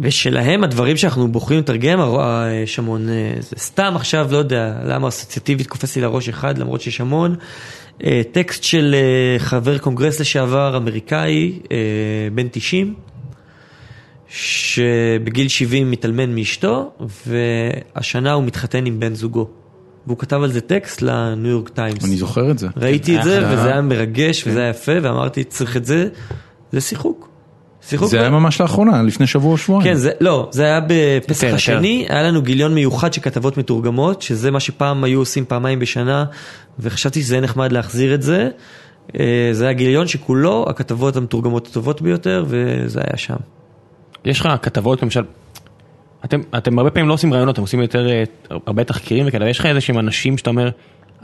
[SPEAKER 3] ושלהם הדברים שאנחנו בוחרים לתרגם, הר- אה, יש המון, אה, זה סתם עכשיו, לא יודע למה אסוציאטיבית קופץ לי לראש אחד, למרות שיש המון. אה, טקסט של אה, חבר קונגרס לשעבר אמריקאי, אה, בן 90, שבגיל 70 מתאלמן מאשתו, והשנה הוא מתחתן עם בן זוגו. והוא כתב על זה טקסט לניו יורק טיימס.
[SPEAKER 1] אני זוכר כן, את זה.
[SPEAKER 3] ראיתי את
[SPEAKER 2] היה
[SPEAKER 3] זה,
[SPEAKER 2] אחלה.
[SPEAKER 3] וזה היה מרגש, וזה היה יפה, ואמרתי, צריך את זה, זה שיחוק. שיחוק. לא-
[SPEAKER 1] זה היה ממש לאחרונה, לפני שבוע או שבועיים.
[SPEAKER 3] כן, זה, לא, זה היה בפסח
[SPEAKER 2] יותר, יותר.
[SPEAKER 3] השני, היה לנו גיליון מיוחד של כתבות מתורגמות, שזה מה שפעם היו עושים פעמיים בשנה, וחשבתי שזה יהיה נחמד להחזיר את זה. אה, זה היה גיליון שכולו הכתבות המתורגמות הטובות ביותר, וזה היה שם.
[SPEAKER 2] יש לך כתבות למשל, אתם, אתם הרבה פעמים לא עושים רעיונות, אתם עושים יותר אה, הרבה תחקירים וכאלה, אבל יש לך איזה שהם אנשים שאתה אומר,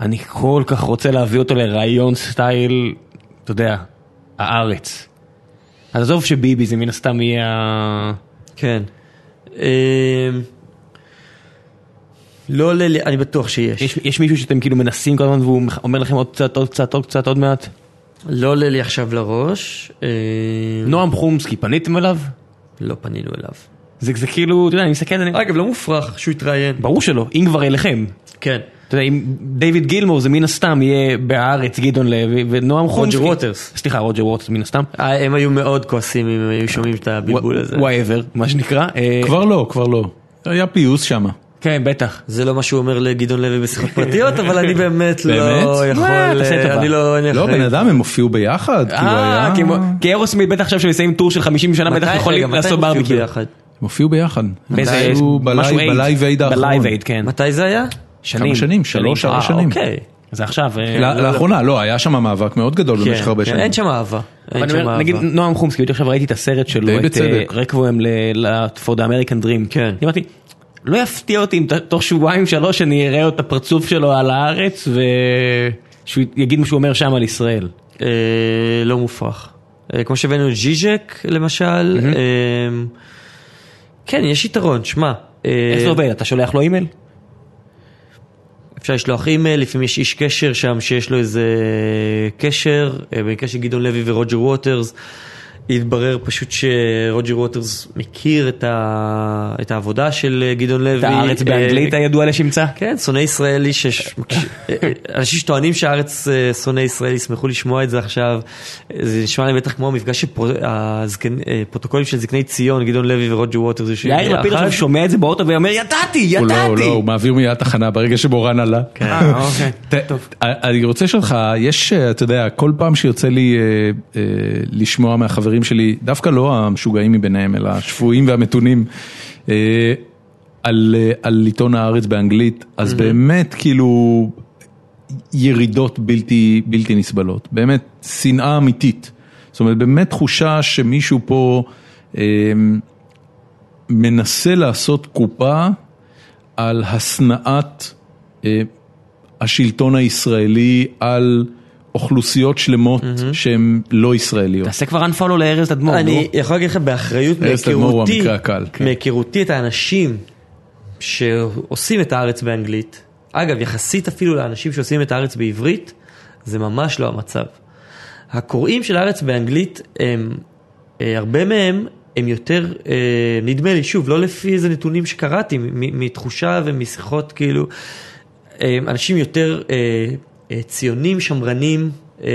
[SPEAKER 2] אני כל כך רוצה להביא אותו לרעיון סטייל, אתה יודע, הארץ. אז עזוב שביבי זה מן הסתם יהיה ה...
[SPEAKER 3] כן. אה, לא עולה לי, אני בטוח שיש.
[SPEAKER 2] יש, יש מישהו שאתם כאילו מנסים כל הזמן והוא מח- אומר לכם עוד קצת, עוד קצת, עוד קצת, עוד מעט?
[SPEAKER 3] לא עולה לי עכשיו לראש. אה,
[SPEAKER 2] נועם חומסקי, פניתם אליו?
[SPEAKER 3] לא פנינו אליו.
[SPEAKER 2] זה, זה כאילו, אתה יודע, אני מסתכל, אני...
[SPEAKER 3] אגב, לא מופרך שהוא יתראיין.
[SPEAKER 2] ברור שלא, אם כבר אליכם.
[SPEAKER 3] כן.
[SPEAKER 2] אתה יודע, אם דיוויד גילמור זה מן הסתם יהיה בהארץ גדעון לוי ונועם חומסקי.
[SPEAKER 3] ווטרס.
[SPEAKER 2] סליחה, רוג'ר ווטרס מן הסתם.
[SPEAKER 3] אה, הם היו מאוד כועסים אם הם היו שומעים את הבלבול הזה.
[SPEAKER 2] וואבר, מה שנקרא. אה,
[SPEAKER 1] כבר לא, כבר לא. היה פיוס שם.
[SPEAKER 2] כן, בטח.
[SPEAKER 3] זה לא מה שהוא אומר לגדעון לוי בשיחות פרטיות, אבל אני באמת לא
[SPEAKER 1] באמת?
[SPEAKER 3] יכול...
[SPEAKER 2] מה, תעשה טובה.
[SPEAKER 3] אני לא... אני
[SPEAKER 1] לא,
[SPEAKER 3] אחראי.
[SPEAKER 1] בן אדם, הם הופיעו ביחד. כאילו
[SPEAKER 2] אה,
[SPEAKER 1] היה-
[SPEAKER 2] כמו- כי אירוסמית בטח עכשיו שמסיימים טור של 50 שנה,
[SPEAKER 3] מתי-
[SPEAKER 2] בטח
[SPEAKER 3] רגע,
[SPEAKER 2] יכולים
[SPEAKER 3] מתי
[SPEAKER 2] לעשות
[SPEAKER 3] הם הופיעו
[SPEAKER 2] ברביקיו.
[SPEAKER 3] ביחד?
[SPEAKER 1] הם הופיעו ביחד.
[SPEAKER 2] באיזה-
[SPEAKER 1] הם היו בלייב-
[SPEAKER 2] משהו אייד.
[SPEAKER 1] בלייב אייד האחרון.
[SPEAKER 2] בלייב אייד, כן.
[SPEAKER 3] מתי זה היה?
[SPEAKER 1] כמה שנים? שלוש, ארבע
[SPEAKER 3] אה,
[SPEAKER 1] שנים.
[SPEAKER 3] אוקיי.
[SPEAKER 2] זה עכשיו. אה,
[SPEAKER 1] לא- לאחרונה, לא, היה שם מאבק מאוד גדול
[SPEAKER 3] כן,
[SPEAKER 1] במשך הרבה
[SPEAKER 3] כן,
[SPEAKER 1] שנים.
[SPEAKER 3] אין שם אהבה.
[SPEAKER 2] אבל
[SPEAKER 3] אין
[SPEAKER 2] אני
[SPEAKER 3] שם
[SPEAKER 2] אומר,
[SPEAKER 3] אהבה.
[SPEAKER 2] נגיד נועם חומסקי, בדיוק עכשיו ראיתי את הסרט שלו,
[SPEAKER 1] די
[SPEAKER 2] את אה,
[SPEAKER 1] בצדק.
[SPEAKER 2] רקבוהם ל- ל- for the American Dream.
[SPEAKER 3] כן.
[SPEAKER 2] אני אמרתי, לא יפתיע אותי אם ת- תוך שבועיים שלוש אני אראה את הפרצוף שלו על הארץ ושהוא יגיד מה שהוא אומר שם על ישראל.
[SPEAKER 3] אה, לא מופרך. אה, כמו שהבאנו את ז'יז'ק למשל, אה, כן, יש יתרון, שמע. אה,
[SPEAKER 2] איך זה עובד? אתה שולח לו אימייל?
[SPEAKER 3] אפשר לשלוח אימייל, לפעמים יש איש קשר שם שיש לו איזה קשר, אה, במקרה של גדעון לוי ורוג'ר ווטרס, התברר פשוט שרוג'ר ווטרס מכיר את, ה... את העבודה של אה, גדעון לוי.
[SPEAKER 2] את הארץ
[SPEAKER 3] אה,
[SPEAKER 2] באנגלית הידוע לשמצה?
[SPEAKER 3] כן, שונא ישראלי, שש... אה, אה, אנשים שטוענים שהארץ אה, שונא ישראל ישמחו לשמוע את זה עכשיו, אה, זה נשמע להם בטח כמו המפגש של פרו- הזקנ- אה, פרוטוקולים של זקני ציון, גדעון לוי ורוג'ר ווטרס. יושבים
[SPEAKER 2] יאיר לפיד
[SPEAKER 3] ביחד.
[SPEAKER 2] עכשיו שומע את זה באוטו ואומר ידעתי,
[SPEAKER 1] הוא לא, הוא לא,
[SPEAKER 2] ידעתי.
[SPEAKER 1] הוא מעביר מיד תחנה ברגע שבורן עלה.
[SPEAKER 3] כן.
[SPEAKER 2] אה, אוקיי.
[SPEAKER 1] ת- אני רוצה לשאול אותך, יש, אה, אתה יודע, כל פעם שיוצא לי אה, אה, לשמוע מהחברים שלי, דווקא לא המשוגעים מביניהם, אלא השפויים והמתונים, אה, על אה, על עיתון הארץ באנגלית, אז באמת כאילו ירידות בלתי בלתי נסבלות, באמת שנאה אמיתית. זאת אומרת, באמת תחושה שמישהו פה אה, מנסה לעשות קופה על השנאת אה, השלטון הישראלי על אוכלוסיות שלמות שהן לא ישראליות.
[SPEAKER 2] תעשה כבר unfollow לארז תדמור, נו.
[SPEAKER 3] אני יכול להגיד לך באחריות
[SPEAKER 1] ארז תדמור הוא
[SPEAKER 3] מהיכרותי,
[SPEAKER 1] המקרה הקל, כן.
[SPEAKER 3] מהיכרותי את האנשים שעושים את הארץ באנגלית, אגב יחסית אפילו לאנשים שעושים את הארץ בעברית, זה ממש לא המצב. הקוראים של הארץ באנגלית הם, אה, הרבה מהם הם יותר, אה, נדמה לי, שוב, לא לפי איזה נתונים שקראתי, מ- מ- מתחושה ומשיחות כאילו, אה, אנשים יותר אה, אה, ציונים, שמרנים, אה,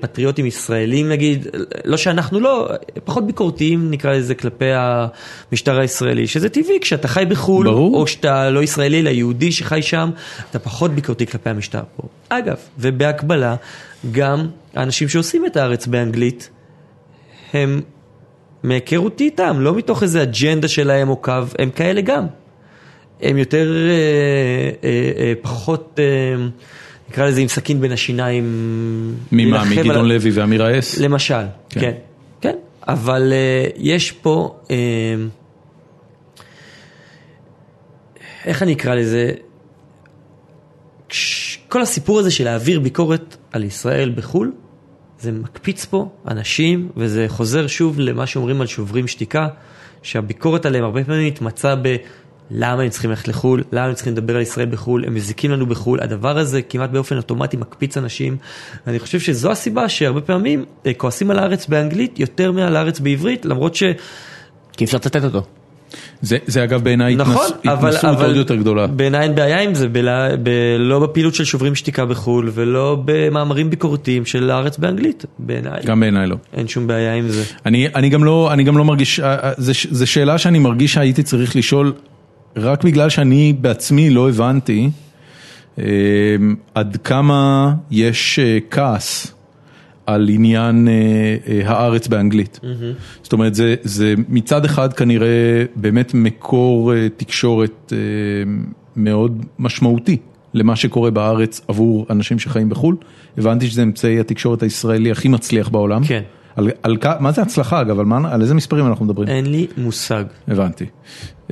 [SPEAKER 3] פטריוטים ישראלים נגיד, לא שאנחנו לא, פחות ביקורתיים נקרא לזה כלפי המשטר הישראלי, שזה טבעי כשאתה חי בחו"ל,
[SPEAKER 1] ברור.
[SPEAKER 3] או שאתה לא ישראלי אלא יהודי שחי שם, אתה פחות ביקורתי כלפי המשטר פה. אגב, ובהקבלה, גם האנשים שעושים את הארץ באנגלית, הם מהיכרותי איתם, לא מתוך איזה אג'נדה שלהם או קו, הם כאלה גם. הם יותר, אה, אה, אה, פחות, אה, נקרא לזה עם סכין בין השיניים.
[SPEAKER 1] ממה?
[SPEAKER 3] להילחם על
[SPEAKER 1] מגדעון
[SPEAKER 3] ה-
[SPEAKER 1] לוי ואמירה אס?
[SPEAKER 3] למשל,
[SPEAKER 1] כן.
[SPEAKER 3] כן. כן, כן. אבל אה, יש פה, אה, איך אני אקרא לזה? כש- כל הסיפור הזה של להעביר ביקורת על ישראל בחו"ל, זה מקפיץ פה אנשים, וזה חוזר שוב למה שאומרים על שוברים שתיקה, שהביקורת עליהם הרבה פעמים התמצה ב... למה הם צריכים ללכת לחו"ל, למה הם צריכים לדבר על ישראל בחו"ל, הם מזיקים לנו בחו"ל, הדבר הזה כמעט באופן אוטומטי מקפיץ אנשים. אני חושב שזו הסיבה שהרבה פעמים אה, כועסים על הארץ באנגלית יותר מעל הארץ בעברית, למרות ש...
[SPEAKER 2] כי אי אפשר לצטט אותו.
[SPEAKER 1] זה זה אגב בעיניי
[SPEAKER 3] נכון,
[SPEAKER 1] התנס- התנסות עוד יותר גדולה.
[SPEAKER 3] בעיניי אין בעיה עם זה, בלה, ב, לא בפעילות של שוברים שתיקה בחו"ל ולא במאמרים ביקורתיים של הארץ באנגלית, בעיניי.
[SPEAKER 1] גם בעיניי לא.
[SPEAKER 3] אין שום בעיה עם זה. אני...
[SPEAKER 1] אני, אני גם לא, אני גם לא מרגיש, אה, אה, זה, ש- זה שאלה שאני מרגיש שהייתי צריך לשאול, רק בגלל שאני בעצמי לא הבנתי אה, עד כמה יש אה, כעס על עניין אה, אה, הארץ באנגלית. זאת אומרת, זה, זה מצד אחד כנראה באמת מקור אה, תקשורת אה, מאוד משמעותי למה שקורה בארץ עבור אנשים שחיים בחו"ל. הבנתי שזה אמצעי התקשורת הישראלי הכי מצליח בעולם.
[SPEAKER 3] כן.
[SPEAKER 1] על, על, כ- מה זה הצלחה אגב? על, מה, על איזה מספרים אנחנו מדברים?
[SPEAKER 3] אין לי מושג.
[SPEAKER 1] הבנתי.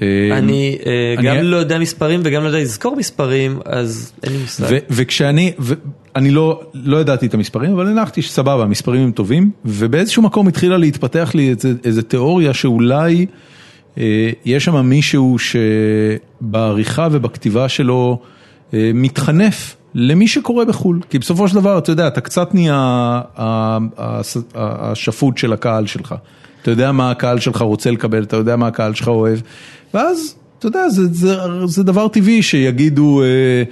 [SPEAKER 1] אה,
[SPEAKER 3] אה, אני אה,
[SPEAKER 1] אני-
[SPEAKER 3] גם לא יודע מספרים וגם לא יודע לזכור מספרים, אז אין לי מושג.
[SPEAKER 1] ו- וכשאני, ו- אני לא, לא ידעתי את המספרים, אבל הנחתי שסבבה, המספרים הם טובים, ובאיזשהו מקום התחילה להתפתח לי איזה, איזה תיאוריה שאולי אה, יש שם מישהו שבעריכה ובכתיבה שלו אה, מתחנף למי שקורה בחו"ל, כי בסופו של דבר, אתה יודע, אתה קצת נהיה ה- ה- ה- ה- השפוט של הקהל שלך. אתה יודע מה הקהל שלך רוצה לקבל, אתה יודע מה הקהל שלך אוהב, ואז, אתה יודע, זה, זה, זה דבר טבעי שיגידו... אה,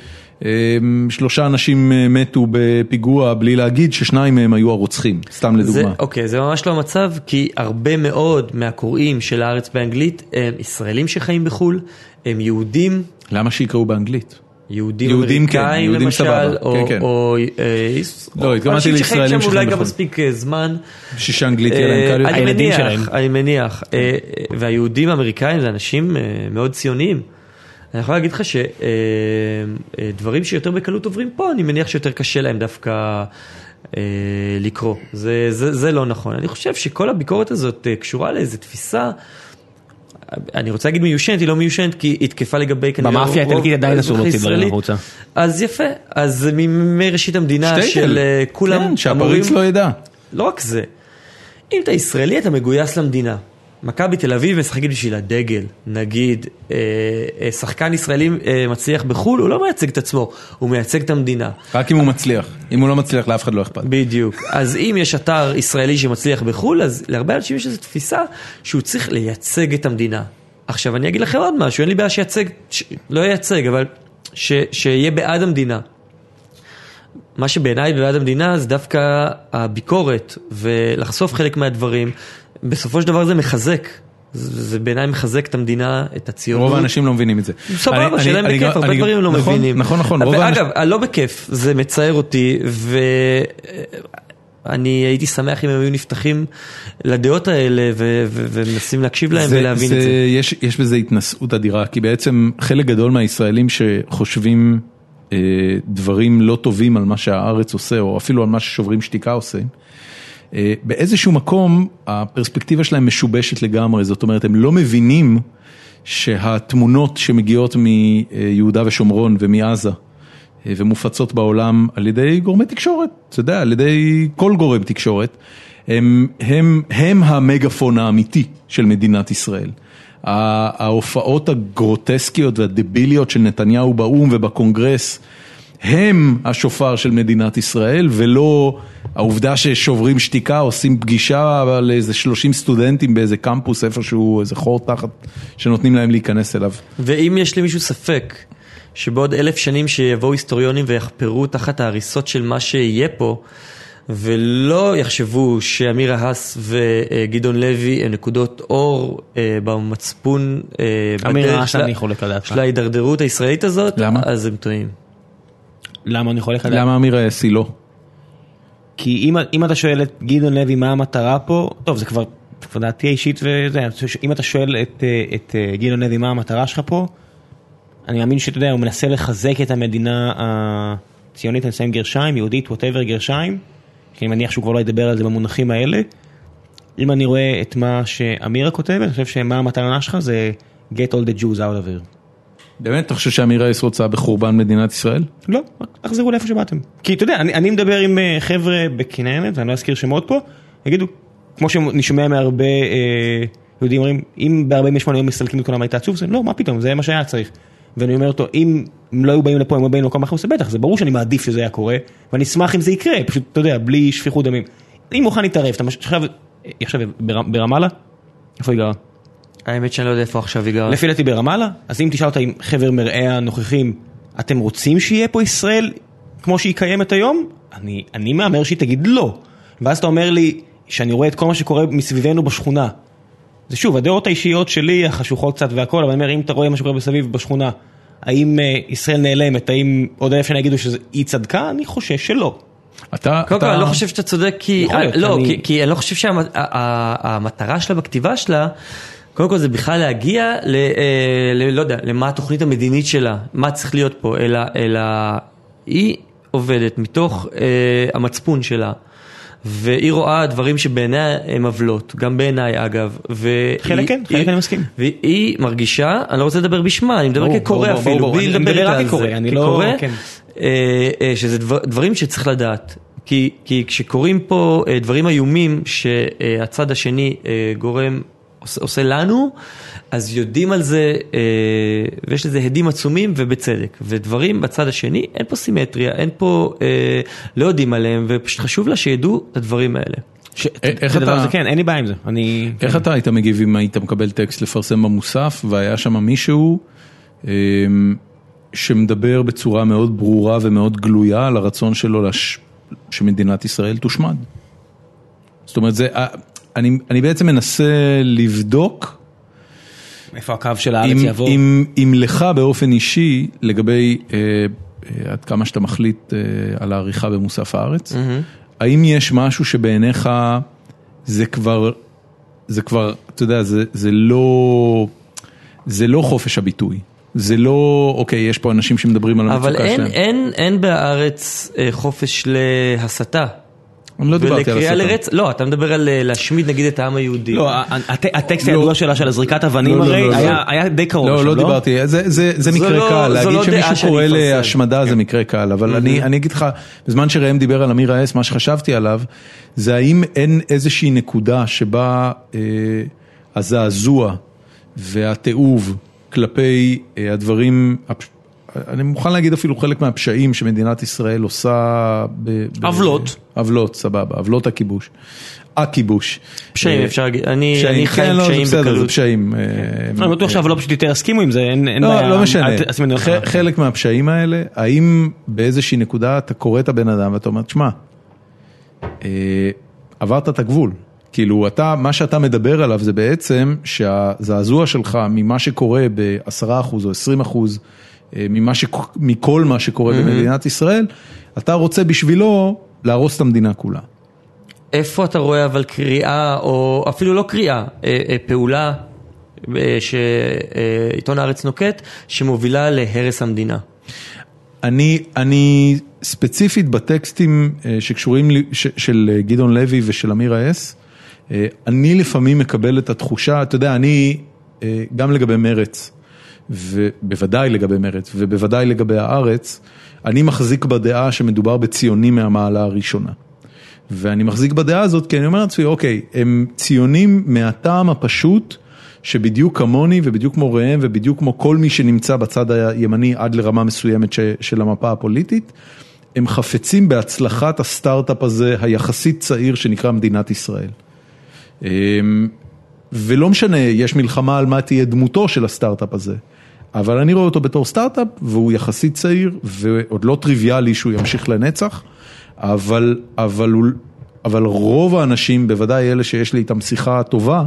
[SPEAKER 1] אמ, שלושה אנשים אה, מתו בפיגוע בלי להגיד ששניים מהם היו הרוצחים, סתם
[SPEAKER 3] זה,
[SPEAKER 1] לדוגמה.
[SPEAKER 3] אוקיי, זה ממש לא המצב, כי הרבה מאוד מהקוראים של הארץ באנגלית הם ישראלים שחיים בחו"ל, הם יהודים,
[SPEAKER 1] למה שיקראו באנגלית?
[SPEAKER 3] יהודים,
[SPEAKER 1] יהודים, כן,
[SPEAKER 3] אמריקאים
[SPEAKER 1] יהודים
[SPEAKER 3] למשל,
[SPEAKER 1] סבבה,
[SPEAKER 3] או,
[SPEAKER 1] כן, כן.
[SPEAKER 3] או, אה, יש-
[SPEAKER 1] לא,
[SPEAKER 3] או
[SPEAKER 1] התכוונתי
[SPEAKER 3] אנשים
[SPEAKER 1] לישראלים
[SPEAKER 3] שחיים שם
[SPEAKER 1] שחיים
[SPEAKER 3] אולי גם
[SPEAKER 1] בחו"ל.
[SPEAKER 3] מספיק אה, זמן.
[SPEAKER 1] ששאנגלית יהיה להם
[SPEAKER 3] אה,
[SPEAKER 1] קל יותר.
[SPEAKER 3] אני
[SPEAKER 2] הילדים
[SPEAKER 3] מניח,
[SPEAKER 2] שלהם.
[SPEAKER 3] אני מניח, אה, אה, והיהודים האמריקאים זה אנשים אה, מאוד ציוניים. אני יכול להגיד לך שדברים שיותר בקלות עוברים פה, אני מניח שיותר קשה להם דווקא אה, לקרוא. זה, זה, זה לא נכון. אני חושב שכל הביקורת הזאת אה, קשורה לאיזו תפיסה, אני רוצה להגיד מיושנת, היא לא מיושנת כי היא תקפה לגבי כנראה...
[SPEAKER 2] במאפיה
[SPEAKER 3] רוב-
[SPEAKER 2] האיטלקית עדיין אסור
[SPEAKER 3] האזרחי
[SPEAKER 2] להוציא דברים
[SPEAKER 3] הישראלי.
[SPEAKER 2] החוצה.
[SPEAKER 3] אז יפה, אז מימי ראשית המדינה של אה, כולם
[SPEAKER 1] כן,
[SPEAKER 3] אמורים...
[SPEAKER 1] שהפריץ לא ידע.
[SPEAKER 3] לא רק זה, אם אתה ישראלי אתה מגויס למדינה. מכבי תל אביב משחקת בשביל הדגל, נגיד אה, אה, שחקן ישראלי אה, מצליח בחו"ל, הוא לא מייצג את עצמו, הוא מייצג את המדינה.
[SPEAKER 1] רק אם הוא מצליח. אם הוא לא מצליח, לאף אחד לא אכפת.
[SPEAKER 3] בדיוק. נכון. אז אם יש אתר ישראלי שמצליח בחו"ל, אז להרבה אנשים יש איזו תפיסה שהוא צריך לייצג את המדינה. עכשיו אני אגיד לכם עוד משהו, אין לי בעיה שייצג, ש... לא ייצג, אבל ש... שיהיה בעד המדינה. מה שבעיניי בעד המדינה זה דווקא הביקורת ולחשוף חלק מהדברים. בסופו של דבר זה מחזק. זה זה בעיניי מחזק את המדינה, את הציונות.
[SPEAKER 1] רוב האנשים לא מבינים את זה. אני-
[SPEAKER 3] סבבה,
[SPEAKER 1] אני-
[SPEAKER 3] שאלה אם
[SPEAKER 1] אני
[SPEAKER 3] בכיף,
[SPEAKER 1] גם-
[SPEAKER 3] הרבה
[SPEAKER 1] אני-
[SPEAKER 3] דברים הם לא
[SPEAKER 1] נכון,
[SPEAKER 3] מבינים.
[SPEAKER 1] נכון, נכון. רוב האנשים-
[SPEAKER 3] ואגב, לא בכיף, זה מצער אותי, ואני הייתי שמח אם הם היו נפתחים לדעות האלה ו- ו- ומנסים להקשיב להם ולהבין את זה.
[SPEAKER 1] יש, יש בזה התנשאות אדירה, כי בעצם חלק גדול מהישראלים שחושבים אה, דברים לא טובים על מה שהארץ עושה, או אפילו על מה ששוברים שתיקה עושה, אה, באיזשהו מקום הפרספקטיבה שלהם משובשת לגמרי, זאת אומרת, הם לא מבינים שהתמונות שמגיעות מיהודה ושומרון ומעזה, אה, ומופצות בעולם על ידי גורמי תקשורת, אתה יודע, על ידי כל גורם תקשורת, הם, הם, הם המגפון האמיתי של מדינת ישראל. ה- ההופעות הגרוטסקיות והדביליות של נתניהו באו"ם ובקונגרס, הם השופר של מדינת ישראל, ולא העובדה ששוברים שתיקה, עושים פגישה על איזה 30 סטודנטים באיזה קמפוס איפשהו, איזה חור תחת, שנותנים להם להיכנס אליו.
[SPEAKER 3] ואם יש למישהו ספק שבעוד אלף שנים שיבואו היסטוריונים ויחפרו תחת ההריסות של מה שיהיה פה, ולא יחשבו שאמירה האס וגדעון לוי הם נקודות אור אה, במצפון, אה,
[SPEAKER 2] אמיר
[SPEAKER 3] בדרך
[SPEAKER 2] האס,
[SPEAKER 3] של ה-
[SPEAKER 2] אני חולק על דעתך.
[SPEAKER 3] של ההידרדרות הישראלית הזאת,
[SPEAKER 1] למה?
[SPEAKER 3] אז הם טועים.
[SPEAKER 2] למה אני חולק על דעתך?
[SPEAKER 1] למה אמיר אסי לא?
[SPEAKER 2] כי אם, אם אתה שואל את גדעון לוי מה המטרה פה, טוב זה כבר, זה כבר דעתי האישית וזה, אני חושב שאם אתה שואל את, אה, את אה, גדעון לוי מה המטרה שלך פה, אני מאמין שאתה יודע, הוא מנסה לחזק את המדינה הציונית, אני מסיים גרשיים, יהודית, ווטאבר גרשיים, כי אני מניח שהוא כבר לא ידבר על זה במונחים האלה. אם אני רואה את מה שאמירה כותבת, אני חושב שמה המטרה שלך זה get all the Jews out of here.
[SPEAKER 1] באמת, אתה חושב שאמירה אס רוצה בחורבן מדינת ישראל?
[SPEAKER 2] לא, רק תחזרו לאיפה שבאתם. כי אתה יודע, אני, אני מדבר עם אה, חבר'ה בכנרת, ואני לא אזכיר שמות פה, יגידו, כמו שאני שומע מהרבה אה, יהודים אומרים, אם ב-48 יום מסלקים את כולם הייתה עצוב, זה לא, מה פתאום, זה מה שהיה צריך. ואני אומר אותו, אם הם לא היו באים לפה, הם היו באים למקום אחר, זה בטח, זה ברור שאני מעדיף שזה היה קורה, ואני אשמח אם זה יקרה, פשוט, אתה יודע, בלי שפיכות דמים. אני מוכן להתערב, אתה מש- עכשיו, עכשיו בר, ברמאללה? איפה היא גרה?
[SPEAKER 3] האמת שאני לא יודע איפה עכשיו היא גרה.
[SPEAKER 2] לפי דעתי ברמאללה, אז אם תשאל אותה עם חבר מרעה הנוכחים, אתם רוצים שיהיה פה ישראל כמו שהיא קיימת היום? אני, אני מהמר שהיא תגיד לא. ואז אתה אומר לי, שאני רואה את כל מה שקורה מסביבנו בשכונה. זה שוב, הדעות האישיות שלי, החשוכות קצת והכל, אבל אני אומר, אם אתה רואה מה שקורה מסביב בשכונה, האם אה, ישראל נעלמת, האם עוד אלף שנה יגידו שהיא צדקה? אני חושש שלא.
[SPEAKER 1] אתה,
[SPEAKER 3] קודם כל,
[SPEAKER 1] אתה-
[SPEAKER 3] אני לא חושב שאתה צודק, כי...
[SPEAKER 2] יכול להיות,
[SPEAKER 3] לא,
[SPEAKER 2] אני-
[SPEAKER 3] כי- כי אני לא חושב שהמטרה שלה בכתיבה שלה, קודם כל זה בכלל להגיע ל... אה, ל- לא יודע, למה התוכנית המדינית שלה, מה צריך להיות פה, אלא... אלא היא עובדת מתוך אה, המצפון שלה. והיא רואה דברים שבעיניה הם עוולות, גם בעיניי אגב. והיא-
[SPEAKER 2] חלק כן, חלק
[SPEAKER 3] היא-
[SPEAKER 2] אני מסכים.
[SPEAKER 3] והיא מרגישה, אני לא רוצה לדבר בשמה, אני מדבר
[SPEAKER 2] ברור,
[SPEAKER 3] כקורא
[SPEAKER 2] ברור, ברור,
[SPEAKER 3] אפילו,
[SPEAKER 2] ברור.
[SPEAKER 3] בלי
[SPEAKER 2] אני מדבר
[SPEAKER 3] לדבר איתה
[SPEAKER 2] רק
[SPEAKER 3] על
[SPEAKER 2] כקורא,
[SPEAKER 3] זה.
[SPEAKER 2] אני לא-
[SPEAKER 3] כקורא,
[SPEAKER 2] כן.
[SPEAKER 3] אה, אה, שזה דבר, דברים שצריך לדעת. כי, כי כשקורים פה אה, דברים איומים שהצד השני אה, גורם, עושה, עושה לנו, אז יודעים על זה, אה, ויש לזה הדים עצומים ובצדק. ודברים בצד השני, אין פה סימטריה, אין פה, אה, לא יודעים עליהם, ופשוט חשוב לה שידעו את הדברים האלה.
[SPEAKER 2] ש-
[SPEAKER 1] אה, איך
[SPEAKER 2] זה דבר
[SPEAKER 1] אתה- כן.
[SPEAKER 2] הזה, כן, אין לי בעיה עם זה. אני...
[SPEAKER 1] איך אתה היית מגיב אם היית מקבל טקסט לפרסם במוסף והיה שם מישהו אה, שמדבר בצורה מאוד ברורה ומאוד גלויה על הרצון שלו לש... שמדינת ישראל תושמד? זאת אומרת, זה, אה, אני, אני בעצם מנסה לבדוק
[SPEAKER 2] איפה הקו של הארץ
[SPEAKER 1] אם,
[SPEAKER 2] יעבור?
[SPEAKER 1] אם, אם לך באופן אישי לגבי אה, אה, עד כמה שאתה מחליט אה, על העריכה במוסף הארץ, האם יש משהו שבעיניך זה כבר, זה כבר, אתה יודע, זה, זה לא, זה לא חופש הביטוי. זה לא, אוקיי, יש פה אנשים שמדברים על המצוקה
[SPEAKER 3] אבל
[SPEAKER 1] שלהם.
[SPEAKER 3] אין, אין, אין בהארץ אה, חופש להסתה.
[SPEAKER 1] אני לא דיברתי על
[SPEAKER 3] ולקריאה
[SPEAKER 1] הסרטון.
[SPEAKER 3] לרצח, לא, אתה מדבר על אה, להשמיד נגיד את העם היהודי.
[SPEAKER 2] לא, ה- הט- הטקסט
[SPEAKER 1] לא.
[SPEAKER 2] הידוע שלה של הזריקת
[SPEAKER 1] לא,
[SPEAKER 2] אבנים
[SPEAKER 1] לא,
[SPEAKER 2] הרי
[SPEAKER 1] לא,
[SPEAKER 2] היה-
[SPEAKER 1] לא.
[SPEAKER 2] היה די קרוב.
[SPEAKER 1] לא,
[SPEAKER 2] עכשיו,
[SPEAKER 1] לא דיברתי, זה- זה זה
[SPEAKER 3] זו
[SPEAKER 1] מקרה
[SPEAKER 3] לא-
[SPEAKER 1] קל,
[SPEAKER 3] זו
[SPEAKER 1] להגיד
[SPEAKER 3] לא דעה
[SPEAKER 1] שמישהו
[SPEAKER 3] שאני
[SPEAKER 1] קורא
[SPEAKER 3] אפרסם. כן.
[SPEAKER 1] להשמדה זה מקרה קל, אבל אני אני אגיד לך, בזמן שראם דיבר על אמיר האס, מה שחשבתי עליו, זה האם אין איזושהי נקודה שבה אה, הזעזוע והתיעוב כלפי אה, הדברים, הפש- אני מוכן להגיד אפילו חלק מהפשעים שמדינת ישראל עושה. ב- ב-
[SPEAKER 2] עוולות.
[SPEAKER 1] עוולות, סבבה, עוולות הכיבוש. הכיבוש.
[SPEAKER 3] פשעים
[SPEAKER 1] אה,
[SPEAKER 3] אפשר להגיד, אני
[SPEAKER 1] פשעים,
[SPEAKER 3] אני חי
[SPEAKER 1] כן,
[SPEAKER 3] עם
[SPEAKER 1] לא, זה
[SPEAKER 3] פשעים
[SPEAKER 1] בסדר, זה
[SPEAKER 3] בקלות. כן.
[SPEAKER 1] פשעים. אה,
[SPEAKER 2] לא, אני בטוח
[SPEAKER 1] אה,
[SPEAKER 2] שהוולופ שלי יותר יסכימו עם זה, אין אין בעיה.
[SPEAKER 1] לא, לא משנה.
[SPEAKER 2] אל ת- אז אני אומר לך. אוקיי.
[SPEAKER 1] ח- חלק מהפשעים האלה, האם באיזושהי נקודה אתה קורא את הבן אדם ואתה אומר, תשמע, אה, עברת את הגבול. כאילו, אתה, מה שאתה מדבר עליו זה בעצם שהזעזוע שלך ממה שקורה ב-10% או 20% אה, ממה ש... מכל מה שקורה במדינת ישראל, אתה רוצה בשבילו להרוס את המדינה כולה.
[SPEAKER 3] איפה אתה רואה אבל קריאה, או אפילו לא קריאה, אה, אה, פעולה אה, שעיתון הארץ נוקט, שמובילה להרס המדינה?
[SPEAKER 1] אני, אני ספציפית בטקסטים אה, שקשורים, לי- ש, של אה, גדעון לוי ושל אמיר האס, אה, אני לפעמים מקבל את התחושה, אתה יודע, אני, אה, גם לגבי מרץ, ובוודאי לגבי מרץ, ובוודאי לגבי הארץ, אני מחזיק בדעה שמדובר בציונים מהמעלה הראשונה. ואני מחזיק בדעה הזאת כי אני אומר לעצמי, אוקיי, הם ציונים מהטעם הפשוט, שבדיוק כמוני ובדיוק כמו ראם ובדיוק כמו כל מי שנמצא בצד הימני עד לרמה מסוימת ש, של המפה הפוליטית, הם חפצים בהצלחת הסטארט-אפ הזה היחסית צעיר שנקרא מדינת ישראל. אמ, ולא משנה, יש מלחמה על מה תהיה דמותו של הסטארט-אפ הזה, אבל אני רואה אותו בתור סטארט-אפ, והוא יחסית צעיר, ועוד לא טריוויאלי שהוא ימשיך לנצח, אבל, אבל, הוא- אבל רוב האנשים, בוודאי אלה שיש לי איתם שיחה טובה,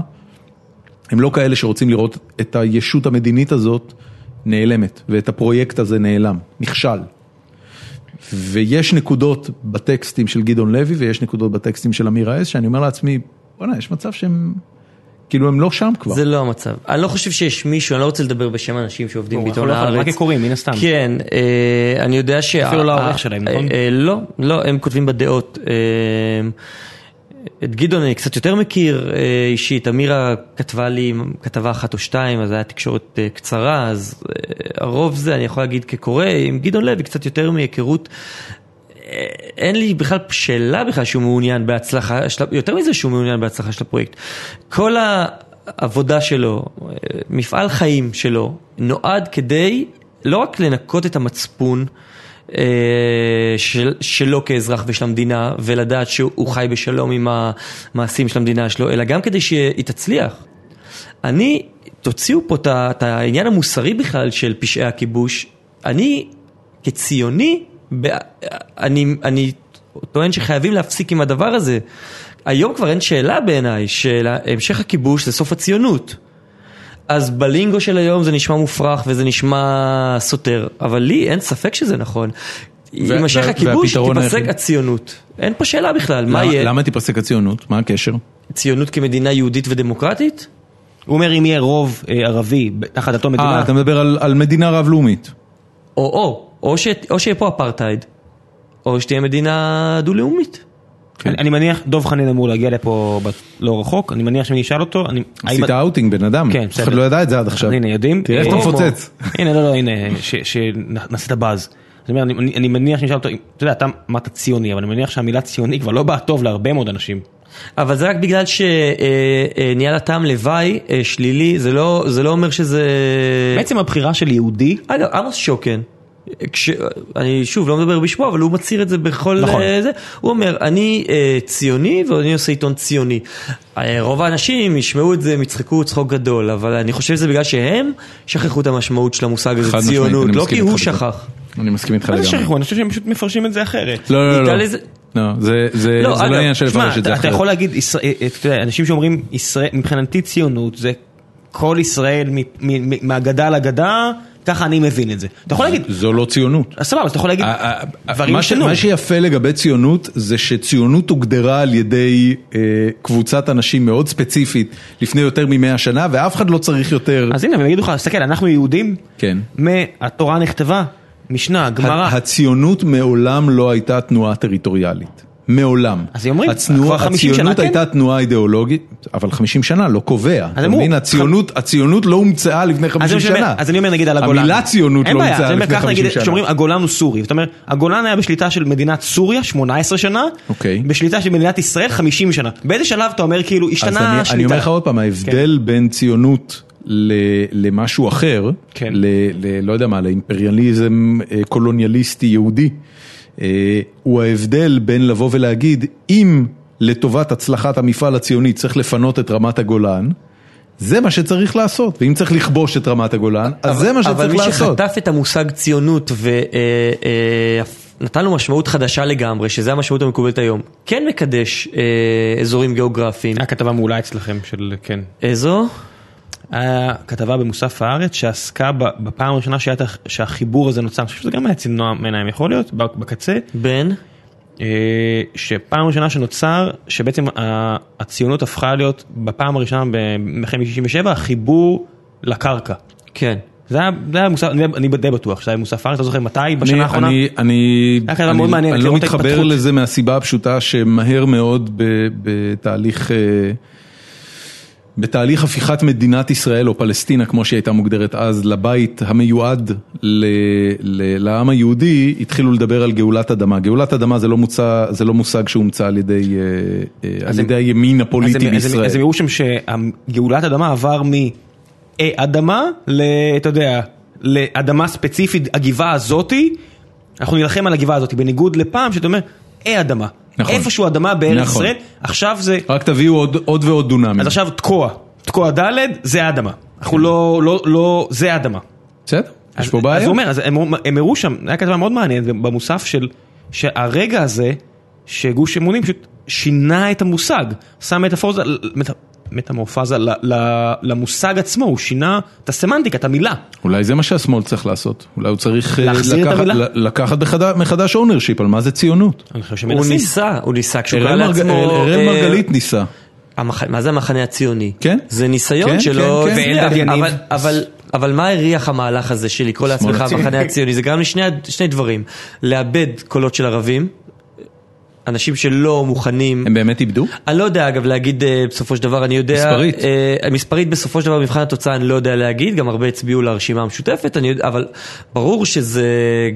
[SPEAKER 1] הם לא כאלה שרוצים לראות את הישות המדינית הזאת נעלמת, ואת הפרויקט הזה נעלם, נכשל. ויש נקודות בטקסטים של גדעון לוי, ויש נקודות בטקסטים של אמיר האס, שאני אומר לעצמי, בואנה, יש מצב שהם, כאילו, הם לא שם כבר.
[SPEAKER 3] זה לא המצב. אני לא חושב שיש מישהו, אני לא רוצה לדבר בשם אנשים שעובדים
[SPEAKER 2] ברור,
[SPEAKER 3] בעיתון
[SPEAKER 2] אנחנו לא יכולים,
[SPEAKER 3] הארץ.
[SPEAKER 2] רק הקוראים, מן הסתם.
[SPEAKER 3] כן, אה, אני יודע שה...
[SPEAKER 2] אפילו לא העורך
[SPEAKER 3] ה-
[SPEAKER 2] שלהם,
[SPEAKER 3] אה,
[SPEAKER 2] נכון?
[SPEAKER 3] אה, לא, לא, הם כותבים בדעות. אה, את גדעון אני קצת יותר מכיר אה, אישית, אמירה כתבה לי כתבה אחת או שתיים, אז הייתה תקשורת אה, קצרה, אז אה, הרוב זה אני יכול להגיד כקורא, עם גדעון לוי קצת יותר מהיכרות. אה, אין לי בכלל שאלה בכלל שהוא מעוניין בהצלחה, של- יותר מזה שהוא מעוניין בהצלחה של הפרויקט. כל העבודה שלו, אה, מפעל חיים שלו, נועד כדי לא רק לנקות את המצפון אה, של, שלו כאזרח ושל המדינה, ולדעת שהוא חי בשלום עם המעשים של המדינה שלו, אלא גם כדי שהיא תצליח. אני, תוציאו פה את ה- את העניין המוסרי בכלל של פשעי הכיבוש. אני, כציוני, ב- אני, אני טוען שחייבים להפסיק עם הדבר הזה. היום כבר אין שאלה בעיניי, שהמשך הכיבוש זה סוף הציונות. אז בלינגו של היום זה נשמע מופרך וזה נשמע סותר, אבל לי אין ספק שזה נכון. יימשך
[SPEAKER 1] וה-
[SPEAKER 3] הכיבוש,
[SPEAKER 1] והפתרון
[SPEAKER 3] תיפסק
[SPEAKER 1] היחיד-
[SPEAKER 3] הציונות. אין פה שאלה בכלל, מה
[SPEAKER 1] למה-
[SPEAKER 3] יהיה? אה.
[SPEAKER 1] למה תיפסק הציונות? מה הקשר?
[SPEAKER 3] ציונות כמדינה יהודית ודמוקרטית?
[SPEAKER 2] הוא אומר אם יהיה רוב אה, ערבי ב- תחת אותו
[SPEAKER 1] אה,
[SPEAKER 2] מדינה,
[SPEAKER 1] אתה מדבר על- על מדינה רב-לאומית.
[SPEAKER 3] או-או, או ש- או שיהיה פה אפרטהייד, או שתהיה מדינה דו-לאומית.
[SPEAKER 1] כן.
[SPEAKER 2] אני אני מניח, דב חנין אמור להגיע לפה ב- לא רחוק, אני מניח שאני אשאל אותו, אני- האם
[SPEAKER 1] עשית
[SPEAKER 2] אתה-
[SPEAKER 1] אאוטינג, בן אדם.
[SPEAKER 2] כן,
[SPEAKER 1] אף אחד
[SPEAKER 2] בסדר.
[SPEAKER 1] לא ידע את זה עד עכשיו.
[SPEAKER 2] אז הנה יודעים.
[SPEAKER 1] תראה איך
[SPEAKER 2] אה,
[SPEAKER 1] אתה
[SPEAKER 2] כמו-
[SPEAKER 1] מפוצץ.
[SPEAKER 2] הנה, לא, לא, הנה, ש- שנעשית באז. זאת אומרת, אני- אני- אני מניח שנשאל אותו, אם- אתה יודע, אתה אמרת ציוני, אבל אני מניח שהמילה ציוני כבר לא באה טוב להרבה מאוד אנשים.
[SPEAKER 1] אה.
[SPEAKER 3] אבל זה רק בגלל אה, שנהיה לה טעם לוואי אה, שלילי, זה לא, זה לא אומר שזה...
[SPEAKER 2] בעצם הבחירה של יהודי,
[SPEAKER 3] אגב, עמוס שוקן, כש... אני שוב לא מדבר בשמו, אבל הוא מצהיר את זה בכל...
[SPEAKER 2] נכון.
[SPEAKER 3] אה, זה. הוא אומר, אני אה, ציוני ואני עושה עיתון ציוני. אה, רוב האנשים ישמעו את זה, הם יצחקו צחוק גדול, אבל אני חושב שזה בגלל שהם שכחו את המשמעות של המושג
[SPEAKER 1] חד
[SPEAKER 3] הזה,
[SPEAKER 1] משמעית,
[SPEAKER 3] ציונות,
[SPEAKER 1] אני
[SPEAKER 3] לא
[SPEAKER 1] מסכים
[SPEAKER 3] כי
[SPEAKER 1] איתך
[SPEAKER 3] הוא
[SPEAKER 1] בזה.
[SPEAKER 3] שכח.
[SPEAKER 1] אני מסכים איתך
[SPEAKER 2] מה זה
[SPEAKER 1] לגמרי.
[SPEAKER 2] שכחו? אני חושב שהם פשוט מפרשים את זה אחרת.
[SPEAKER 1] לא, לא,
[SPEAKER 3] נקרא
[SPEAKER 1] לא,
[SPEAKER 3] לזה-
[SPEAKER 1] לא. זה- זה
[SPEAKER 3] לא,
[SPEAKER 1] זה
[SPEAKER 3] אגב,
[SPEAKER 1] לא עניין של
[SPEAKER 2] שמע,
[SPEAKER 1] לפרש את זה
[SPEAKER 2] אתה- אתה
[SPEAKER 1] אחרת.
[SPEAKER 2] יכול להגיד, ישראל- אה, אתה יודע, אנשים שאומרים, ישראל- מבחינתי ציונות זה כל ישראל מ- מ- מ- מהגדה לגדה, ככה אני מבין את זה. אתה יכול להגיד,
[SPEAKER 1] זו לא ציונות.
[SPEAKER 2] אז סבבה, אז אתה יכול להגיד, דברים
[SPEAKER 1] מה ש-
[SPEAKER 2] השתנו.
[SPEAKER 1] מה שיפה לגבי ציונות זה שציונות הוגדרה על ידי אה, קבוצת אנשים מאוד ספציפית לפני יותר ממאה שנה ואף אחד לא צריך יותר.
[SPEAKER 2] אז הנה, הם יגידו לך, תסתכל, אנחנו יהודים,
[SPEAKER 1] כן.
[SPEAKER 2] מהתורה אה, נכתבה, משנה, גמרא.
[SPEAKER 1] ה- הציונות מעולם לא הייתה תנועה טריטוריאלית. מעולם.
[SPEAKER 2] אז הם אומרים,
[SPEAKER 1] הצנוע-
[SPEAKER 2] כבר 50 שנה
[SPEAKER 1] הציונות
[SPEAKER 2] כן.
[SPEAKER 1] הייתה תנועה אידיאולוגית, אבל 50 שנה לא קובע. אתה
[SPEAKER 2] אמרו,
[SPEAKER 1] מבין?
[SPEAKER 2] ח-
[SPEAKER 1] הציונות, הציונות לא הומצאה לפני 50
[SPEAKER 2] אז זה מה שאני
[SPEAKER 1] שנה.
[SPEAKER 2] אומר- אז אני אומר נגיד על הגולן.
[SPEAKER 1] המילה ציונות לא
[SPEAKER 2] אין בעיה, אז
[SPEAKER 1] הומצאה
[SPEAKER 2] אני אומר
[SPEAKER 1] לפני
[SPEAKER 2] כך
[SPEAKER 1] 50
[SPEAKER 2] נגיד,
[SPEAKER 1] שנה.
[SPEAKER 2] שאומרים הגולן הוא סורי, זאת אומרת, הגולן היה בשליטה של מדינת סוריה 18 שנה,
[SPEAKER 1] אוקיי.
[SPEAKER 2] בשליטה של מדינת ישראל 50 שנה. באיזה שלב אתה אומר כאילו
[SPEAKER 1] אז
[SPEAKER 2] השתנה
[SPEAKER 1] אני,
[SPEAKER 2] השליטה?
[SPEAKER 1] אני אומר לך עוד פעם, ההבדל בין ציונות ל- למשהו אחר,
[SPEAKER 2] כן.
[SPEAKER 1] ל, ל, לא יודע מה, לאימפריאליזם אה, קולוניאליסטי יהודי, אה, הוא ההבדל בין לבוא ולהגיד, אם לטובת הצלחת המפעל הציוני צריך לפנות את רמת הגולן, זה מה שצריך לעשות, ואם צריך לכבוש את רמת הגולן, אז זה מה
[SPEAKER 3] אבל
[SPEAKER 1] שצריך
[SPEAKER 3] מי
[SPEAKER 1] לעשות.
[SPEAKER 3] שחטף את המושג ציונות
[SPEAKER 2] אה,
[SPEAKER 3] ונתן לו משמעות חדשה לגמרי, שזה המשמעות המקובלת היום, כן מקדש אה, אזורים גיאוגרפיים.
[SPEAKER 2] היה כתבה מעולה אצלכם של, כן.
[SPEAKER 3] איזו?
[SPEAKER 2] היה כתבה במוסף הארץ שעסקה ב- בפעם הראשונה שהיה את הח- שהחיבור הזה נוצר, אני חושב שזה גם היה אצל נועם עיניים יכול להיות, ב- בקצה,
[SPEAKER 3] בן?
[SPEAKER 2] אה, שפעם ראשונה שנוצר, שבעצם ה- הציונות הפכה להיות בפעם הראשונה במלחמת 67, החיבור לקרקע.
[SPEAKER 3] כן.
[SPEAKER 2] זה היה, זה היה מוסף, אני, אני די בטוח שזה היה מוסף הארץ, לא זוכר מתי, בשנה
[SPEAKER 1] אני-
[SPEAKER 2] האחרונה.
[SPEAKER 1] אני, אני,
[SPEAKER 2] היה כתבה
[SPEAKER 1] אני,
[SPEAKER 2] מאוד מעניינת,
[SPEAKER 1] אני לא
[SPEAKER 2] לראות את
[SPEAKER 1] מתחבר
[SPEAKER 2] ההתפתחות.
[SPEAKER 1] לזה מהסיבה הפשוטה שמהר מאוד ב, בתהליך, אה, בתהליך הפיכת מדינת ישראל או פלסטינה כמו שהיא הייתה מוגדרת אז לבית המיועד ל, ל, לעם היהודי התחילו לדבר על גאולת אדמה. גאולת אדמה זה לא, מוצא, זה לא מושג שהומצא על ידי, אה, אה, על
[SPEAKER 2] הם-
[SPEAKER 1] ידי הימין
[SPEAKER 2] אז
[SPEAKER 1] הפוליטי
[SPEAKER 2] הם- אז הם-
[SPEAKER 1] בישראל.
[SPEAKER 2] אז הם ראו שם שגאולת אדמה עבר מאדמה, ל... אתה יודע, לאדמה ספציפית, הגבעה הזאתי, אנחנו נילחם על הגבעה הזאתי, בניגוד לפעם שאתה אומר, אה אדמה.
[SPEAKER 1] נכון.
[SPEAKER 2] איפשהו אדמה בארץ
[SPEAKER 1] נכון.
[SPEAKER 2] ישראל, עכשיו זה
[SPEAKER 1] רק תביאו עוד, עוד ועוד דונמים.
[SPEAKER 2] אז עכשיו תקוע, תקוע ד' זה אדמה. אנחנו לא, לא, לא, זה אדמה.
[SPEAKER 1] בסדר, יש
[SPEAKER 2] אז-
[SPEAKER 1] פה בעיה.
[SPEAKER 2] אז הוא אומר, אז הם, הם הראו שם, היה כתבה מאוד מעניינת במוסף של, שהרגע הזה, שגוש אמונים פשוט שינה את המושג, שם מטאפורזה, מט, מטמורפזה ל, ל, למושג עצמו, הוא שינה את הסמנטיקה, את המילה.
[SPEAKER 1] אולי זה מה שהשמאל צריך לעשות, אולי הוא צריך אה,
[SPEAKER 2] להחזיר את
[SPEAKER 1] לקחת-
[SPEAKER 2] המילה?
[SPEAKER 1] ל- לקחת בחד- מחדש אונרשיפ על מה זה ציונות.
[SPEAKER 2] אני חושב
[SPEAKER 3] הוא
[SPEAKER 2] שמנסים.
[SPEAKER 3] ניסה, הוא ניסה כשהוא קרא
[SPEAKER 1] אראל מרג-
[SPEAKER 3] לעצמו...
[SPEAKER 1] אראל
[SPEAKER 3] אה,
[SPEAKER 1] מרגלית ניסה.
[SPEAKER 3] המח- מה זה המחנה הציוני?
[SPEAKER 1] כן.
[SPEAKER 3] זה
[SPEAKER 1] כן,
[SPEAKER 3] ניסיון שלא...
[SPEAKER 1] כן, כן.
[SPEAKER 3] הצליח.
[SPEAKER 2] ואלדד יניב.
[SPEAKER 3] אבל- אבל- אבל מה הריח המהלך הזה של לקרוא לעצמך
[SPEAKER 1] הציוני.
[SPEAKER 3] המחנה הציוני? זה גרם לשני שני דברים. לאבד קולות של ערבים, אנשים שלא מוכנים...
[SPEAKER 1] הם באמת איבדו?
[SPEAKER 3] אני לא יודע אגב להגיד אה, בסופו של דבר, אני יודע...
[SPEAKER 1] מספרית.
[SPEAKER 3] אה, מספרית בסופו של דבר במבחן התוצאה אני לא יודע להגיד, גם הרבה הצביעו לרשימה המשותפת, אני, יודע- אבל ברור שזה,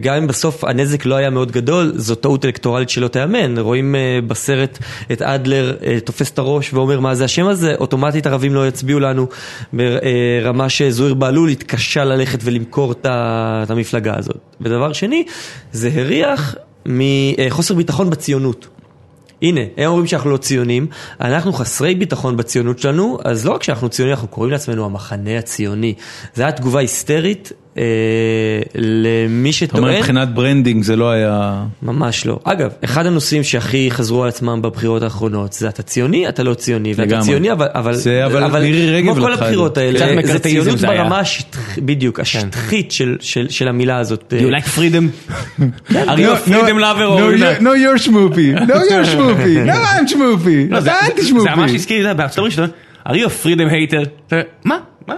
[SPEAKER 3] גם אם בסוף הנזק לא היה מאוד גדול, זו טעות אלקטורלית שלא תיאמן. רואים אה, בסרט את אדלר אה, תופס את הראש ואומר מה זה השם הזה, אוטומטית ערבים לא יצביעו לנו ברמה שזוהיר בהלול התקשה ללכת ולמכור את ה- את המפלגה הזאת. ודבר שני, זה הריח מחוסר ביטחון בציונות. הנה, הם אומרים שאנחנו לא ציונים, אנחנו חסרי ביטחון בציונות שלנו, אז לא רק שאנחנו ציונים, אנחנו קוראים לעצמנו המחנה הציוני. זו הייתה תגובה היסטרית, אה, אה, למי
[SPEAKER 1] אתה אומר
[SPEAKER 3] שטוען,
[SPEAKER 1] מבחינת ברנדינג זה לא היה...
[SPEAKER 3] ממש לא. אגב, אחד הנושאים שהכי חזרו על עצמם בבחירות האחרונות זה אתה ציוני, אתה לא ציוני, ואתה
[SPEAKER 1] לגמרי.
[SPEAKER 3] ציוני, אבל, אבל,
[SPEAKER 1] זה- אבל מירי רגב
[SPEAKER 3] כמו כל
[SPEAKER 1] לקחה את זה.
[SPEAKER 3] הבחירות
[SPEAKER 2] קצת
[SPEAKER 3] האלה, זה
[SPEAKER 2] מקארתיזם
[SPEAKER 3] ציונות
[SPEAKER 2] זה היה.
[SPEAKER 3] ברמה השטח,
[SPEAKER 1] כן.
[SPEAKER 3] בדיוק, השטחית של, של, של המילה הזאת.
[SPEAKER 2] You like freedom? are you a freedom lover or
[SPEAKER 1] No,
[SPEAKER 2] not?
[SPEAKER 1] you- no, you're שמופי, no, you're שמופי, no, I'm שמופי,
[SPEAKER 2] לא, זה-
[SPEAKER 1] אתה אנטי
[SPEAKER 2] זה ממש
[SPEAKER 1] שמופי.
[SPEAKER 2] הזכיר לי, אתה יודע, בארצות הברית שאתה אומר, are you a freedom hater? אתה אומר, מה? מה?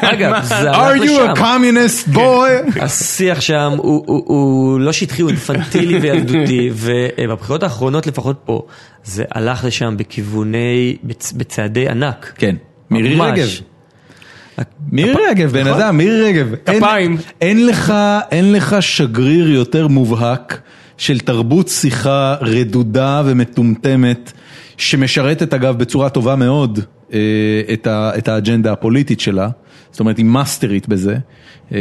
[SPEAKER 3] אגב, זה
[SPEAKER 1] are
[SPEAKER 3] הלך
[SPEAKER 1] you
[SPEAKER 3] לשם.
[SPEAKER 1] a communist boy?
[SPEAKER 3] השיח שם הוא, הוא, הוא לא שטחי, הוא אינפנטילי וילדותי, ובבחירות האחרונות לפחות פה, זה הלך לשם בכיווני, בצ, בצעדי ענק.
[SPEAKER 1] כן, מירי
[SPEAKER 3] ממש.
[SPEAKER 1] רגב. מירי רגב, בן
[SPEAKER 3] נכון?
[SPEAKER 1] אדם, מירי רגב. אין-
[SPEAKER 2] כפיים.
[SPEAKER 1] אין לך, אין לך שגריר יותר מובהק של תרבות שיחה רדודה ומטומטמת, שמשרתת אגב בצורה טובה מאוד אה, את, ה, את האג'נדה הפוליטית שלה, זאת אומרת היא מאסטרית בזה. אה,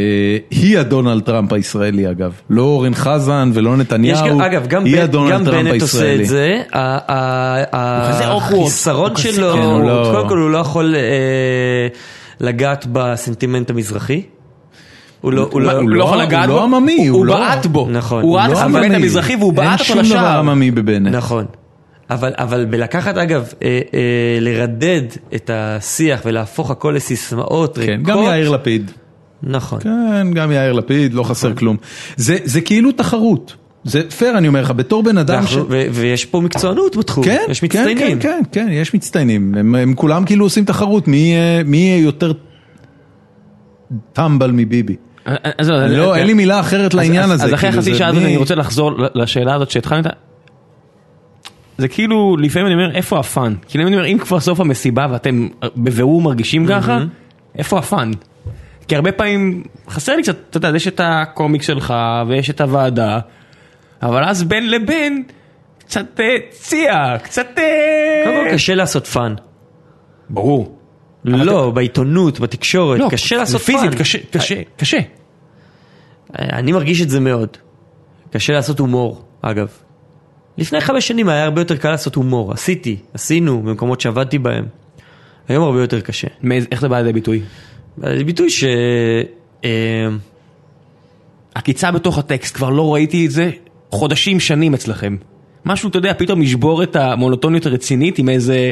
[SPEAKER 1] היא הדונלד טראמפ הישראלי אגב, לא אורן חזן ולא
[SPEAKER 3] יש,
[SPEAKER 1] נתניהו,
[SPEAKER 3] גם- אגב, גם,
[SPEAKER 1] היא
[SPEAKER 3] בנ-
[SPEAKER 1] הדונלד
[SPEAKER 3] גם
[SPEAKER 1] טראמפ
[SPEAKER 3] בנט עושה
[SPEAKER 1] הישראלי.
[SPEAKER 3] את זה, ה- ה-
[SPEAKER 2] כזה
[SPEAKER 3] ה-
[SPEAKER 2] awkward.
[SPEAKER 3] החיסרון
[SPEAKER 2] הוא כזה-
[SPEAKER 3] שלו,
[SPEAKER 1] כן, הוא לא-
[SPEAKER 3] קודם כל הוא לא יכול אה, לגעת בסנטימנט המזרחי. הוא לא, הוא
[SPEAKER 1] מה,
[SPEAKER 3] לא,
[SPEAKER 2] הוא לא יכול לגעת
[SPEAKER 1] הוא
[SPEAKER 2] בו?
[SPEAKER 1] לא עממי,
[SPEAKER 2] הוא
[SPEAKER 1] הוא לא-
[SPEAKER 2] בעט בו.
[SPEAKER 3] נכון.
[SPEAKER 2] הוא
[SPEAKER 3] הוא
[SPEAKER 2] ראה את
[SPEAKER 1] לא
[SPEAKER 2] הסנטימנט
[SPEAKER 1] עממי.
[SPEAKER 2] המזרחי והוא בעט אותו
[SPEAKER 1] אין שום דבר
[SPEAKER 2] לשער.
[SPEAKER 1] עממי בבנט.
[SPEAKER 3] נכון. אבל, אבל בלקחת, אגב, אה, אה, לרדד את השיח ולהפוך הכל לסיסמאות
[SPEAKER 1] כן,
[SPEAKER 3] ריקות.
[SPEAKER 1] גם יאיר לפיד.
[SPEAKER 3] נכון.
[SPEAKER 1] כן, גם יאיר לפיד, לא חסר כלום. זה, זה כאילו תחרות. זה פייר, אני אומר לך, בתור בן אדם ש...
[SPEAKER 2] נכון.
[SPEAKER 3] ואנחנו- ו- ויש פה מקצוענות בתחום.
[SPEAKER 1] כן,
[SPEAKER 3] יש
[SPEAKER 1] כן, כן,
[SPEAKER 3] מצטיינים.
[SPEAKER 1] כן, כן, יש מצטיינים. הם, הם כולם כאילו עושים תחרות, מי יהיה- מי יהיה יותר טמבל מביבי.
[SPEAKER 2] אז
[SPEAKER 1] לא, אין לי מילה אחרת לעניין
[SPEAKER 2] אז-
[SPEAKER 1] הזה.
[SPEAKER 2] אה, אז אחרי
[SPEAKER 1] כאילו,
[SPEAKER 2] חצי
[SPEAKER 1] זה
[SPEAKER 2] שעה הזאת
[SPEAKER 1] מי-
[SPEAKER 2] אני רוצה לחזור ל- לשאלה הזאת שהתחלנו איתה. זה כאילו, לפעמים אני אומר, איפה הפאן? כאילו אני אומר, אם כבר סוף המסיבה ואתם אה, בבירור מרגישים ככה, איפה הפאן? כי הרבה פעמים חסר לי קצת, אתה יודע, יש את הקומיק שלך ויש את הוועדה, אבל אז בין לבין, קצת אה, ציע, קצת... אה,
[SPEAKER 1] כן.
[SPEAKER 3] קודם כל קשה לעשות פאן.
[SPEAKER 2] ברור.
[SPEAKER 3] לא, בעיתונות, בתקשורת,
[SPEAKER 1] לא,
[SPEAKER 3] קשה לעשות פאן.
[SPEAKER 2] לא,
[SPEAKER 3] אה,
[SPEAKER 2] פיזית, קשה, קשה, קשה.
[SPEAKER 3] אני מרגיש את זה מאוד. קשה לעשות הומור, אגב. לפני חמש שנים היה הרבה יותר קל לעשות הומור. עשיתי, עשינו, במקומות שעבדתי בהם. היום הרבה יותר קשה.
[SPEAKER 2] מאיזה- איך זה בא לידי ביטוי?
[SPEAKER 3] זה ביטוי ש... אה,
[SPEAKER 2] עקיצה בתוך הטקסט, כבר לא ראיתי את זה חודשים, שנים אצלכם. משהו, אתה יודע, פתאום לשבור את המונוטוניות הרצינית עם איזה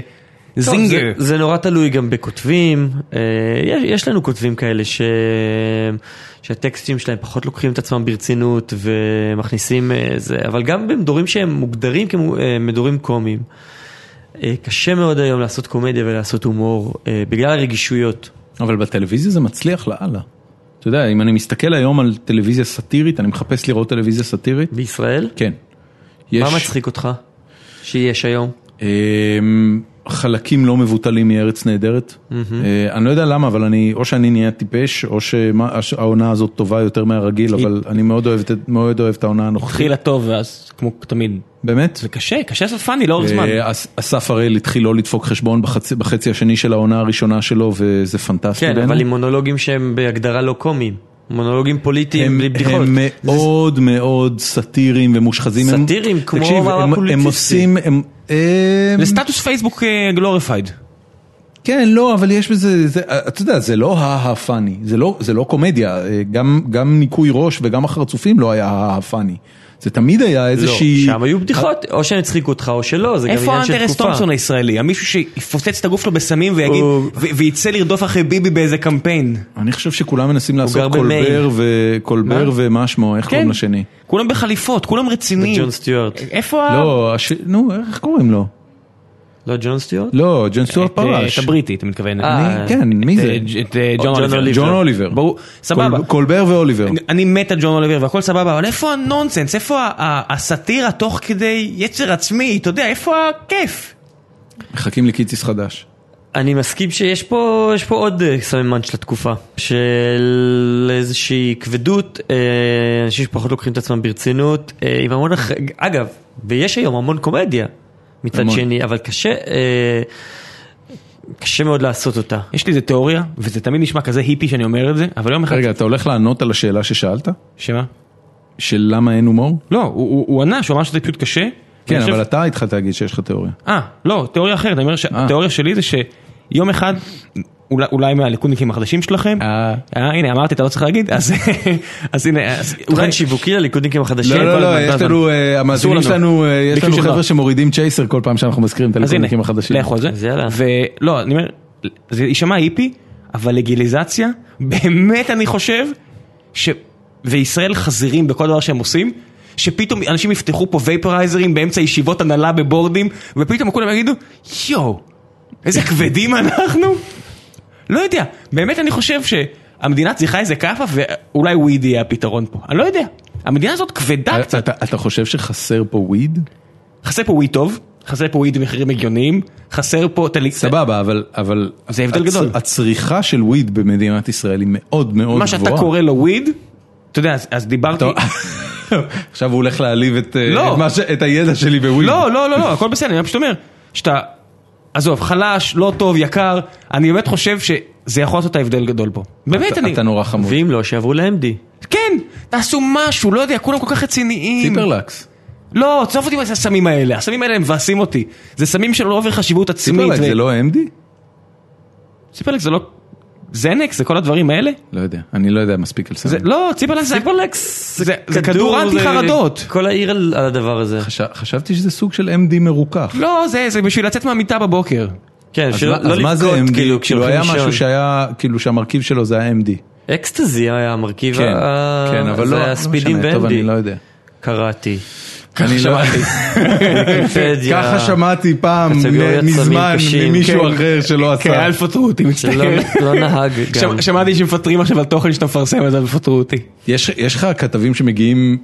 [SPEAKER 3] טוב,
[SPEAKER 2] זינגר.
[SPEAKER 3] זה, זה נורא תלוי גם בכותבים, אה, יש, יש לנו כותבים כאלה ש... שהטקסטים שלהם פחות לוקחים את עצמם ברצינות ומכניסים אה, זה, אבל גם במדורים שהם מוגדרים כמדורים קומיים. אה, קשה מאוד היום לעשות קומדיה ולעשות הומור אה, בגלל הרגישויות.
[SPEAKER 1] אבל בטלוויזיה זה מצליח לאללה. אתה יודע, אם אני מסתכל היום על טלוויזיה סאטירית, אני מחפש לראות טלוויזיה סאטירית,
[SPEAKER 3] בישראל?
[SPEAKER 1] כן.
[SPEAKER 3] יש. מה
[SPEAKER 1] יש-
[SPEAKER 3] מצחיק אותך שיש היום?
[SPEAKER 1] אמ, חלקים לא מבוטלים מארץ נהדרת. אה, אני לא יודע למה, אבל אני, או שאני נהיה טיפש, או שהעונה הזאת טובה יותר מהרגיל, אבל אני מאוד אוהב את- מאוד אוהב את העונה הנוכחית.
[SPEAKER 2] התחילה טוב, ואז כמו תמיד,
[SPEAKER 1] באמת?
[SPEAKER 2] זה קשה, קשה לעשות פאני לאורך זמן.
[SPEAKER 1] אה, אס- אסף הראל התחיל לא לדפוק חשבון בחצי- בחצי השני של העונה הראשונה שלו, וזה פנטסטי.
[SPEAKER 3] כן,
[SPEAKER 1] בעיניי.
[SPEAKER 3] אבל עם מונולוגים שהם בהגדרה לא קומיים. מונולוגים פוליטיים
[SPEAKER 1] הם,
[SPEAKER 3] בלי בדיחות. לא,
[SPEAKER 1] הם מאוד מאוד סאטירים ומושחזים. הם-
[SPEAKER 3] סאטירים כמו
[SPEAKER 1] תקשיב,
[SPEAKER 3] מאמר
[SPEAKER 1] הם- הם
[SPEAKER 3] פוליטיסטי.
[SPEAKER 1] עושים, הם- הם-
[SPEAKER 2] זה סטטוס פייסבוק אה, גלוריפייד.
[SPEAKER 1] כן, לא, אבל יש בזה, זה, אתה יודע, זה לא ה-ה-פאני, זה לא, זה לא קומדיה, אה, גם, גם ניקוי ראש וגם החרצופים לא היה ה-ה-פאני. זה תמיד היה איזושהי...
[SPEAKER 3] לא, שם היו בדיחות, או שהם הצחיקו אותך או שלא, זה גם
[SPEAKER 2] איפה
[SPEAKER 3] עניין של תקופה.
[SPEAKER 2] האנטרס תומפסון הישראלי? המישהו שיפוצץ את הגוף שלו בסמים ויגיד,
[SPEAKER 3] הוא-
[SPEAKER 2] ו- ויצא לרדוף אחרי ביבי באיזה קמפיין.
[SPEAKER 1] אני חושב שכולם מנסים
[SPEAKER 3] גר
[SPEAKER 1] לעשות
[SPEAKER 3] במיין.
[SPEAKER 1] קולבר ו... קולבר
[SPEAKER 2] מה? כן.
[SPEAKER 1] ומה שמו, איך קוראים לשני?
[SPEAKER 2] כולם בחליפות, כולם רציניים.
[SPEAKER 3] ג'ון סטיוארט.
[SPEAKER 2] איפה ה...
[SPEAKER 1] לא, הש... נו, איך קוראים לו?
[SPEAKER 3] לא ג'ון סטיוארט?
[SPEAKER 1] לא, ג'ון סטוארט
[SPEAKER 2] את, אה,
[SPEAKER 1] פרש.
[SPEAKER 2] את הבריטי, אתה מתכוון.
[SPEAKER 3] אה,
[SPEAKER 1] אני- כן, מי
[SPEAKER 2] את,
[SPEAKER 1] זה?
[SPEAKER 2] אה, ג'- את אה, ג'ון אוליבר.
[SPEAKER 1] ג'ון אוליבר.
[SPEAKER 2] ברור, סבבה.
[SPEAKER 1] קול- קולבר ואוליבר.
[SPEAKER 2] אני מת על ג'ון אוליבר והכל סבבה, אבל איפה הנונסנס? איפה ה- ה- הסאטירה תוך כדי יצר עצמי? אתה יודע, איפה הכיף?
[SPEAKER 1] מחכים לקיציס חדש.
[SPEAKER 3] אני מסכים שיש פה, יש פה עוד אה, סממן של התקופה, של איזושהי כבדות, אה, אנשים שפחות לוקחים את עצמם ברצינות, אה, עם המון, אח- אגב, ויש היום המון קומדיה מצד
[SPEAKER 1] המון.
[SPEAKER 3] שני, אבל קשה, אה, קשה מאוד לעשות אותה.
[SPEAKER 2] יש לי איזה תיאוריה, וזה תמיד נשמע כזה היפי שאני אומר את זה, אבל יום אחד...
[SPEAKER 1] רגע, אתה הולך לענות על השאלה ששאלת?
[SPEAKER 2] שמה?
[SPEAKER 1] של למה אין הומור?
[SPEAKER 2] לא, הוא- הוא הוא ענה שהוא אמר שזה פשוט קשה.
[SPEAKER 1] כן,
[SPEAKER 2] ואני חושב-
[SPEAKER 1] אבל אה. אתה התחלת להגיד שיש לך תיאוריה.
[SPEAKER 2] אה, לא, תיאוריה אחרת, אני אומר שהתיאוריה שלי זה שיום אחד אולי, אולי מהליכודניקים החדשים שלכם.
[SPEAKER 1] אה.
[SPEAKER 2] אה, הנה, אמרתי, אתה לא צריך להגיד, אז, אז הנה, אז,
[SPEAKER 3] תוכן שיווקי לליכודניקים החדשים.
[SPEAKER 1] לא, לא,
[SPEAKER 3] כל
[SPEAKER 1] לא,
[SPEAKER 3] הזמן, כל
[SPEAKER 1] יש
[SPEAKER 3] הזמן.
[SPEAKER 1] לנו, אה, המאזינים
[SPEAKER 2] אסור לנו.
[SPEAKER 1] שלנו, אה, יש
[SPEAKER 2] ביקשו
[SPEAKER 1] לנו
[SPEAKER 2] שלא.
[SPEAKER 1] חבר'ה שמורידים צ'ייסר כל פעם שאנחנו מזכירים את
[SPEAKER 2] אז הנה,
[SPEAKER 1] הליכודניקים החדשים.
[SPEAKER 2] לכו על זה.
[SPEAKER 3] אז יאללה.
[SPEAKER 2] ולא, אני אומר, זה יישמע היפי, אבל לגליזציה, באמת אני חושב, ש... וישראל חזירים בכל דבר שהם עושים, שפתאום אנשים יפתחו פה וייפרייזרים באמצע ישיבות הנהלה בבורדים, ופתאום כולם יגידו, יואו, איזה כבדים אנחנו. לא יודע, באמת אני חושב שהמדינה צריכה איזה כאפה, ואולי וויד יהיה הפתרון פה, אני לא יודע. המדינה הזאת כבדה קצת.
[SPEAKER 1] אה, אתה- אתה- אתה חושב שחסר פה וויד?
[SPEAKER 2] חסר פה וויד טוב, חסר פה וויד במחירים הגיוניים, חסר פה... טלי-
[SPEAKER 1] סבבה, אבל... אבל
[SPEAKER 2] זה הבדל
[SPEAKER 1] הצ-
[SPEAKER 2] גדול.
[SPEAKER 1] הצריכה של וויד במדינת ישראל היא מאוד מאוד גבוהה.
[SPEAKER 2] מה שאתה קורא לו וויד, אתה יודע, אז- אז דיברתי...
[SPEAKER 1] טוב. עכשיו הוא הולך להעליב את, אה,
[SPEAKER 2] לא.
[SPEAKER 1] את מה ש- את הידע שלי בוויד.
[SPEAKER 2] לא, לא, לא, לא, הכל בסדר, אני פשוט אומר, שאתה, עזוב, חלש, לא טוב, יקר, אני באמת חושב שזה יכול לעשות את ההבדל גדול פה. באמת,
[SPEAKER 1] אתה-
[SPEAKER 2] אני...
[SPEAKER 1] אתה נורא חמוד.
[SPEAKER 3] ואם לא, שיעברו ל-MD.
[SPEAKER 2] כן, תעשו משהו, לא יודע, כולם כל כך רציניים.
[SPEAKER 1] ציפרלקס.
[SPEAKER 2] לא, תעזוב אותי עם הסמים האלה, הסמים האלה הם מבאסים אותי. זה סמים של אובר חשיבות עצמית.
[SPEAKER 1] ציפרלקס
[SPEAKER 2] ו-
[SPEAKER 1] זה לא MD?
[SPEAKER 2] ציפרלקס זה לא... זנקס, זה כל הדברים האלה?
[SPEAKER 1] לא יודע, אני לא יודע מספיק על
[SPEAKER 2] זה,
[SPEAKER 1] סמים.
[SPEAKER 2] לא, ציפרלקס זה...
[SPEAKER 3] ציפרלקס,
[SPEAKER 2] זה- זה כדור אנטי חרדות.
[SPEAKER 3] כל העיר על על הדבר הזה.
[SPEAKER 1] חש- חשבתי שזה סוג של MD מרוכך.
[SPEAKER 2] לא, זה, זה בשביל לצאת מהמיטה בבוקר.
[SPEAKER 3] כן,
[SPEAKER 1] אז
[SPEAKER 3] שלא
[SPEAKER 1] מה- אז
[SPEAKER 3] לא
[SPEAKER 1] מה זה
[SPEAKER 3] לבכות,
[SPEAKER 1] MD?
[SPEAKER 3] כאילו,
[SPEAKER 1] כאילו היה
[SPEAKER 3] כשהולכים
[SPEAKER 1] משהו
[SPEAKER 3] לישון.
[SPEAKER 1] שהיה, כאילו שהמרכיב שלו זה היה MD.
[SPEAKER 3] אקסטזי היה המרכיב,
[SPEAKER 1] כן,
[SPEAKER 3] ה-
[SPEAKER 1] כן, אבל
[SPEAKER 3] אה, זה
[SPEAKER 1] לא,
[SPEAKER 3] היה
[SPEAKER 1] לא
[SPEAKER 3] ספידים
[SPEAKER 1] משנה, טוב, אני
[SPEAKER 3] ו-MD.
[SPEAKER 1] לא יודע.
[SPEAKER 3] קראתי.
[SPEAKER 1] אני לא-
[SPEAKER 3] כן, ויקיפדיה.
[SPEAKER 1] כן, ככה שמעתי פעם,
[SPEAKER 3] קטגוריית
[SPEAKER 1] מ-
[SPEAKER 3] סמים
[SPEAKER 1] מזמן,
[SPEAKER 3] קשים,
[SPEAKER 1] ממישהו
[SPEAKER 2] כן.
[SPEAKER 1] אחר שלא
[SPEAKER 2] כן,
[SPEAKER 1] עשה.
[SPEAKER 2] אל תפטרו אותי,
[SPEAKER 3] שלא
[SPEAKER 2] מצטער.
[SPEAKER 3] לא נהג גם.
[SPEAKER 2] שמ- שמעתי שמפטרים עכשיו על תוכן שאתה מפרסם, אז אל תפטרו אותי.
[SPEAKER 1] יש יש לך כתבים שמגיעים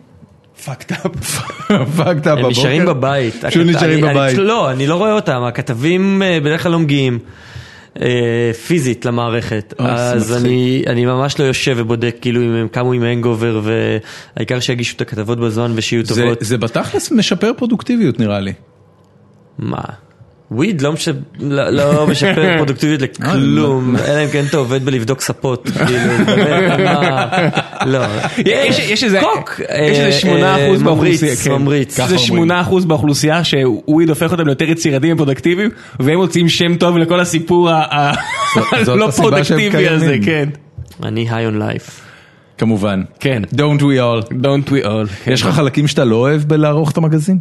[SPEAKER 2] פאקד אפ.
[SPEAKER 1] פאקד אפ בבוקר?
[SPEAKER 3] הם נשארים בבית.
[SPEAKER 1] פשוט
[SPEAKER 3] הכת-
[SPEAKER 1] נשארים
[SPEAKER 3] אני- אני-
[SPEAKER 1] בבית.
[SPEAKER 3] לא, אני לא רואה אותם, הכתבים אה, בדרך כלל לא מגיעים אה, פיזית למערכת.
[SPEAKER 1] אוי, זה
[SPEAKER 3] אז
[SPEAKER 1] מצחיק.
[SPEAKER 3] אני אני ממש לא יושב ובודק כאילו אם הם קמו עם הנגובר, והעיקר שיגישו את הכתבות בזמן ושיהיו
[SPEAKER 1] זה-
[SPEAKER 3] טובות.
[SPEAKER 1] זה בתכלס משפר פרודוקטיביות נראה לי.
[SPEAKER 3] מה? וויד לא, מש... לא, לא משפר
[SPEAKER 1] אה,
[SPEAKER 3] פרודוקטיביות לכלום,
[SPEAKER 1] לא.
[SPEAKER 3] אלא אם כן אתה עובד בלבדוק ספות, כאילו, באמת, מה, לא.
[SPEAKER 2] יש יש איזה...
[SPEAKER 3] קוק,
[SPEAKER 2] יש
[SPEAKER 3] אה,
[SPEAKER 2] איזה 8
[SPEAKER 3] אה,
[SPEAKER 2] אחוז
[SPEAKER 3] ממריץ,
[SPEAKER 2] באוכלוסייה. כן.
[SPEAKER 3] ממריץ.
[SPEAKER 1] ככה
[SPEAKER 2] זה
[SPEAKER 1] אומרים.
[SPEAKER 2] 8 אחוז באוכלוסייה שוויד הופך אותם ליותר יצירתיים ופרודקטיביים, והם מוצאים שם טוב לכל הסיפור ה- ה-
[SPEAKER 1] זאת- זאת
[SPEAKER 2] הלא
[SPEAKER 1] הסיבה שהם
[SPEAKER 2] פרודקטיבי
[SPEAKER 1] קיימים.
[SPEAKER 2] הזה, כן.
[SPEAKER 3] אני היי און לייף.
[SPEAKER 1] כמובן.
[SPEAKER 2] כן.
[SPEAKER 1] Don't we all.
[SPEAKER 2] Don't we כן. all.
[SPEAKER 1] יש לך חלקים שאתה לא אוהב בלערוך את המגזין?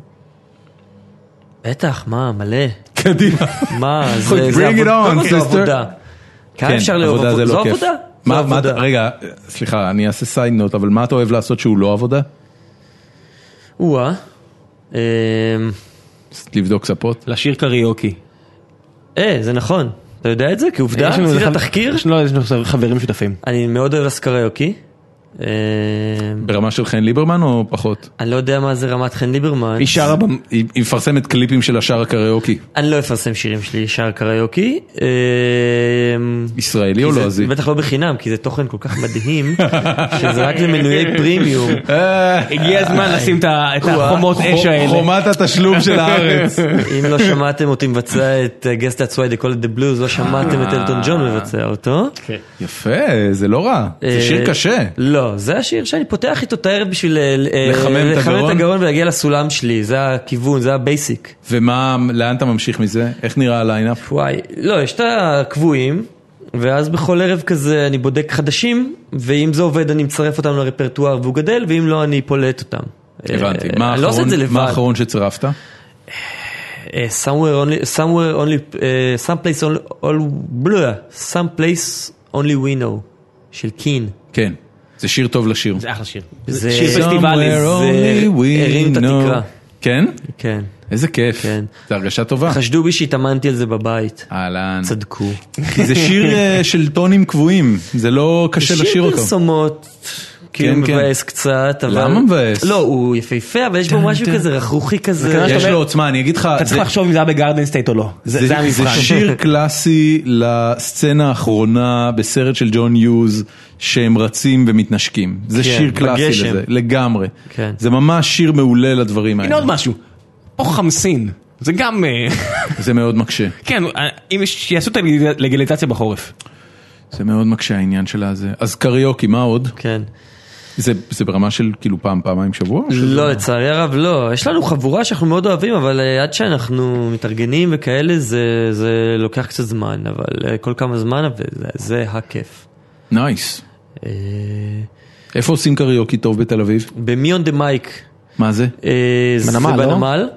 [SPEAKER 3] בטח, מה, מלא.
[SPEAKER 1] קדימה.
[SPEAKER 3] מה, זה,
[SPEAKER 1] Bring
[SPEAKER 3] זה
[SPEAKER 1] it
[SPEAKER 3] עבודה,
[SPEAKER 1] on,
[SPEAKER 3] קודם כל
[SPEAKER 1] sister.
[SPEAKER 3] זו עבודה. כמה
[SPEAKER 1] כן,
[SPEAKER 3] אפשר לאהוב
[SPEAKER 1] עבודה
[SPEAKER 3] עבודה?
[SPEAKER 1] זה
[SPEAKER 3] זו
[SPEAKER 1] לא כיף.
[SPEAKER 3] עבודה.
[SPEAKER 1] מה-
[SPEAKER 3] זו
[SPEAKER 1] מה אתה-
[SPEAKER 3] עבודה.
[SPEAKER 1] רגע, סליחה, אני אעשה סייד נוט, אבל מה אתה אוהב לעשות שהוא לא עבודה?
[SPEAKER 3] או-אה. אמ,
[SPEAKER 1] לבדוק ספות?
[SPEAKER 2] לשיר קריוקי.
[SPEAKER 3] אה, זה נכון. אתה יודע את זה? כעובדה?
[SPEAKER 2] יש לנו
[SPEAKER 3] עשית
[SPEAKER 2] אחד-
[SPEAKER 3] תחקיר?
[SPEAKER 2] יש לנו- יש לנו חברים שותפים.
[SPEAKER 3] אני מאוד אוהב לסקריוקי. אמ,
[SPEAKER 1] ברמה של חן ליברמן או פחות?
[SPEAKER 3] אני לא יודע מה זה רמת חן ליברמן.
[SPEAKER 2] היא שרה במ...
[SPEAKER 1] היא היא מפרסמת קליפים של השאר הקריוקי.
[SPEAKER 3] אני לא אפרסם שירים שלי ישר קריוקי. אמ,
[SPEAKER 1] ישראלי או
[SPEAKER 3] כי זה-
[SPEAKER 1] לועזי?
[SPEAKER 3] בטח לא בחינם, כי זה תוכן כל כך מדהים, שזה רק למנויי פרימיום.
[SPEAKER 1] אה,
[SPEAKER 2] הגיע הזמן לשים את ה- את החומות אש
[SPEAKER 1] חו-
[SPEAKER 2] האלה.
[SPEAKER 1] חומת התשלום של הארץ.
[SPEAKER 3] אם לא שמעתם אותי מבצע את אה, Guess That's Why They Call It The Blues, לא שמעתם את אלטון ג'ון מבצע אותו.
[SPEAKER 1] יפה, זה לא רע. אה. זה
[SPEAKER 3] אה,
[SPEAKER 1] שיר קשה.
[SPEAKER 3] לא, זה השיר שאני פותח איתו את הערב בשביל אה, אה,
[SPEAKER 1] לחמם את
[SPEAKER 3] לחמם
[SPEAKER 1] הגרון?
[SPEAKER 3] את הגרון ולהגיע לסולם שלי, זה הכיוון, זה הבייסיק.
[SPEAKER 1] ומה, לאן אתה ממשיך מזה? איך נראה הליינאפ?
[SPEAKER 3] וואי, לא, יש את הקבועים, ואז בכל ערב כזה אני בודק חדשים, ואם זה עובד אני מצרף אותם לרפרטואר והוא גדל, ואם לא אני פולט אותם.
[SPEAKER 1] הבנתי.
[SPEAKER 3] אה,
[SPEAKER 1] מה
[SPEAKER 3] אני לא עושה את זה
[SPEAKER 1] האחרון- מה
[SPEAKER 3] לבד.
[SPEAKER 1] האחרון שצירפת?
[SPEAKER 3] אה, somewhere only, somewhere only, אה, some place only, all, בלה, some place only we know, של קין.
[SPEAKER 1] כן. זה שיר טוב לשיר.
[SPEAKER 2] זה אחלה שיר.
[SPEAKER 3] זה- אה,
[SPEAKER 2] שיר פסטיבלים.
[SPEAKER 1] Somewhere
[SPEAKER 3] זה
[SPEAKER 1] only we
[SPEAKER 3] הרים את התקרה.
[SPEAKER 1] know. כן?
[SPEAKER 3] כן.
[SPEAKER 1] איזה כיף.
[SPEAKER 3] כן.
[SPEAKER 1] זו הרגשה טובה.
[SPEAKER 3] חשדו בי שהתאמנתי על זה בבית.
[SPEAKER 1] אהלן.
[SPEAKER 3] צדקו.
[SPEAKER 1] כי זה שיר אה, של טונים קבועים, זה לא קשה לשיר
[SPEAKER 3] שיר
[SPEAKER 1] אותו.
[SPEAKER 3] פרסומות, כאילו
[SPEAKER 1] כן.
[SPEAKER 3] מבאס קצת, אבל...
[SPEAKER 1] למה מבאס?
[SPEAKER 3] לא, הוא יפה, אבל יש בו משהו כזה רכרוכי כזה.
[SPEAKER 2] כנראה
[SPEAKER 1] יש
[SPEAKER 2] אומר-
[SPEAKER 1] לו עוצמה, אני אגיד לך,
[SPEAKER 2] אתה צריך
[SPEAKER 1] זה-
[SPEAKER 2] לחשוב אם זה היה בגארדן סטייט או לא. זה זה
[SPEAKER 1] זה
[SPEAKER 2] המבחן.
[SPEAKER 1] שיר קלאסי לסצנה האחרונה בסרט של ג'ון יוז שהם רצים ומתנשקים. זה
[SPEAKER 3] כן,
[SPEAKER 1] שיר קלאסי
[SPEAKER 3] בגשם.
[SPEAKER 1] לזה, לגמרי.
[SPEAKER 3] כן.
[SPEAKER 1] זה ממש שיר מעולה לדברים
[SPEAKER 2] הנה
[SPEAKER 1] האלה.
[SPEAKER 2] עוד משהו. או חמסין. זה גם... אה,
[SPEAKER 1] זה מאוד מקשה.
[SPEAKER 2] כן, אה, אם יש- יעשו את הלגליזציה בחורף.
[SPEAKER 1] זה מאוד מקשה העניין של הזה. אז קריוקי, מה עוד?
[SPEAKER 3] כן.
[SPEAKER 1] זה, זה ברמה של כאילו פעם, פעמיים שבוע? או שזה-
[SPEAKER 3] לא, לצערי הרב לא. יש לנו חבורה שאנחנו מאוד אוהבים, אבל אה, עד שאנחנו מתארגנים וכאלה, זה, זה לוקח קצת זמן, אבל אה, כל כמה זמן, אבל זה, זה הכיף.
[SPEAKER 1] נייס.
[SPEAKER 3] אה,
[SPEAKER 1] איפה עושים קריוקי טוב בתל אביב?
[SPEAKER 3] במי און דה מייק,
[SPEAKER 1] מה זה?
[SPEAKER 3] אה, זה
[SPEAKER 2] בנמל, לא?
[SPEAKER 3] בנמל.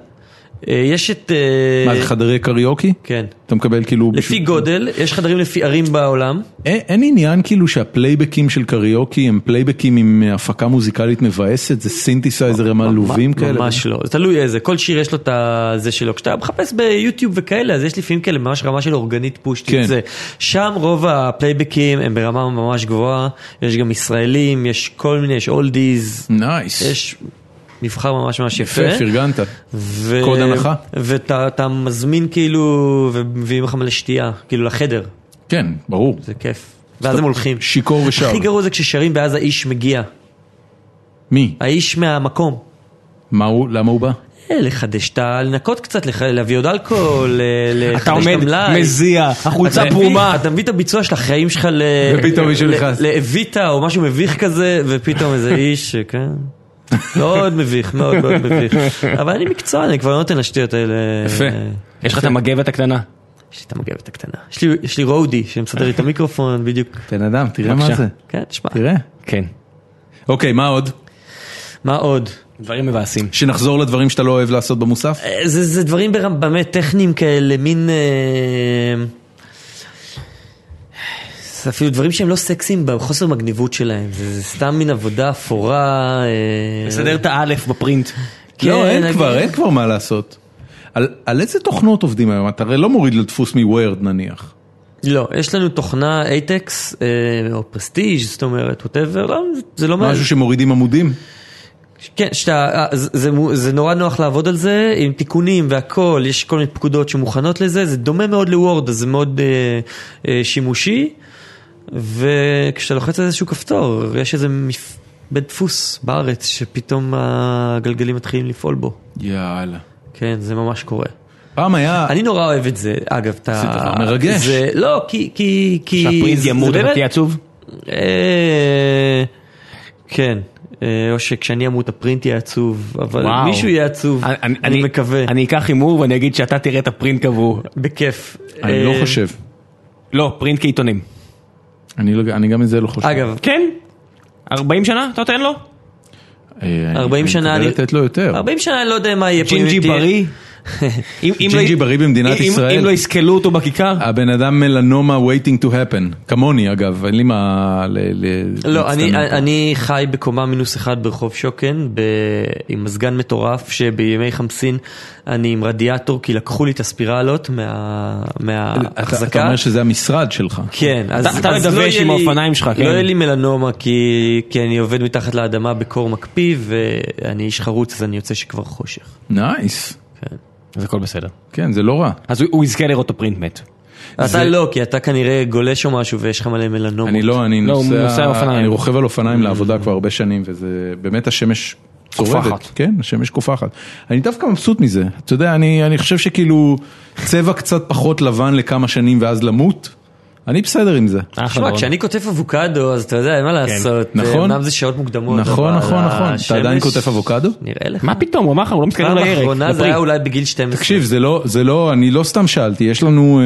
[SPEAKER 3] אה, יש את... אה,
[SPEAKER 1] מה זה חדרי קריוקי?
[SPEAKER 3] כן.
[SPEAKER 1] אתה מקבל כאילו...
[SPEAKER 3] לפי
[SPEAKER 1] בשביל-
[SPEAKER 3] גודל, יש חדרים לפי ערים בעולם.
[SPEAKER 1] אין, אין עניין כאילו שהפלייבקים של קריוקי הם פלייבקים עם אה, הפקה מוזיקלית מבאסת? זה סינתסייזר עם עלובים
[SPEAKER 3] ממש
[SPEAKER 1] כאלה?
[SPEAKER 3] ממש לא, זה תלוי איזה, כל שיר יש לו את זה שלו. כשאתה מחפש ביוטיוב וכאלה, אז יש לפעמים כאלה ממש רמה של אורגנית פושטית.
[SPEAKER 1] כן.
[SPEAKER 3] זה. שם רוב הפלייבקים הם ברמה ממש גבוהה, יש גם ישראלים, יש כל מיני, יש אולדיז,
[SPEAKER 1] נייס.
[SPEAKER 3] יש מבחר ממש ממש יפה.
[SPEAKER 1] Mm. יפה, פרגנת.
[SPEAKER 3] ו-
[SPEAKER 1] קוד הנחה?
[SPEAKER 3] ואתה אתה מזמין כאילו, ומביאים לך מלא שתייה, כאילו לחדר,
[SPEAKER 1] כן, ברור.
[SPEAKER 3] זה כיף. ואז הם הולכים.
[SPEAKER 1] שיכור ושר.
[SPEAKER 3] הכי גרוע זה כששרים ואז האיש מגיע,
[SPEAKER 1] מי?
[SPEAKER 3] האיש מהמקום.
[SPEAKER 1] מה הוא? למה הוא בא?
[SPEAKER 3] אה, לחדש את ה... לנקות קצת, לח... להביא עוד אלכוהול, ל- לחדש את
[SPEAKER 2] אתה עומד,
[SPEAKER 3] המלאי.
[SPEAKER 2] מזיע, החולצה
[SPEAKER 3] אתה מביא-
[SPEAKER 2] פרומה.
[SPEAKER 3] אתה מביא את הביצוע של החיים שלך ל...
[SPEAKER 1] ופתאום מישהו
[SPEAKER 3] ל-
[SPEAKER 1] נכנס.
[SPEAKER 3] לאביטה או משהו מביך כזה, ופתאום איזה איש, שכן. מאוד מביך, מאוד מאוד מביך. אבל אני מקצוען, אני כבר לא נותן לשטויות האלה.
[SPEAKER 1] יפה.
[SPEAKER 2] יש לך את המגבת הקטנה.
[SPEAKER 3] יש לי את המגבת הקטנה. יש לי- יש לי רודי שמסדר לי את המיקרופון, בדיוק.
[SPEAKER 1] בן אדם, תראה
[SPEAKER 2] בבקשה.
[SPEAKER 3] כן, תשמע.
[SPEAKER 2] כן.
[SPEAKER 1] אוקיי, מה עוד?
[SPEAKER 3] מה עוד?
[SPEAKER 2] דברים מבאסים.
[SPEAKER 1] שנחזור לדברים שאתה לא אוהב לעשות במוסף?
[SPEAKER 3] אה, זה, זה דברים ברמ- באמת טכניים כאלה, מין... אה, זה אפילו דברים שהם לא סקסיים בחוסר מגניבות שלהם, זה, זה סתם מין עבודה אפורה. אה,
[SPEAKER 2] לסדר את האלף בפרינט.
[SPEAKER 3] כן,
[SPEAKER 1] לא, אין
[SPEAKER 3] אני-
[SPEAKER 1] כבר, אין כבר מה לעשות. על- על איזה תוכנות עובדים היום? אתה הרי לא מוריד לדפוס מוורד נניח.
[SPEAKER 3] לא, יש לנו תוכנה אייטקס, אה, או פרסטיג', זאת אומרת, ווטאבר, לא, זה- זה לא... מה-
[SPEAKER 1] משהו שמורידים עמודים?
[SPEAKER 3] כן, שאתה, אה, זה, זה, מו- זה נורא נוח לעבוד על זה, עם תיקונים והכל, יש כל מיני פקודות שמוכנות לזה, זה דומה מאוד לוורד, אז זה מאוד אה, אה, שימושי, וכשאתה לוחץ על איזשהו כפתור, יש איזה מפ... בית דפוס בארץ, שפתאום הגלגלים מתחילים לפעול בו.
[SPEAKER 1] יאללה.
[SPEAKER 3] כן, זה ממש קורה.
[SPEAKER 1] פעם היה...
[SPEAKER 3] אני נורא אוהב את זה, אגב, אתה...
[SPEAKER 1] זה דבר מרגש.
[SPEAKER 3] זה, לא, כי... כי, כי
[SPEAKER 2] שהפרינט
[SPEAKER 3] זה-
[SPEAKER 2] ימות,
[SPEAKER 3] זה
[SPEAKER 2] אתה
[SPEAKER 3] באמת-
[SPEAKER 2] תהיה עצוב?
[SPEAKER 3] אה, כן, אה, או שכשאני אמות הפרינט יהיה עצוב, אבל
[SPEAKER 2] וואו.
[SPEAKER 3] מישהו יהיה עצוב,
[SPEAKER 2] אני-
[SPEAKER 3] אני, מקווה,
[SPEAKER 2] אני אקח הימור ואני אגיד שאתה תראה את הפרינט קבור.
[SPEAKER 3] בכיף.
[SPEAKER 1] אני
[SPEAKER 3] אה,
[SPEAKER 1] לא חושב.
[SPEAKER 2] לא, פרינט כעיתונים.
[SPEAKER 1] אני לא- אני גם את זה לא חושב.
[SPEAKER 3] אגב,
[SPEAKER 2] כן? 40 שנה? אתה נותן לו?
[SPEAKER 1] אה, אני-
[SPEAKER 3] 40
[SPEAKER 1] אני
[SPEAKER 3] שנה אני-
[SPEAKER 1] מקווה לתת לו יותר.
[SPEAKER 3] 40 שנה אני לא יודע מה יהיה פה. אם
[SPEAKER 2] ג'ינג'י
[SPEAKER 3] תהיה-
[SPEAKER 2] בריא? אם- אם לא-
[SPEAKER 1] ג'ינג'י בריא במדינת
[SPEAKER 2] אם-
[SPEAKER 1] ישראל?
[SPEAKER 2] אם לא יסקלו אותו בכיכר?
[SPEAKER 1] הבן אדם מלנומה waiting to happen. כמוני אגב, אין לי מה... ל- ל-
[SPEAKER 3] לא, אני,
[SPEAKER 1] להצטנן
[SPEAKER 3] אני,
[SPEAKER 1] פה.
[SPEAKER 3] אני חי בקומה מינוס אחד ברחוב שוקן, ב... עם מזגן מטורף, שבימי חמסין אני עם רדיאטור, כי לקחו לי את הספירלות מה...
[SPEAKER 1] אתה- אתה
[SPEAKER 3] מההחזקה.
[SPEAKER 1] אומר שזה המשרד שלך.
[SPEAKER 3] כן, אז,
[SPEAKER 2] אתה- אתה
[SPEAKER 3] אז
[SPEAKER 2] מדווש
[SPEAKER 3] יהיה
[SPEAKER 2] עם
[SPEAKER 3] לי-
[SPEAKER 2] האופניים שלך, כן.
[SPEAKER 3] לא יהיה לי מלנומה כי, כי אני עובד מתחת לאדמה בקור מקפיא ואני איש חרוץ אז אני יוצא שכבר חושך.
[SPEAKER 1] נייס.
[SPEAKER 2] אז הכל בסדר.
[SPEAKER 1] כן, זה לא רע.
[SPEAKER 2] אז הוא- הוא יזכה לראות את הפרינט מת.
[SPEAKER 3] אתה לא, כי אתה כנראה גולש או משהו ויש לך מלא מלנומות.
[SPEAKER 1] אני לא, אני
[SPEAKER 2] לא, הוא נוסע
[SPEAKER 1] נוסע,
[SPEAKER 2] אופניים.
[SPEAKER 1] אני רוכב על אופניים לעבודה כבר הרבה שנים, וזה באמת השמש צורבת.
[SPEAKER 2] קופחת.
[SPEAKER 1] כן, השמש קופחת. אני דווקא מבסוט מזה. אתה יודע, אני אני חושב שכאילו צבע קצת פחות לבן לכמה שנים ואז למות, אני בסדר עם זה.
[SPEAKER 2] אחלה,
[SPEAKER 3] תשמע,
[SPEAKER 2] רון.
[SPEAKER 3] כשאני כותב אבוקדו אז אתה יודע, אין מה לעשות.
[SPEAKER 1] נכון.
[SPEAKER 3] אמנם זה שעות מוקדמות.
[SPEAKER 1] נכון,
[SPEAKER 3] אבל
[SPEAKER 1] נכון, נכון. אתה עדיין
[SPEAKER 3] השמש-
[SPEAKER 1] כותב אבוקדו?
[SPEAKER 3] נראה לך.
[SPEAKER 2] מה פתאום, הוא אמר לך, הוא לא מסתכל
[SPEAKER 3] פעם
[SPEAKER 2] על הירק.
[SPEAKER 3] אחרונה זה
[SPEAKER 2] לפרי.
[SPEAKER 3] היה אולי בגיל 12.
[SPEAKER 1] תקשיב, זה לא, זה לא, אני לא סתם שאלתי, יש לנו, אה,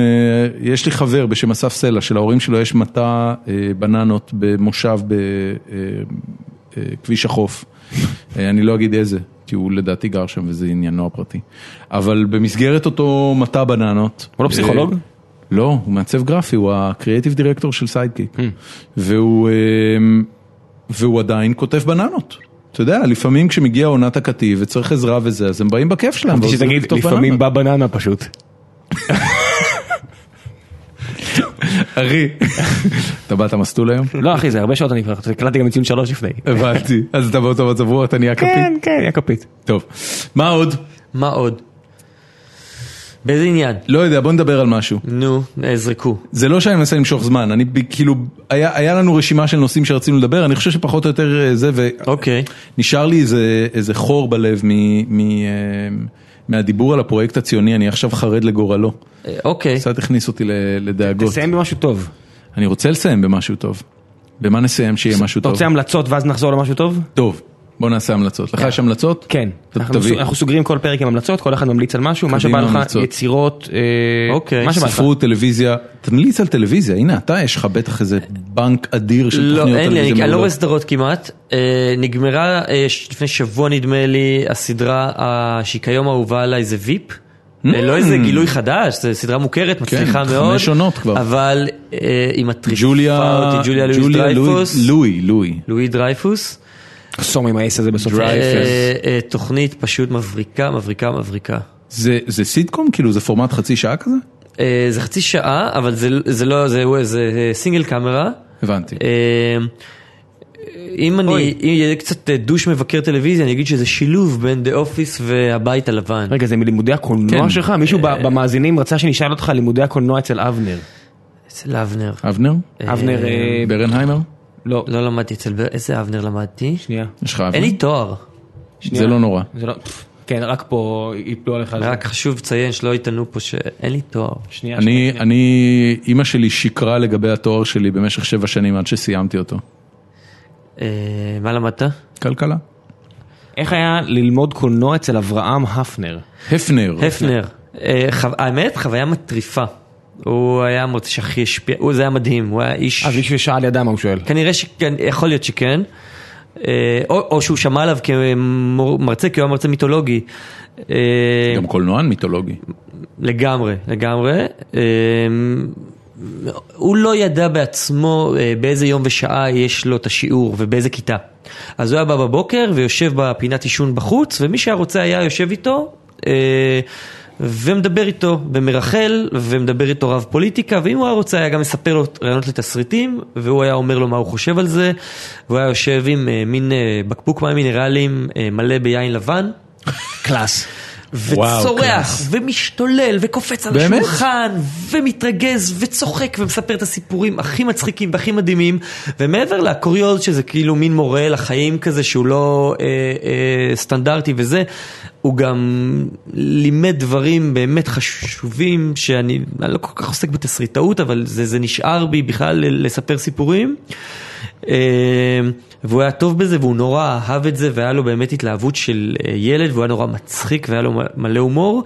[SPEAKER 1] יש לי חבר בשם אסף סלע, שלהורים שלו יש מטע אה, בננות במושב בכביש החוף. אה, אני לא אגיד איזה, כי הוא לדעתי גר שם וזה עניינו הפרטי. אבל במסגרת אותו מטע בננות.
[SPEAKER 2] הוא לא פסיכולוג?
[SPEAKER 1] אה, לא, הוא מעצב גרפי, הוא הקריאיטיב דירקטור של סיידקיק.
[SPEAKER 2] Hmm.
[SPEAKER 1] והוא, אה, והוא עדיין כותב בננות. אתה יודע, לפעמים כשמגיע עונת הקטיף וצריך עזרה וזה, אז הם באים בכיף שלהם.
[SPEAKER 2] חשבתי
[SPEAKER 1] ועוזרים
[SPEAKER 2] שתגיד,
[SPEAKER 1] לכתוב בננות.
[SPEAKER 2] לפעמים בא בננה פשוט.
[SPEAKER 1] ארי. אתה באת מסטול היום?
[SPEAKER 2] לא אחי, זה הרבה שעות אני כבר, הקלטתי גם ציון שלוש לפני.
[SPEAKER 1] הבנתי. אז אתה באותו מצב רוח, אתה נהיה
[SPEAKER 2] כן,
[SPEAKER 1] כפית?
[SPEAKER 2] כן, היה כפית.
[SPEAKER 1] טוב. מה עוד?
[SPEAKER 3] מה עוד? באיזה עניין?
[SPEAKER 1] לא יודע, בוא נדבר על משהו.
[SPEAKER 3] נו, אה, זרקו.
[SPEAKER 1] זה לא שאני מנסה למשוך זמן, אני ב- כאילו, היה היה לנו רשימה של נושאים שרצינו לדבר, אני חושב שפחות או יותר אה, זה,
[SPEAKER 3] אוקיי.
[SPEAKER 1] ונשאר לי איזה- איזה חור בלב מ- מ- אה, מהדיבור על הפרויקט הציוני, אני עכשיו חרד לגורלו.
[SPEAKER 3] אה, אוקיי.
[SPEAKER 1] קצת הכניס אותי ל- לדאגות.
[SPEAKER 2] תסיים במשהו טוב.
[SPEAKER 1] אני רוצה לסיים במשהו טוב. במה נסיים שיהיה משהו
[SPEAKER 2] אתה
[SPEAKER 1] טוב?
[SPEAKER 2] רוצה המלצות ואז נחזור למשהו טוב?
[SPEAKER 1] טוב, בוא נעשה המלצות. לך יש המלצות?
[SPEAKER 2] כן.
[SPEAKER 1] ת-
[SPEAKER 2] אנחנו
[SPEAKER 1] תביא.
[SPEAKER 2] אנחנו סוגרים כל פרק עם המלצות, כל אחד ממליץ על משהו, מה
[SPEAKER 1] קדימה,
[SPEAKER 2] שבא לך,
[SPEAKER 1] המלצות.
[SPEAKER 2] יצירות, אה,
[SPEAKER 3] אוקיי.
[SPEAKER 2] מה שבא לך.
[SPEAKER 1] ספרות, טלוויזיה, תמליץ על טלוויזיה, הנה אתה, יש לך בטח איזה בנק אדיר של
[SPEAKER 3] לא,
[SPEAKER 1] תוכניות
[SPEAKER 3] אין לי,
[SPEAKER 1] טלוויזיה
[SPEAKER 3] אני- אני לא רואה
[SPEAKER 1] מעולות.
[SPEAKER 3] סדרות כמעט. אה, נגמרה אה, ש- לפני שבוע נדמה לי הסדרה אה, שהיא כיום אהובה עליי זה ויפ. אה, לא איזה גילוי חדש, זו סדרה מוכרת, מצליחה
[SPEAKER 1] Mm. כן, חמש
[SPEAKER 3] מאוד.
[SPEAKER 1] עונות כבר.
[SPEAKER 3] אבל אה, היא מטריפה
[SPEAKER 1] ג'וליה,
[SPEAKER 3] אותי, ג'וליה לואיס
[SPEAKER 1] ג'וליה לואי-
[SPEAKER 3] דרייפוס.
[SPEAKER 1] לואי, לואי.
[SPEAKER 3] לואי דרייפוס.
[SPEAKER 2] סום עם האס הזה בסוף.
[SPEAKER 1] Drive.
[SPEAKER 3] אה,
[SPEAKER 1] דרייפוס.
[SPEAKER 3] אה, תוכנית פשוט מבריקה, מבריקה, מבריקה.
[SPEAKER 1] זה זה סיטקום? כאילו זה פורמט חצי שעה כזה?
[SPEAKER 3] אה, זה חצי שעה, אבל זה, זה לא, זה, זה אה, סינגל קאמרה.
[SPEAKER 1] הבנתי.
[SPEAKER 3] אה, אם אני,
[SPEAKER 2] אוי.
[SPEAKER 3] אם יהיה קצת אה, דוש מבקר טלוויזיה, אני אגיד שזה שילוב בין דה אופיס והבית הלבן.
[SPEAKER 2] רגע, זה מלימודי
[SPEAKER 1] כן.
[SPEAKER 2] הקולנוע שלך? מישהו ב- במאזינים רצה שנשאל אותך לימודי הקולנוע אצל אבנר.
[SPEAKER 3] אצל אבנר.
[SPEAKER 1] אבנר?
[SPEAKER 2] אבנר, אה,
[SPEAKER 1] ברנהיימר?
[SPEAKER 2] לא,
[SPEAKER 3] לא למדתי אצל, ב- איזה אבנר למדתי?
[SPEAKER 2] שנייה.
[SPEAKER 1] יש לך אבנר?
[SPEAKER 3] אין לי תואר.
[SPEAKER 2] שנייה.
[SPEAKER 1] זה לא נורא.
[SPEAKER 2] זה לא, כן, רק פה יפלו עליך. על זה.
[SPEAKER 3] רק חשוב לציין שלא יטענו פה שאין לי תואר.
[SPEAKER 2] שנייה,
[SPEAKER 1] אני,
[SPEAKER 2] שנייה.
[SPEAKER 1] אני, אימא שלי שיקרה לגבי התואר שלי במשך שבע שנים עד שסיימתי אותו.
[SPEAKER 3] אה, מה למדת?
[SPEAKER 1] כלכלה.
[SPEAKER 2] איך היה ללמוד קולנוע אצל אברהם הפנר?
[SPEAKER 1] הפנר.
[SPEAKER 3] הפנר. אה, חו- האמת, חוויה מטריפה. הוא היה המרצה שהכי השפיע, הוא זה היה מדהים, הוא היה איש...
[SPEAKER 2] אז אה, מישהו ששאל ידע מה הוא שואל.
[SPEAKER 3] כנראה שכן, יכול להיות שכן. אה, או, או שהוא שמע עליו כמרצה, כי הוא היה מרצה מיתולוגי. אה,
[SPEAKER 1] גם קולנוען מיתולוגי.
[SPEAKER 3] לגמרי, לגמרי. אה, הוא לא ידע בעצמו אה, באיזה יום ושעה יש לו את השיעור ובאיזה כיתה. אז הוא היה בא בבוקר ויושב בפינת עישון בחוץ, ומי שהיה רוצה היה יושב איתו. אה, ומדבר איתו במרחל, ומדבר איתו רב פוליטיקה, ואם הוא היה רוצה היה גם מספר לו רעיונות לתסריטים, והוא היה אומר לו מה הוא חושב על זה, והוא היה יושב עם אה, מין אה, בקבוק מים מינרליים אה, מלא ביין לבן,
[SPEAKER 2] קלאס.
[SPEAKER 3] וצורח, ומשתולל, וקופץ על
[SPEAKER 1] באמת?
[SPEAKER 3] השולחן, ומתרגז, וצוחק, ומספר את הסיפורים הכי מצחיקים והכי מדהימים, ומעבר לקוריוז, שזה כאילו מין מורה לחיים כזה, שהוא לא אה, אה, סטנדרטי וזה, הוא גם לימד דברים באמת חשובים, שאני אני לא כל כך עוסק בתסריטאות, אבל זה, זה נשאר בי בכלל ל- לספר סיפורים. אה, והוא היה טוב בזה והוא נורא אהב את זה והיה לו באמת התלהבות של אה, ילד והוא היה נורא מצחיק והיה לו מ- מלא הומור.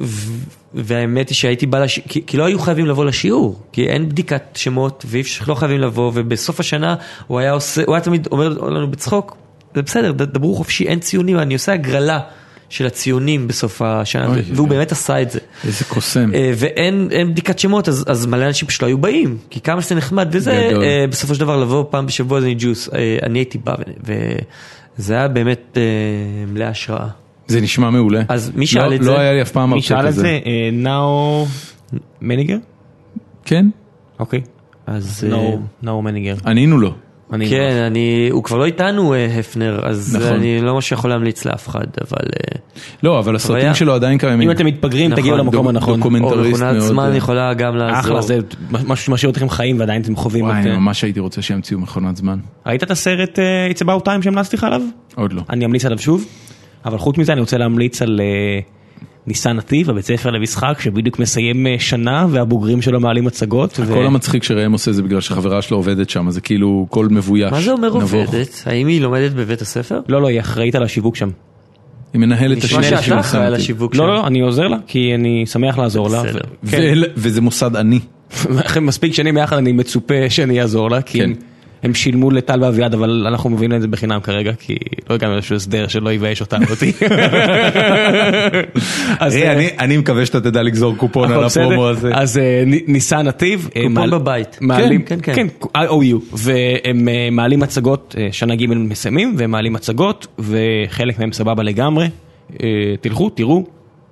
[SPEAKER 3] ו- והאמת היא שהייתי בא לשיעור, כי, כי לא היו חייבים לבוא לשיעור, כי אין בדיקת שמות ואי אפשר, לא חייבים לבוא ובסוף השנה הוא היה עושה, הוא היה תמיד אומר לנו בצחוק, זה בסדר, ד- דברו חופשי, אין ציונים, אני עושה הגרלה של הציונים בסוף השנה,
[SPEAKER 1] אוי,
[SPEAKER 3] והוא
[SPEAKER 1] אוי.
[SPEAKER 3] באמת עשה את זה.
[SPEAKER 1] איזה קוסם.
[SPEAKER 3] אה, ואין אין בדיקת שמות, אז, אז מלא אנשים פשוט לא היו באים, כי כמה שזה נחמד וזה,
[SPEAKER 1] גדול.
[SPEAKER 3] אה, בסופו של דבר לבוא פעם בשבוע זה ניג'וס, אה, אני הייתי בא, ו- וזה היה באמת אה, מלא השראה.
[SPEAKER 1] זה נשמע מעולה.
[SPEAKER 3] אז מי שאל
[SPEAKER 1] לא-
[SPEAKER 3] את זה?
[SPEAKER 1] לא היה לי אף פעם
[SPEAKER 2] מי
[SPEAKER 1] מרצה
[SPEAKER 2] שאל את
[SPEAKER 1] כזה.
[SPEAKER 2] זה? אה, נאו מניגר?
[SPEAKER 1] כן?
[SPEAKER 2] אוקיי.
[SPEAKER 3] אז
[SPEAKER 2] נאו-
[SPEAKER 3] אה,
[SPEAKER 2] נאו מניגר.
[SPEAKER 1] ענינו לו.
[SPEAKER 2] אני-
[SPEAKER 3] כן, אני, הוא כבר לא איתנו אה, הפנר, אז
[SPEAKER 1] נכון.
[SPEAKER 3] אני לא ממש יכול להמליץ לאף אחד, אבל... אה,
[SPEAKER 1] לא, אבל הסרטים
[SPEAKER 3] היה-
[SPEAKER 1] שלו עדיין קיימים.
[SPEAKER 2] אם אתם מתבגרים
[SPEAKER 3] נכון,
[SPEAKER 2] תגיעו למקום
[SPEAKER 1] דוק-
[SPEAKER 2] הנכון.
[SPEAKER 1] דוקומנטרי.
[SPEAKER 3] או
[SPEAKER 1] טרוריסט
[SPEAKER 3] מכונת
[SPEAKER 1] מאוד,
[SPEAKER 3] זמן
[SPEAKER 1] אה.
[SPEAKER 3] יכולה גם לעזור.
[SPEAKER 2] אחלה, זה משהו שמשאיר אתכם חיים ועדיין אתם חווים.
[SPEAKER 1] וואי,
[SPEAKER 2] את-
[SPEAKER 1] אני ממש הייתי רוצה שימציאו מכונת זמן.
[SPEAKER 2] ראית את הסרט אה, It's About Time שהמלצתי לך עליו?
[SPEAKER 1] עוד לא.
[SPEAKER 2] אני אמליץ עליו שוב, אבל חוץ מזה אני רוצה להמליץ על אה, ניסן נתיב, הבית ספר למשחק, שבדיוק מסיים אה, שנה והבוגרים שלו מעלים הצגות. ו-
[SPEAKER 1] הכל המצחיק שראם עושה זה בגלל שחברה שלו עובדת שם, אז זה כאילו קול מבויש.
[SPEAKER 3] מה זה אומר
[SPEAKER 1] נבוך.
[SPEAKER 3] עובדת? האם היא לומדת בבית הספר?
[SPEAKER 2] לא, לא, היא אחראית על השיווק שם.
[SPEAKER 1] היא מנהלת את
[SPEAKER 3] נשמע
[SPEAKER 1] השני
[SPEAKER 3] שאתה אחראי על השיווק
[SPEAKER 2] לא,
[SPEAKER 3] שלו.
[SPEAKER 2] לא, לא, אני עוזר לה, כי אני שמח לעזור לה.
[SPEAKER 3] בסדר.
[SPEAKER 2] ו- כן.
[SPEAKER 1] וזה מוסד עני.
[SPEAKER 2] אחרי מספיק שנים ביחד אני מצופה שאני אעזור לה, כי
[SPEAKER 1] כן.
[SPEAKER 2] הם- הם שילמו לטל ואביעד, אבל אנחנו מביאים להם את זה בחינם כרגע, כי לא הגענו לאיזשהו הסדר שלא יבייש אותה ואותי. אז,
[SPEAKER 1] ראי,
[SPEAKER 2] אה,
[SPEAKER 1] אני- אני מקווה שאתה תדע לגזור קופון
[SPEAKER 2] הכל
[SPEAKER 1] על
[SPEAKER 2] בסדר?
[SPEAKER 1] הפרומו הזה.
[SPEAKER 2] אז אה, נ- ניסן נתיב. אה,
[SPEAKER 3] קופון
[SPEAKER 2] מעל-
[SPEAKER 3] בבית.
[SPEAKER 2] מעלים,
[SPEAKER 3] כן,
[SPEAKER 2] כן,
[SPEAKER 3] כן,
[SPEAKER 2] כן,
[SPEAKER 3] כן.
[SPEAKER 2] IOU, והם אה, מעלים הצגות, אה, שנה ג' מסיימים, והם מעלים הצגות, וחלק מהם סבבה לגמרי. אה, תלכו, תראו,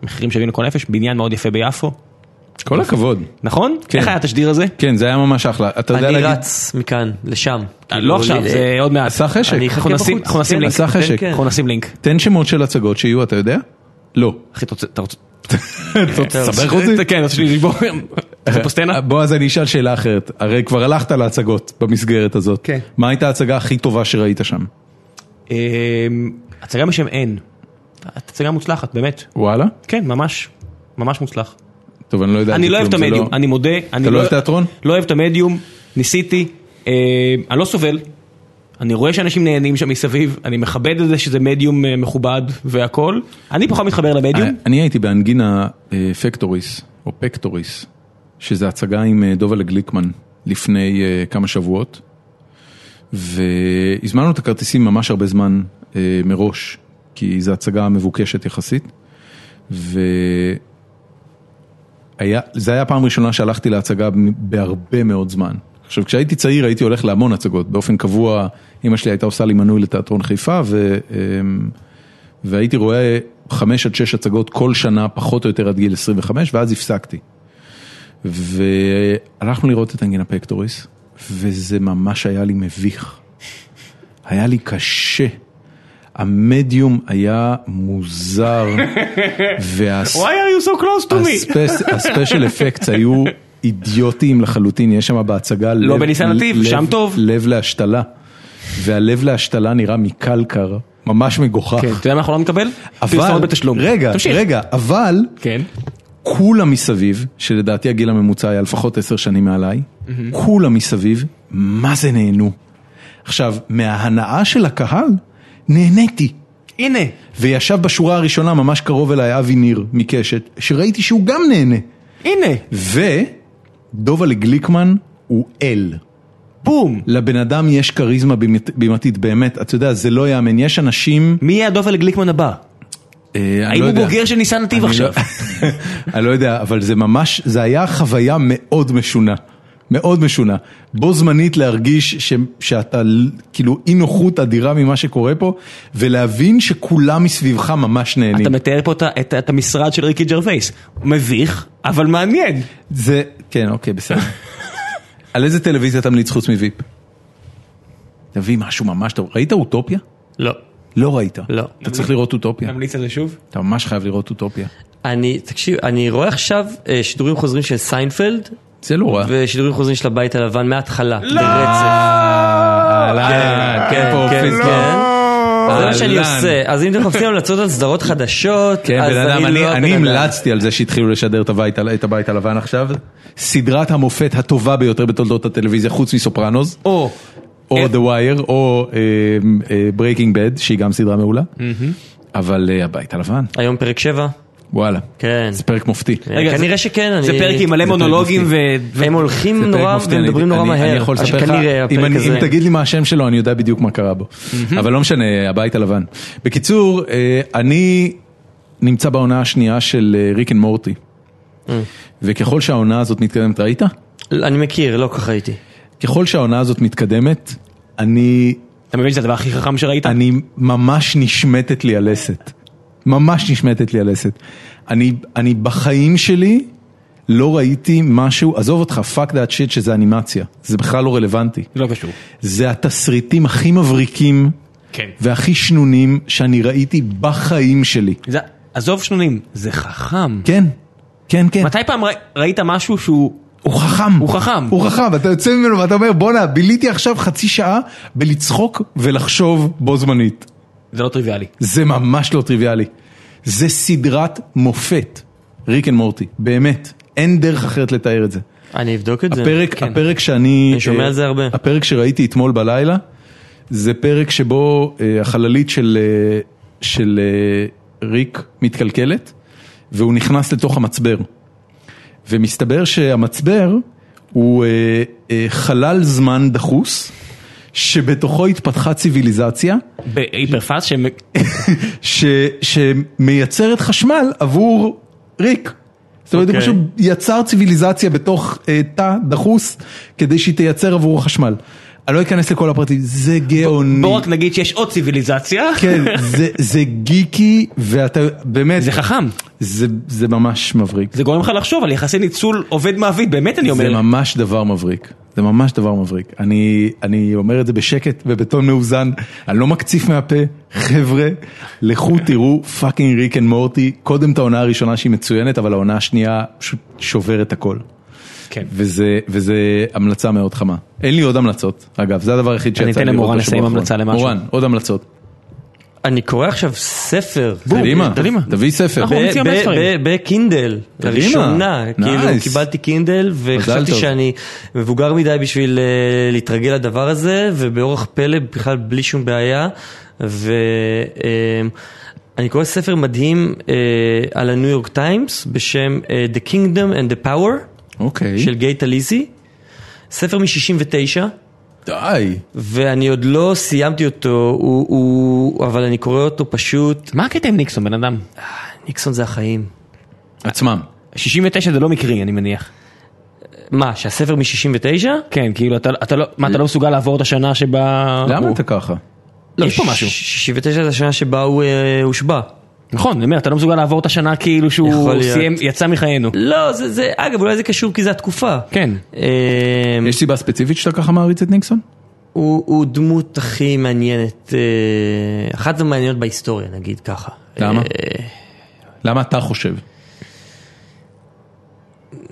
[SPEAKER 2] מחירים שווים לכל נפש, בניין מאוד יפה ביפו,
[SPEAKER 3] אה,
[SPEAKER 1] כל הכבוד.
[SPEAKER 2] נכון?
[SPEAKER 1] כן.
[SPEAKER 2] איך היה התשדיר הזה?
[SPEAKER 1] כן, זה היה ממש אחלה. אתה יודע
[SPEAKER 3] אני
[SPEAKER 1] להגיד...
[SPEAKER 3] רץ מכאן לשם.
[SPEAKER 2] אה,
[SPEAKER 3] כאילו,
[SPEAKER 2] לא עכשיו,
[SPEAKER 3] ל-
[SPEAKER 2] זה עוד מעט.
[SPEAKER 1] עשה חשק.
[SPEAKER 3] אני
[SPEAKER 2] אנחנו
[SPEAKER 3] אחכה
[SPEAKER 2] נשים-
[SPEAKER 3] בחוץ.
[SPEAKER 2] אנחנו נשים
[SPEAKER 3] כן,
[SPEAKER 2] לינק.
[SPEAKER 1] עשה חשק.
[SPEAKER 3] כן, כן.
[SPEAKER 2] אנחנו נשים לינק.
[SPEAKER 1] תן שמות של הצגות שיהיו, אתה יודע? לא.
[SPEAKER 2] אחי, אתה רוצה- אתה רוצה...
[SPEAKER 3] אה,
[SPEAKER 1] תסבך אותי?
[SPEAKER 2] כן, אז שלי לשבור. אתה רוצה פה סצנה?
[SPEAKER 1] אה, בועז, אני אשאל שאלה אחרת. הרי כבר הלכת להצגות במסגרת הזאת.
[SPEAKER 2] כן.
[SPEAKER 1] מה הייתה ההצגה הכי טובה שראית שם?
[SPEAKER 2] אה, הצגה בשם N. הצגה מוצלחת, באמת.
[SPEAKER 1] וואלה?
[SPEAKER 2] כן, ממש. ממש מוצלח.
[SPEAKER 1] טוב, אני לא יודע. על
[SPEAKER 2] אני
[SPEAKER 1] זה
[SPEAKER 2] לא אוהב את
[SPEAKER 1] כלום, זה
[SPEAKER 2] המדיום, אני מודה. אני
[SPEAKER 1] לא אוהב תיאטרון?
[SPEAKER 2] לא אוהב את המדיום, ניסיתי, אה, אני לא סובל, אני רואה שאנשים נהנים שם מסביב, אני מכבד את זה שזה מדיום אה, מכובד והכול, אני פחות מתחבר למדיום.
[SPEAKER 1] אה, אני הייתי באנגינה אה, פקטוריס, או פקטוריס, שזה הצגה עם אה, דובלה גליקמן לפני אה, כמה שבועות, והזמנו את הכרטיסים ממש הרבה זמן אה, מראש, כי זו הצגה מבוקשת יחסית, ו... היה, זה היה הפעם הראשונה שהלכתי להצגה בהרבה מאוד זמן. עכשיו, כשהייתי צעיר הייתי הולך להמון הצגות, באופן קבוע אימא שלי הייתה עושה לי מנוי לתיאטרון חיפה, ו, אמ, והייתי רואה חמש עד שש הצגות כל שנה, פחות או יותר עד גיל 25, ואז הפסקתי. והלכנו לראות את אנגינה פקטוריס, וזה ממש היה לי מביך. היה לי קשה. המדיום היה מוזר, והס...
[SPEAKER 2] Why are you so close to me?
[SPEAKER 1] הספיישל אפקטס היו אידיוטיים לחלוטין, יש שם בהצגה
[SPEAKER 2] לא
[SPEAKER 1] לב-
[SPEAKER 2] בניסן נתיב,
[SPEAKER 1] לב-
[SPEAKER 2] שם טוב.
[SPEAKER 1] לב להשתלה, והלב להשתלה נראה מקלקר, ממש מגוחך.
[SPEAKER 2] כן, אתה יודע מה אנחנו לא נקבל? פרסומות בתשלום.
[SPEAKER 1] רגע,
[SPEAKER 2] תמשיך.
[SPEAKER 1] רגע, אבל
[SPEAKER 2] כן.
[SPEAKER 1] כולם מסביב, שלדעתי הגיל הממוצע היה לפחות עשר שנים מעליי, כולם מסביב, מה זה נהנו. עכשיו, מההנאה של הקהל, נהניתי.
[SPEAKER 2] הנה.
[SPEAKER 1] וישב בשורה הראשונה ממש קרוב אליי אבי ניר מקשת, שראיתי שהוא גם נהנה.
[SPEAKER 2] הנה.
[SPEAKER 1] ודובלה גליקמן הוא אל.
[SPEAKER 2] בום.
[SPEAKER 1] לבן אדם יש כריזמה בימת- בימתית באמת, אתה יודע, זה לא יאמן, יש אנשים...
[SPEAKER 2] מי יהיה הדובל גליקמן הבא?
[SPEAKER 3] לא
[SPEAKER 1] אה, אני
[SPEAKER 2] האם
[SPEAKER 1] לא
[SPEAKER 2] הוא
[SPEAKER 1] יודע.
[SPEAKER 2] בוגר של ניסן נתיב
[SPEAKER 1] אני לא-
[SPEAKER 2] עכשיו?
[SPEAKER 1] אני לא יודע, אבל זה ממש, זה היה חוויה מאוד משונה. מאוד משונה. בו זמנית להרגיש ש, שאתה ל- כאילו אי נוחות אדירה ממה שקורה פה, ולהבין שכולם מסביבך ממש נהנים.
[SPEAKER 2] אתה מתאר פה את ה- את- את המשרד של ריקי ג'רווייס. מביך, אבל מעניין.
[SPEAKER 1] זה, כן, אוקיי, בסדר. על איזה טלוויזיה תמליץ חוץ מוויפ? תביא משהו ממש טוב. ראית אוטופיה?
[SPEAKER 3] לא.
[SPEAKER 1] לא ראית.
[SPEAKER 3] לא.
[SPEAKER 1] אתה צריך לראות אוטופיה.
[SPEAKER 2] נמליץ על זה שוב?
[SPEAKER 1] אתה ממש חייב לראות אוטופיה.
[SPEAKER 3] אני, תקשיב, אני רואה עכשיו אה, שידורים חוזרים של סיינפלד,
[SPEAKER 1] זה לא רע.
[SPEAKER 3] ושידורים חוזרים של הבית הלבן מההתחלה,
[SPEAKER 2] לא!
[SPEAKER 3] ברצף.
[SPEAKER 1] אהלן,
[SPEAKER 3] כן,
[SPEAKER 1] אה, כן, פה
[SPEAKER 3] כן,
[SPEAKER 1] אופיר,
[SPEAKER 3] לא.
[SPEAKER 1] כן.
[SPEAKER 3] זה מה שאני
[SPEAKER 1] אהלן.
[SPEAKER 3] עושה, אז אם אתם מחפשים המלצות על סדרות חדשות,
[SPEAKER 1] כן,
[SPEAKER 3] אז
[SPEAKER 1] בן אדם,
[SPEAKER 3] אני
[SPEAKER 1] אני-
[SPEAKER 3] לא
[SPEAKER 1] אני
[SPEAKER 3] הבן אדם.
[SPEAKER 1] המלצתי על זה שהתחילו לשדר את הבית ה- את הבית הלבן עכשיו. סדרת המופת הטובה ביותר בתולדות הטלוויזיה, חוץ מסופרנוס,
[SPEAKER 2] או.
[SPEAKER 3] כן.
[SPEAKER 1] או
[SPEAKER 2] איך-
[SPEAKER 1] The Wire, או אמ, ברייקינג בד, שהיא גם סדרה מעולה. אבל אה, הבית הלבן,
[SPEAKER 3] היום פרק 7?
[SPEAKER 1] וואלה.
[SPEAKER 3] כן.
[SPEAKER 1] זה פרק מופתי.
[SPEAKER 2] רגע,
[SPEAKER 3] כנראה
[SPEAKER 2] זה-
[SPEAKER 3] שכן,
[SPEAKER 2] זה
[SPEAKER 3] אני-
[SPEAKER 2] פרק עם מלא
[SPEAKER 1] זה פרק
[SPEAKER 2] מונולוגים ו...
[SPEAKER 1] מופתי.
[SPEAKER 2] ו-
[SPEAKER 3] הם
[SPEAKER 1] זה
[SPEAKER 3] הולכים
[SPEAKER 1] פרק
[SPEAKER 3] נורא
[SPEAKER 1] מופתי, אני-
[SPEAKER 3] ומדברים נורא
[SPEAKER 1] אני- אני
[SPEAKER 3] מהר,
[SPEAKER 1] יכול
[SPEAKER 3] אז
[SPEAKER 1] לספר לך,
[SPEAKER 3] כנראה
[SPEAKER 1] אם
[SPEAKER 3] הפרק
[SPEAKER 1] אני-
[SPEAKER 3] הזה.
[SPEAKER 1] אם תגיד לי מה השם שלו, אני יודע בדיוק מה קרה בו. אבל לא משנה, הבית הלבן. בקיצור, אה, אני נמצא בעונה השנייה של אה, ריק אנד מורטי.
[SPEAKER 3] Mm.
[SPEAKER 1] וככל שהעונה הזאת מתקדמת, ראית?
[SPEAKER 3] אני מכיר, לא ככה הייתי.
[SPEAKER 1] ככל שהעונה הזאת מתקדמת, אני
[SPEAKER 2] אתה מבין שזה הדבר הכי חכם שראית?
[SPEAKER 1] אני ממש נשמטת לי הלסת. ממש נשמטת לי הלסת. אני, אני בחיים שלי לא ראיתי משהו, עזוב אותך, fuck that shit שזה אנימציה. זה בכלל לא רלוונטי.
[SPEAKER 2] לא קשור.
[SPEAKER 1] זה התסריטים הכי מבריקים
[SPEAKER 2] כן.
[SPEAKER 1] והכי שנונים שאני ראיתי בחיים שלי.
[SPEAKER 2] זה- עזוב שנונים, זה חכם.
[SPEAKER 1] כן, כן, כן.
[SPEAKER 2] מתי פעם ראי- ראית משהו שהוא...
[SPEAKER 1] הוא חכם.
[SPEAKER 2] הוא חכם.
[SPEAKER 1] הוא חכם, אתה יוצא ממנו ואתה אומר, בואנה, ביליתי עכשיו חצי שעה בלצחוק ולחשוב בו זמנית.
[SPEAKER 2] זה לא טריוויאלי.
[SPEAKER 1] זה ממש לא טריוויאלי. זה סדרת מופת, ריק אנד מורטי, באמת. אין דרך אחרת לתאר את זה.
[SPEAKER 3] אני אבדוק את זה.
[SPEAKER 1] הפרק,
[SPEAKER 2] כן.
[SPEAKER 1] הפרק שאני...
[SPEAKER 3] אני שומע
[SPEAKER 1] אה,
[SPEAKER 3] על זה הרבה.
[SPEAKER 1] הפרק שראיתי אתמול בלילה, זה פרק שבו אה, החללית של, אה, של אה, ריק מתקלקלת, והוא נכנס לתוך המצבר. ומסתבר שהמצבר הוא אה, אה, חלל זמן דחוס, שבתוכו התפתחה ציוויליזציה.
[SPEAKER 2] בהיפרפס שהם...
[SPEAKER 1] ש, שמייצרת חשמל עבור ריק. זאת אומרת, הוא
[SPEAKER 3] אוקיי.
[SPEAKER 1] פשוט יצר ציוויליזציה בתוך אה, תא דחוס כדי שהיא תייצר עבור חשמל. אני לא אכנס לכל הפרטים, זה גאוני.
[SPEAKER 2] בוא רק נגיד שיש עוד ציוויליזציה.
[SPEAKER 1] כן, זה, זה גיקי, ואתה באמת,
[SPEAKER 2] זה חכם.
[SPEAKER 1] זה, זה ממש מבריק.
[SPEAKER 2] זה גורם לך לחשוב על יחסי ניצול עובד מעביד, באמת אני
[SPEAKER 1] זה
[SPEAKER 2] אומר.
[SPEAKER 1] ממש דבר מבריק, זה ממש דבר מבריק. אני, אני אומר את זה בשקט ובטון מאוזן, אני לא מקציף מהפה, חבר'ה, לכו תראו פאקינג ריק אנד מורטי, קודם את העונה הראשונה שהיא מצוינת, אבל העונה השנייה פשוט שוברת הכל.
[SPEAKER 2] כן.
[SPEAKER 1] וזה, וזה המלצה מאוד חמה. אין לי עוד המלצות, אגב, זה הדבר היחיד שיצא לי
[SPEAKER 2] אתן
[SPEAKER 1] לראות
[SPEAKER 2] למורן
[SPEAKER 1] בשבוע
[SPEAKER 2] לסיים
[SPEAKER 1] האחרון.
[SPEAKER 2] המלצה למשהו.
[SPEAKER 1] מורן, עוד המלצות.
[SPEAKER 3] אני קורא עכשיו ספר.
[SPEAKER 2] בום,
[SPEAKER 1] קדימה,
[SPEAKER 2] קדימה.
[SPEAKER 1] תביא ספר.
[SPEAKER 2] אנחנו
[SPEAKER 3] ב-
[SPEAKER 2] ממציאים מלא
[SPEAKER 3] ב-
[SPEAKER 2] ספרים.
[SPEAKER 3] ב- בקינדל,
[SPEAKER 1] קדימה.
[SPEAKER 3] הראשונה, כאילו
[SPEAKER 1] Nice.
[SPEAKER 3] קיבלתי קינדל וחשבתי
[SPEAKER 1] טוב.
[SPEAKER 3] שאני מבוגר מדי בשביל אה, להתרגל לדבר הזה ובאורח פלא בכלל בלי שום בעיה ואני קורא ספר מדהים אה, על הניו יורק טיימס בשם אה, The Kingdom and the Power
[SPEAKER 1] אוקיי.
[SPEAKER 3] של גיי טליזי, ספר מ-69
[SPEAKER 1] די.
[SPEAKER 3] ואני עוד לא סיימתי אותו, הוא, הוא, אבל אני קורא אותו פשוט,
[SPEAKER 2] מה הקטע עם ניקסון, בן אדם?
[SPEAKER 3] ניקסון זה החיים.
[SPEAKER 1] עצמם.
[SPEAKER 2] 69 זה לא מקרי, אני מניח.
[SPEAKER 3] מה, שהספר מ-69?
[SPEAKER 2] כן, כאילו, אתה- אתה לא, מה, אתה לא מסוגל לעבור את השנה שבה...
[SPEAKER 1] למה
[SPEAKER 2] הוא-
[SPEAKER 1] אתה ככה?
[SPEAKER 2] לא, יש פה משהו.
[SPEAKER 3] 69 זה השנה שבה הוא אה, הושבע.
[SPEAKER 2] נכון, אני אומר, אתה לא מסוגל לעבור את השנה כאילו
[SPEAKER 3] יכול
[SPEAKER 2] שהוא
[SPEAKER 3] להיות.
[SPEAKER 2] סיים, יצא מחיינו.
[SPEAKER 3] לא, זה, זה, אגב, אולי זה קשור כי זה התקופה.
[SPEAKER 2] כן.
[SPEAKER 3] אה,
[SPEAKER 1] יש סיבה ספציפית שאתה ככה מעריץ את ניקסון?
[SPEAKER 3] הוא, הוא דמות הכי מעניינת, אה, אחת המעניינות בהיסטוריה, נגיד ככה.
[SPEAKER 1] למה?
[SPEAKER 3] אה,
[SPEAKER 1] למה אתה חושב?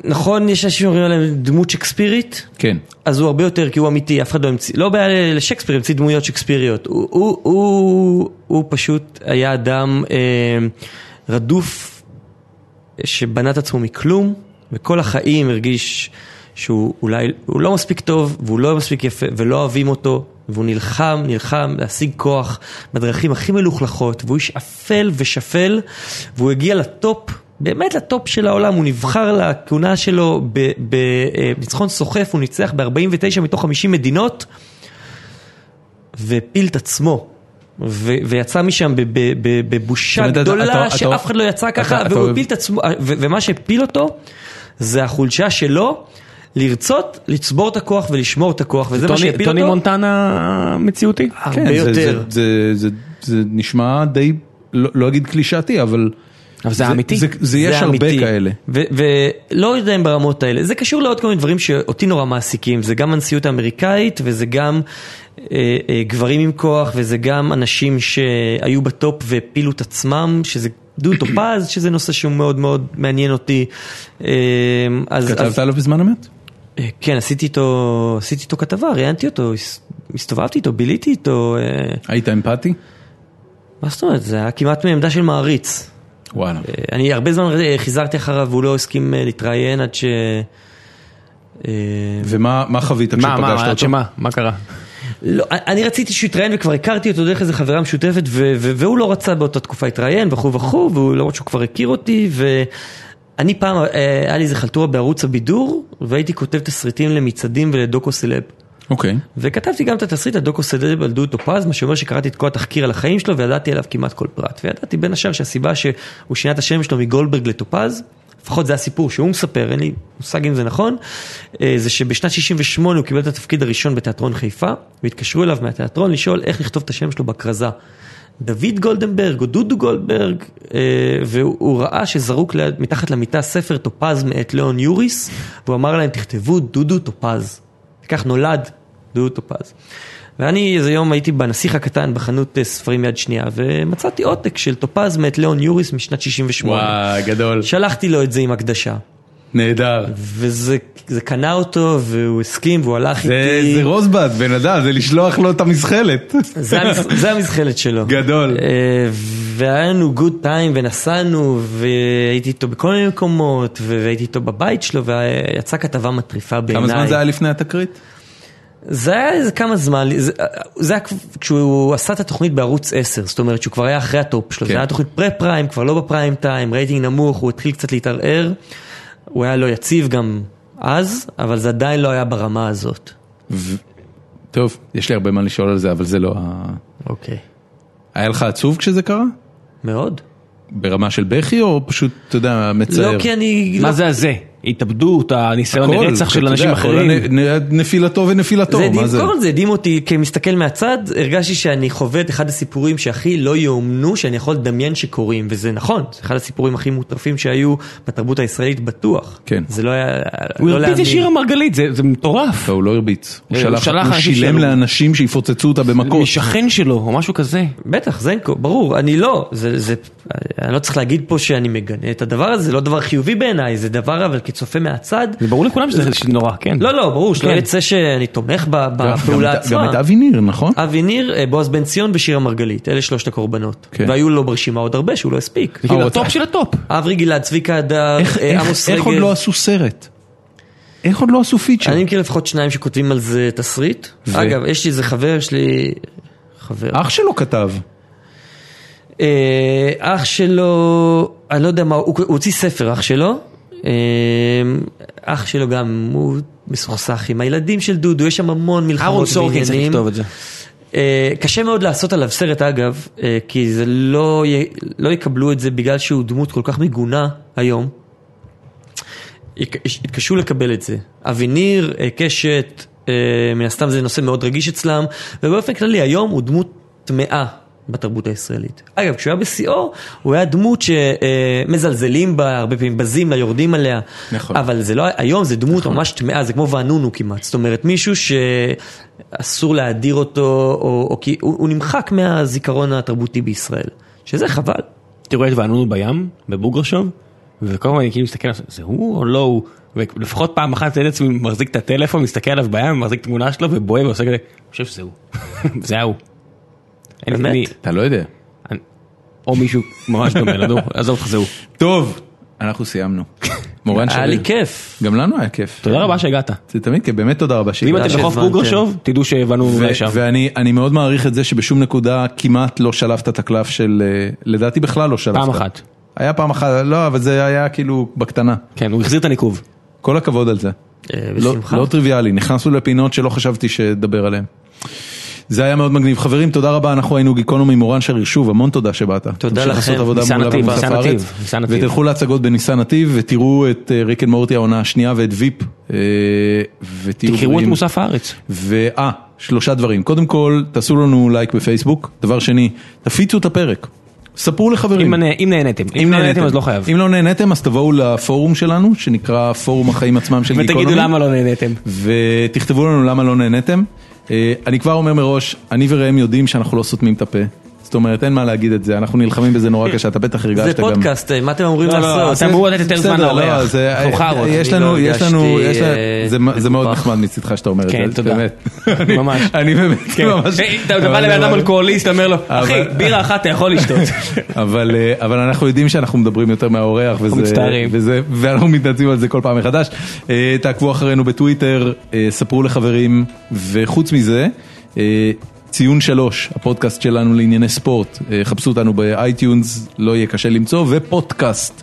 [SPEAKER 3] נכון, יש אנשים שאומרים עליהם דמות שקספירית?
[SPEAKER 1] כן.
[SPEAKER 3] אז הוא הרבה יותר, כי הוא אמיתי, אף אחד לא המציא, לא בעיה לשייקספיר, המציא דמויות שייקספיריות. הוא, הוא, הוא, הוא פשוט היה אדם אה, רדוף, שבנה את עצמו מכלום, וכל החיים הרגיש שהוא אולי, הוא לא מספיק טוב, והוא לא מספיק יפה, ולא אוהבים אותו, והוא נלחם, נלחם להשיג כוח בדרכים הכי מלוכלכות, והוא איש אפל ושפל, והוא הגיע לטופ, באמת לטופ של העולם, הוא נבחר לכהונה שלו ב- בניצחון סוחף, הוא ניצח ב-49 מתוך 50 מדינות, והפיל את עצמו. ו- ויצא משם ב- ב- ב- בבושה
[SPEAKER 1] זאת אומרת, אתה-
[SPEAKER 3] גדולה
[SPEAKER 1] אתה- אתה-
[SPEAKER 3] שאף אחד לא יצא
[SPEAKER 1] אתה-
[SPEAKER 3] ככה,
[SPEAKER 1] אתה
[SPEAKER 3] והוא
[SPEAKER 1] אוהב-
[SPEAKER 3] הפיל את עצמו, ו- ומה שהפיל אותו זה החולשה שלו לרצות לצבור את הכוח ולשמור את הכוח, וזה מה
[SPEAKER 2] טוני-
[SPEAKER 3] שהפיל
[SPEAKER 2] טוני
[SPEAKER 3] אותו.
[SPEAKER 2] מונטנה מציאותי?
[SPEAKER 3] הרבה
[SPEAKER 1] כן, זה-
[SPEAKER 3] יותר.
[SPEAKER 1] זה- זה- זה- זה נשמע די, לא לא אגיד קלישאתי, אבל...
[SPEAKER 2] אבל זה אמיתי.
[SPEAKER 1] זה- זה יש
[SPEAKER 3] זה
[SPEAKER 1] הרבה
[SPEAKER 3] אמיתי.
[SPEAKER 1] כאלה.
[SPEAKER 3] ו- ולא יודע אם ברמות האלה, זה קשור לעוד כל מיני דברים שאותי נורא מעסיקים, זה גם הנשיאות האמריקאית וזה גם אה, אה, גברים עם כוח וזה גם אנשים שהיו בטופ והפילו את עצמם, שזה דוד טופז, שזה נושא שהוא מאוד מאוד מעניין אותי. אה, אז, אז,
[SPEAKER 1] כתבת עליו בזמן אמת?
[SPEAKER 3] אה, כן, עשיתי איתו, עשיתי איתו כתבה, ראיינתי אותו, הס- הסתובבתי איתו, ביליתי איתו, אה,
[SPEAKER 1] היית אמפתי?
[SPEAKER 3] מה זאת אומרת, זה היה כמעט מעמדה של מעריץ.
[SPEAKER 1] וואלה.
[SPEAKER 3] אה, אני הרבה זמן אה, חיזרתי אחריו והוא לא הסכים אה, להתראיין עד ש... אה,
[SPEAKER 1] ומה מה חווית
[SPEAKER 2] מה,
[SPEAKER 1] כשפגשת
[SPEAKER 2] מה,
[SPEAKER 1] אותו?
[SPEAKER 2] מה, שמה, מה קרה?
[SPEAKER 3] לא, אני- אני רציתי שהוא יתראיין וכבר הכרתי אותו דרך איזה חברה משותפת ו- ו- והוא לא רצה באותה תקופה להתראיין וכו' וכו', והוא למרות שהוא כבר הכיר אותי ואני פעם, אה, היה לי איזה חלטורה בערוץ הבידור והייתי כותב תסריטים למצעדים ולדוקו סלב.
[SPEAKER 1] אוקיי.
[SPEAKER 3] וכתבתי גם את התסריט הדוקו סדב על דודו טופז, מה שאומר שקראתי את כל התחקיר על החיים שלו וידעתי עליו כמעט כל פרט. וידעתי בין השאר שהסיבה שהוא שינה את השם שלו מגולדברג לטופז, לפחות זה הסיפור שהוא מספר, אין לי מושג אם זה נכון, אה, זה שבשנת 68 הוא קיבל את התפקיד הראשון בתיאטרון חיפה, והתקשרו אליו מהתיאטרון לשאול איך לכתוב את השם שלו בכרזה. דוד גולדנברג או דודו גולדברג, אה, והוא הוא ראה שזרוק ליד, מתחת למיטה ספר טופז מאת ליאון יוריס, והוא אמר להם תכתבו דודו טופז. כך נולד דודו טופז. ואני איזה יום הייתי בנסיך הקטן בחנות אה, ספרים יד שנייה, ומצאתי עותק של טופז מאת ליאון יוריס משנת 68.
[SPEAKER 1] וואי, גדול.
[SPEAKER 3] שלחתי לו את זה עם הקדשה,
[SPEAKER 1] נהדר.
[SPEAKER 3] וזה זה קנה אותו, והוא הסכים, והוא הלך
[SPEAKER 1] זה
[SPEAKER 3] איתי.
[SPEAKER 1] זה רוזבד, בן אדם, זה לשלוח לו את המזחלת.
[SPEAKER 3] זה המז- זה המזחלת שלו.
[SPEAKER 1] גדול.
[SPEAKER 3] אה, והיה לנו גוד טיים ונסענו והייתי איתו בכל מיני מקומות והייתי איתו בבית שלו ויצאה כתבה מטריפה בעיניי.
[SPEAKER 1] כמה זמן זה היה לפני התקרית?
[SPEAKER 3] זה היה איזה כמה זמן, זה, זה היה כב- כשהוא עשה את התוכנית בערוץ 10, זאת אומרת שהוא כבר היה אחרי הטופ שלו,
[SPEAKER 1] כן.
[SPEAKER 3] זה היה תוכנית פרה פריים, כבר לא בפריים טיים, רייטינג נמוך, הוא התחיל קצת להתערער, הוא היה לא יציב גם אז, אבל זה עדיין לא היה ברמה הזאת.
[SPEAKER 1] ו... טוב, יש לי הרבה מה לשאול על זה, אבל זה לא... ה-
[SPEAKER 3] אוקיי.
[SPEAKER 1] היה לך עצוב כשזה קרה?
[SPEAKER 3] מאוד.
[SPEAKER 1] ברמה של בכי או פשוט, אתה יודע, מצער?
[SPEAKER 3] לא כי אני...
[SPEAKER 2] מה
[SPEAKER 3] לא-
[SPEAKER 2] זה הזה? התאבדות, הניסיון
[SPEAKER 1] הכל,
[SPEAKER 2] לרצח
[SPEAKER 1] אתה לא
[SPEAKER 2] של
[SPEAKER 1] יודע,
[SPEAKER 2] אנשים
[SPEAKER 1] הכל
[SPEAKER 2] אחרים.
[SPEAKER 1] הנ- נ- נפילתו ונפילתו,
[SPEAKER 3] זה הדהים,
[SPEAKER 1] מה זה?
[SPEAKER 3] קודם כל זה הדהים אותי כמסתכל מהצד, הרגשתי שאני חווה את אחד הסיפורים שהכי לא יאומנו שאני יכול לדמיין שקורים, וזה נכון, זה אחד הסיפורים הכי מוטרפים שהיו בתרבות הישראלית בטוח.
[SPEAKER 1] כן.
[SPEAKER 3] זה לא היה,
[SPEAKER 2] הוא
[SPEAKER 3] לא
[SPEAKER 2] הרביץ
[SPEAKER 3] להאמין.
[SPEAKER 2] את שיר מרגלית, זה זה מטורף.
[SPEAKER 1] לא, הוא לא הרביץ. הוא
[SPEAKER 2] אה, הוא
[SPEAKER 1] שלח,
[SPEAKER 2] שלח
[SPEAKER 1] הוא
[SPEAKER 2] אנשים
[SPEAKER 1] שילם
[SPEAKER 2] שלו.
[SPEAKER 1] לאנשים שיפוצצו אותה במכות.
[SPEAKER 2] משכן שלו, או משהו כזה.
[SPEAKER 3] בטח, זנקו, ברור, אני לא, זה, זה, אני לא צריך להגיד פה שאני מגנה את הדבר הזה, זה לא דבר חיובי בעיניי, זה דבר אבל כצופה מהצד.
[SPEAKER 2] זה ברור לכולם שזה נורא, כן.
[SPEAKER 3] לא, לא, ברור, שלא
[SPEAKER 2] כן.
[SPEAKER 3] יצא שאני תומך ב- בפעולה
[SPEAKER 1] גם-
[SPEAKER 3] עצמה.
[SPEAKER 1] גם את אבי ניר, נכון?
[SPEAKER 3] אבי ניר, אה, בועז בן ציון ושירה מרגלית, אלה שלושת הקורבנות.
[SPEAKER 1] כן.
[SPEAKER 3] והיו לו ברשימה עוד הרבה שהוא לא הספיק.
[SPEAKER 2] זה כאילו
[SPEAKER 1] אה,
[SPEAKER 2] הטופ
[SPEAKER 1] אתה-
[SPEAKER 2] של הטופ.
[SPEAKER 3] אברי גלעד, צביקה הדר,
[SPEAKER 1] איך-
[SPEAKER 3] אה,
[SPEAKER 1] איך-
[SPEAKER 3] עמוס
[SPEAKER 1] איך עוד
[SPEAKER 3] רגב.
[SPEAKER 1] לא עשו סרט? איך עוד לא עשו פיצ'ר?
[SPEAKER 3] אני מכיר לפחות שניים שכותבים על זה תסריט.
[SPEAKER 1] ו-
[SPEAKER 3] אגב, יש לי איזה חבר, יש לי... חבר.
[SPEAKER 1] אח שלו כתב.
[SPEAKER 3] אה, אח שלו, אני לא יודע מה, הוא הוא הוציא ספר, אח שלו. אה, אח שלו גם, הוא מסוכסך עם הילדים של דודו, יש שם המון מלחמות
[SPEAKER 2] אהרון סורקין צריך
[SPEAKER 3] ועניינים.
[SPEAKER 2] לכתוב את זה.
[SPEAKER 3] אה, קשה מאוד לעשות עליו סרט אגב, אה, כי זה לא, י... לא יקבלו את זה בגלל שהוא דמות כל כך מגונה היום. יק- יתקשו לקבל את זה. אביניר, אה, קשת, אה, מן הסתם זה נושא מאוד רגיש אצלם, ובאופן כללי היום הוא דמות טמאה בתרבות הישראלית. אגב, כשהוא היה בשיאו, הוא היה דמות שמזלזלים בה, הרבה פעמים בזים לה, יורדים עליה.
[SPEAKER 1] נכון.
[SPEAKER 3] אבל זה לא, היום זה דמות ממש טמאה, זה כמו ואנונו כמעט. זאת אומרת, מישהו שאסור להדיר אותו, או, או כי הוא, הוא נמחק מהזיכרון התרבותי בישראל. שזה חבל.
[SPEAKER 2] תראו את וענונו בים, בבוגרשוב, וכל הזמן אני כאילו מסתכל עליו, זה הוא או לא הוא? ולפחות פעם אחת אני את עצמי מחזיק את הטלפון, מסתכל עליו בים, מחזיק תמונה שלו ובוהה ועושה כזה, אני חושב שזה הוא. זה היה הוא. אין לי-
[SPEAKER 3] באמת?
[SPEAKER 2] אני-
[SPEAKER 1] אתה לא יודע.
[SPEAKER 2] אני- או מישהו ממש דומה לו, נו, עזוב אותך זה הוא.
[SPEAKER 1] טוב, אנחנו סיימנו. מורן
[SPEAKER 3] היה לי
[SPEAKER 1] שלי.
[SPEAKER 3] כיף.
[SPEAKER 1] גם לנו היה כיף.
[SPEAKER 2] תודה רבה שהגעת.
[SPEAKER 1] זה תמיד כיף, באמת תודה רבה
[SPEAKER 2] ואם
[SPEAKER 1] שהגעת.
[SPEAKER 2] אתם בחוף
[SPEAKER 3] שהזמנתם.
[SPEAKER 2] בוגרשוב, תדעו שהבנו
[SPEAKER 1] ו-
[SPEAKER 2] אולי שם.
[SPEAKER 1] ואני אני מאוד מעריך את זה שבשום נקודה כמעט לא שלפת את הקלף של, אה, לדעתי בכלל לא שלפת.
[SPEAKER 2] פעם אחת.
[SPEAKER 1] היה פעם אחת, לא, אבל זה היה כאילו בקטנה.
[SPEAKER 2] כן, הוא החזיר את הניקוב.
[SPEAKER 1] כל הכבוד על זה.
[SPEAKER 3] אה,
[SPEAKER 1] לא,
[SPEAKER 3] בשמחה.
[SPEAKER 1] לא טריוויאלי, נכנסנו לפינות שלא חשבתי שאדבר עליהן. זה היה מאוד מגניב. חברים, תודה רבה, אנחנו היינו גיקונומי מורן שריר, שוב, המון תודה שבאת. תמשיך
[SPEAKER 3] לכם.
[SPEAKER 1] לעשות עבודה
[SPEAKER 2] ניסן
[SPEAKER 1] מעולה
[SPEAKER 2] נתיב,
[SPEAKER 1] במוסף
[SPEAKER 2] ניסן
[SPEAKER 1] הארץ.
[SPEAKER 2] נתיב, ניסן נתיב.
[SPEAKER 1] ותלכו להצגות בניסן נתיב, ותראו את אה, ריק אנד מורטי העונה השנייה ואת ויפ. אה, ותהיו
[SPEAKER 2] תקראו את
[SPEAKER 1] בריאים.
[SPEAKER 2] מוסף הארץ.
[SPEAKER 1] ואה, שלושה דברים. קודם כל, תעשו לנו לייק בפייסבוק. דבר שני, תפיצו את הפרק. ספרו לחברים.
[SPEAKER 2] אם נ- אם נהניתם. אם לא נהניתם אז לא חייב.
[SPEAKER 1] אם לא נהניתם, אז תבואו לפורום שלנו, שנקרא פורום החיים עצמם של גיקונומי.
[SPEAKER 2] ותגידו למה לא נהניתם.
[SPEAKER 1] ותכתבו לנו למה לא נהניתם. אה, אני כבר אומר מראש, אני וראם יודעים שאנחנו לא סותמים את הפה. זאת אומרת, אין מה להגיד את זה, אנחנו נלחמים בזה נורא קשה, אתה בטח הרגשת גם.
[SPEAKER 3] זה פודקאסט, אה, מה אתם אמורים
[SPEAKER 2] לא, לא,
[SPEAKER 3] לעשות?
[SPEAKER 2] אתה אמור לתת יותר
[SPEAKER 1] בסדר,
[SPEAKER 2] זמן
[SPEAKER 1] לא,
[SPEAKER 2] לאורח.
[SPEAKER 1] זה-
[SPEAKER 2] אנחנו חארות.
[SPEAKER 1] יש
[SPEAKER 3] אני
[SPEAKER 1] לנו,
[SPEAKER 3] לא
[SPEAKER 1] יש לנו,
[SPEAKER 3] הרגשתי,
[SPEAKER 1] יש לנו-
[SPEAKER 3] אה,
[SPEAKER 1] זה מ- זה מאוד
[SPEAKER 3] מקופח.
[SPEAKER 1] נחמד מצדך שאתה אומר את זה.
[SPEAKER 2] כן, תודה.
[SPEAKER 1] באמת.
[SPEAKER 2] ממש. כן.
[SPEAKER 1] אני באמת, ממש.
[SPEAKER 2] היי, אה, אתה אתה בא
[SPEAKER 1] אבל-
[SPEAKER 2] לבן אדם אלכוהוליסט, אתה אומר לו, אחי,
[SPEAKER 1] אבל-
[SPEAKER 2] בירה אחת אתה יכול לשתות.
[SPEAKER 1] אבל, אה, אבל אנחנו יודעים שאנחנו מדברים יותר מהאורח, וזה,
[SPEAKER 2] מצטערים.
[SPEAKER 1] וזה, ואנחנו מתנצלים על זה כל פעם מחדש. אה, תעקבו אחרינו בטוויטר, אה, ספרו לחברים, וחוץ מזה, אה, ציון שלוש, הפודקאסט שלנו לענייני ספורט, אה, חפשו אותנו באייטיונס, לא יהיה קשה למצוא, ופודקאסט.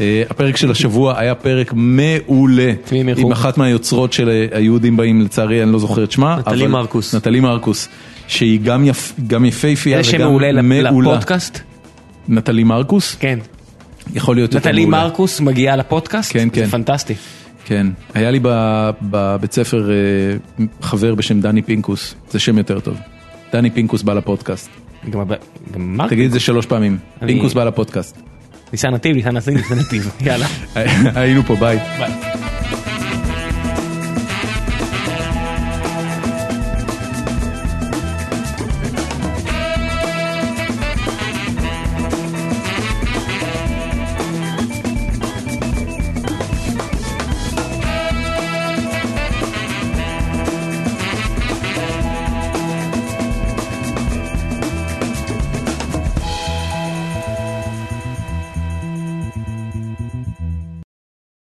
[SPEAKER 1] אה, הפרק של השבוע היה פרק מעולה,
[SPEAKER 2] מי הם אירחו?
[SPEAKER 1] עם אחת מהיוצרות של אה, היהודים באים, לצערי אני לא זוכר את שמה.
[SPEAKER 3] נטלי
[SPEAKER 1] אבל-
[SPEAKER 3] מרקוס.
[SPEAKER 1] נטלי מרקוס, שהיא גם, יפ, גם יפייפייה
[SPEAKER 2] זה
[SPEAKER 1] כן, וגם
[SPEAKER 2] שם
[SPEAKER 1] מעולה.
[SPEAKER 2] מעולה לפודקאסט?
[SPEAKER 1] נטלי מרקוס?
[SPEAKER 2] כן.
[SPEAKER 1] יכול להיות יותר
[SPEAKER 2] נטלי
[SPEAKER 1] מעולה.
[SPEAKER 2] מרקוס מגיעה לפודקאסט?
[SPEAKER 1] כן, כן.
[SPEAKER 2] זה פנטסטי.
[SPEAKER 1] כן. היה לי ב- בבית ספר אה, חבר בשם דני פינקוס, זה שם יותר טוב. דני פינקוס בא לפודקאסט.
[SPEAKER 2] גם הב- גם מרק?
[SPEAKER 1] תגיד את זה שלוש פעמים.
[SPEAKER 2] אני-
[SPEAKER 1] פינקוס בא לפודקאסט.
[SPEAKER 2] ניסן נתיב, ניסן נתיב, ניסן נתיב. יאללה.
[SPEAKER 1] היינו פה, ביי.
[SPEAKER 2] ביי.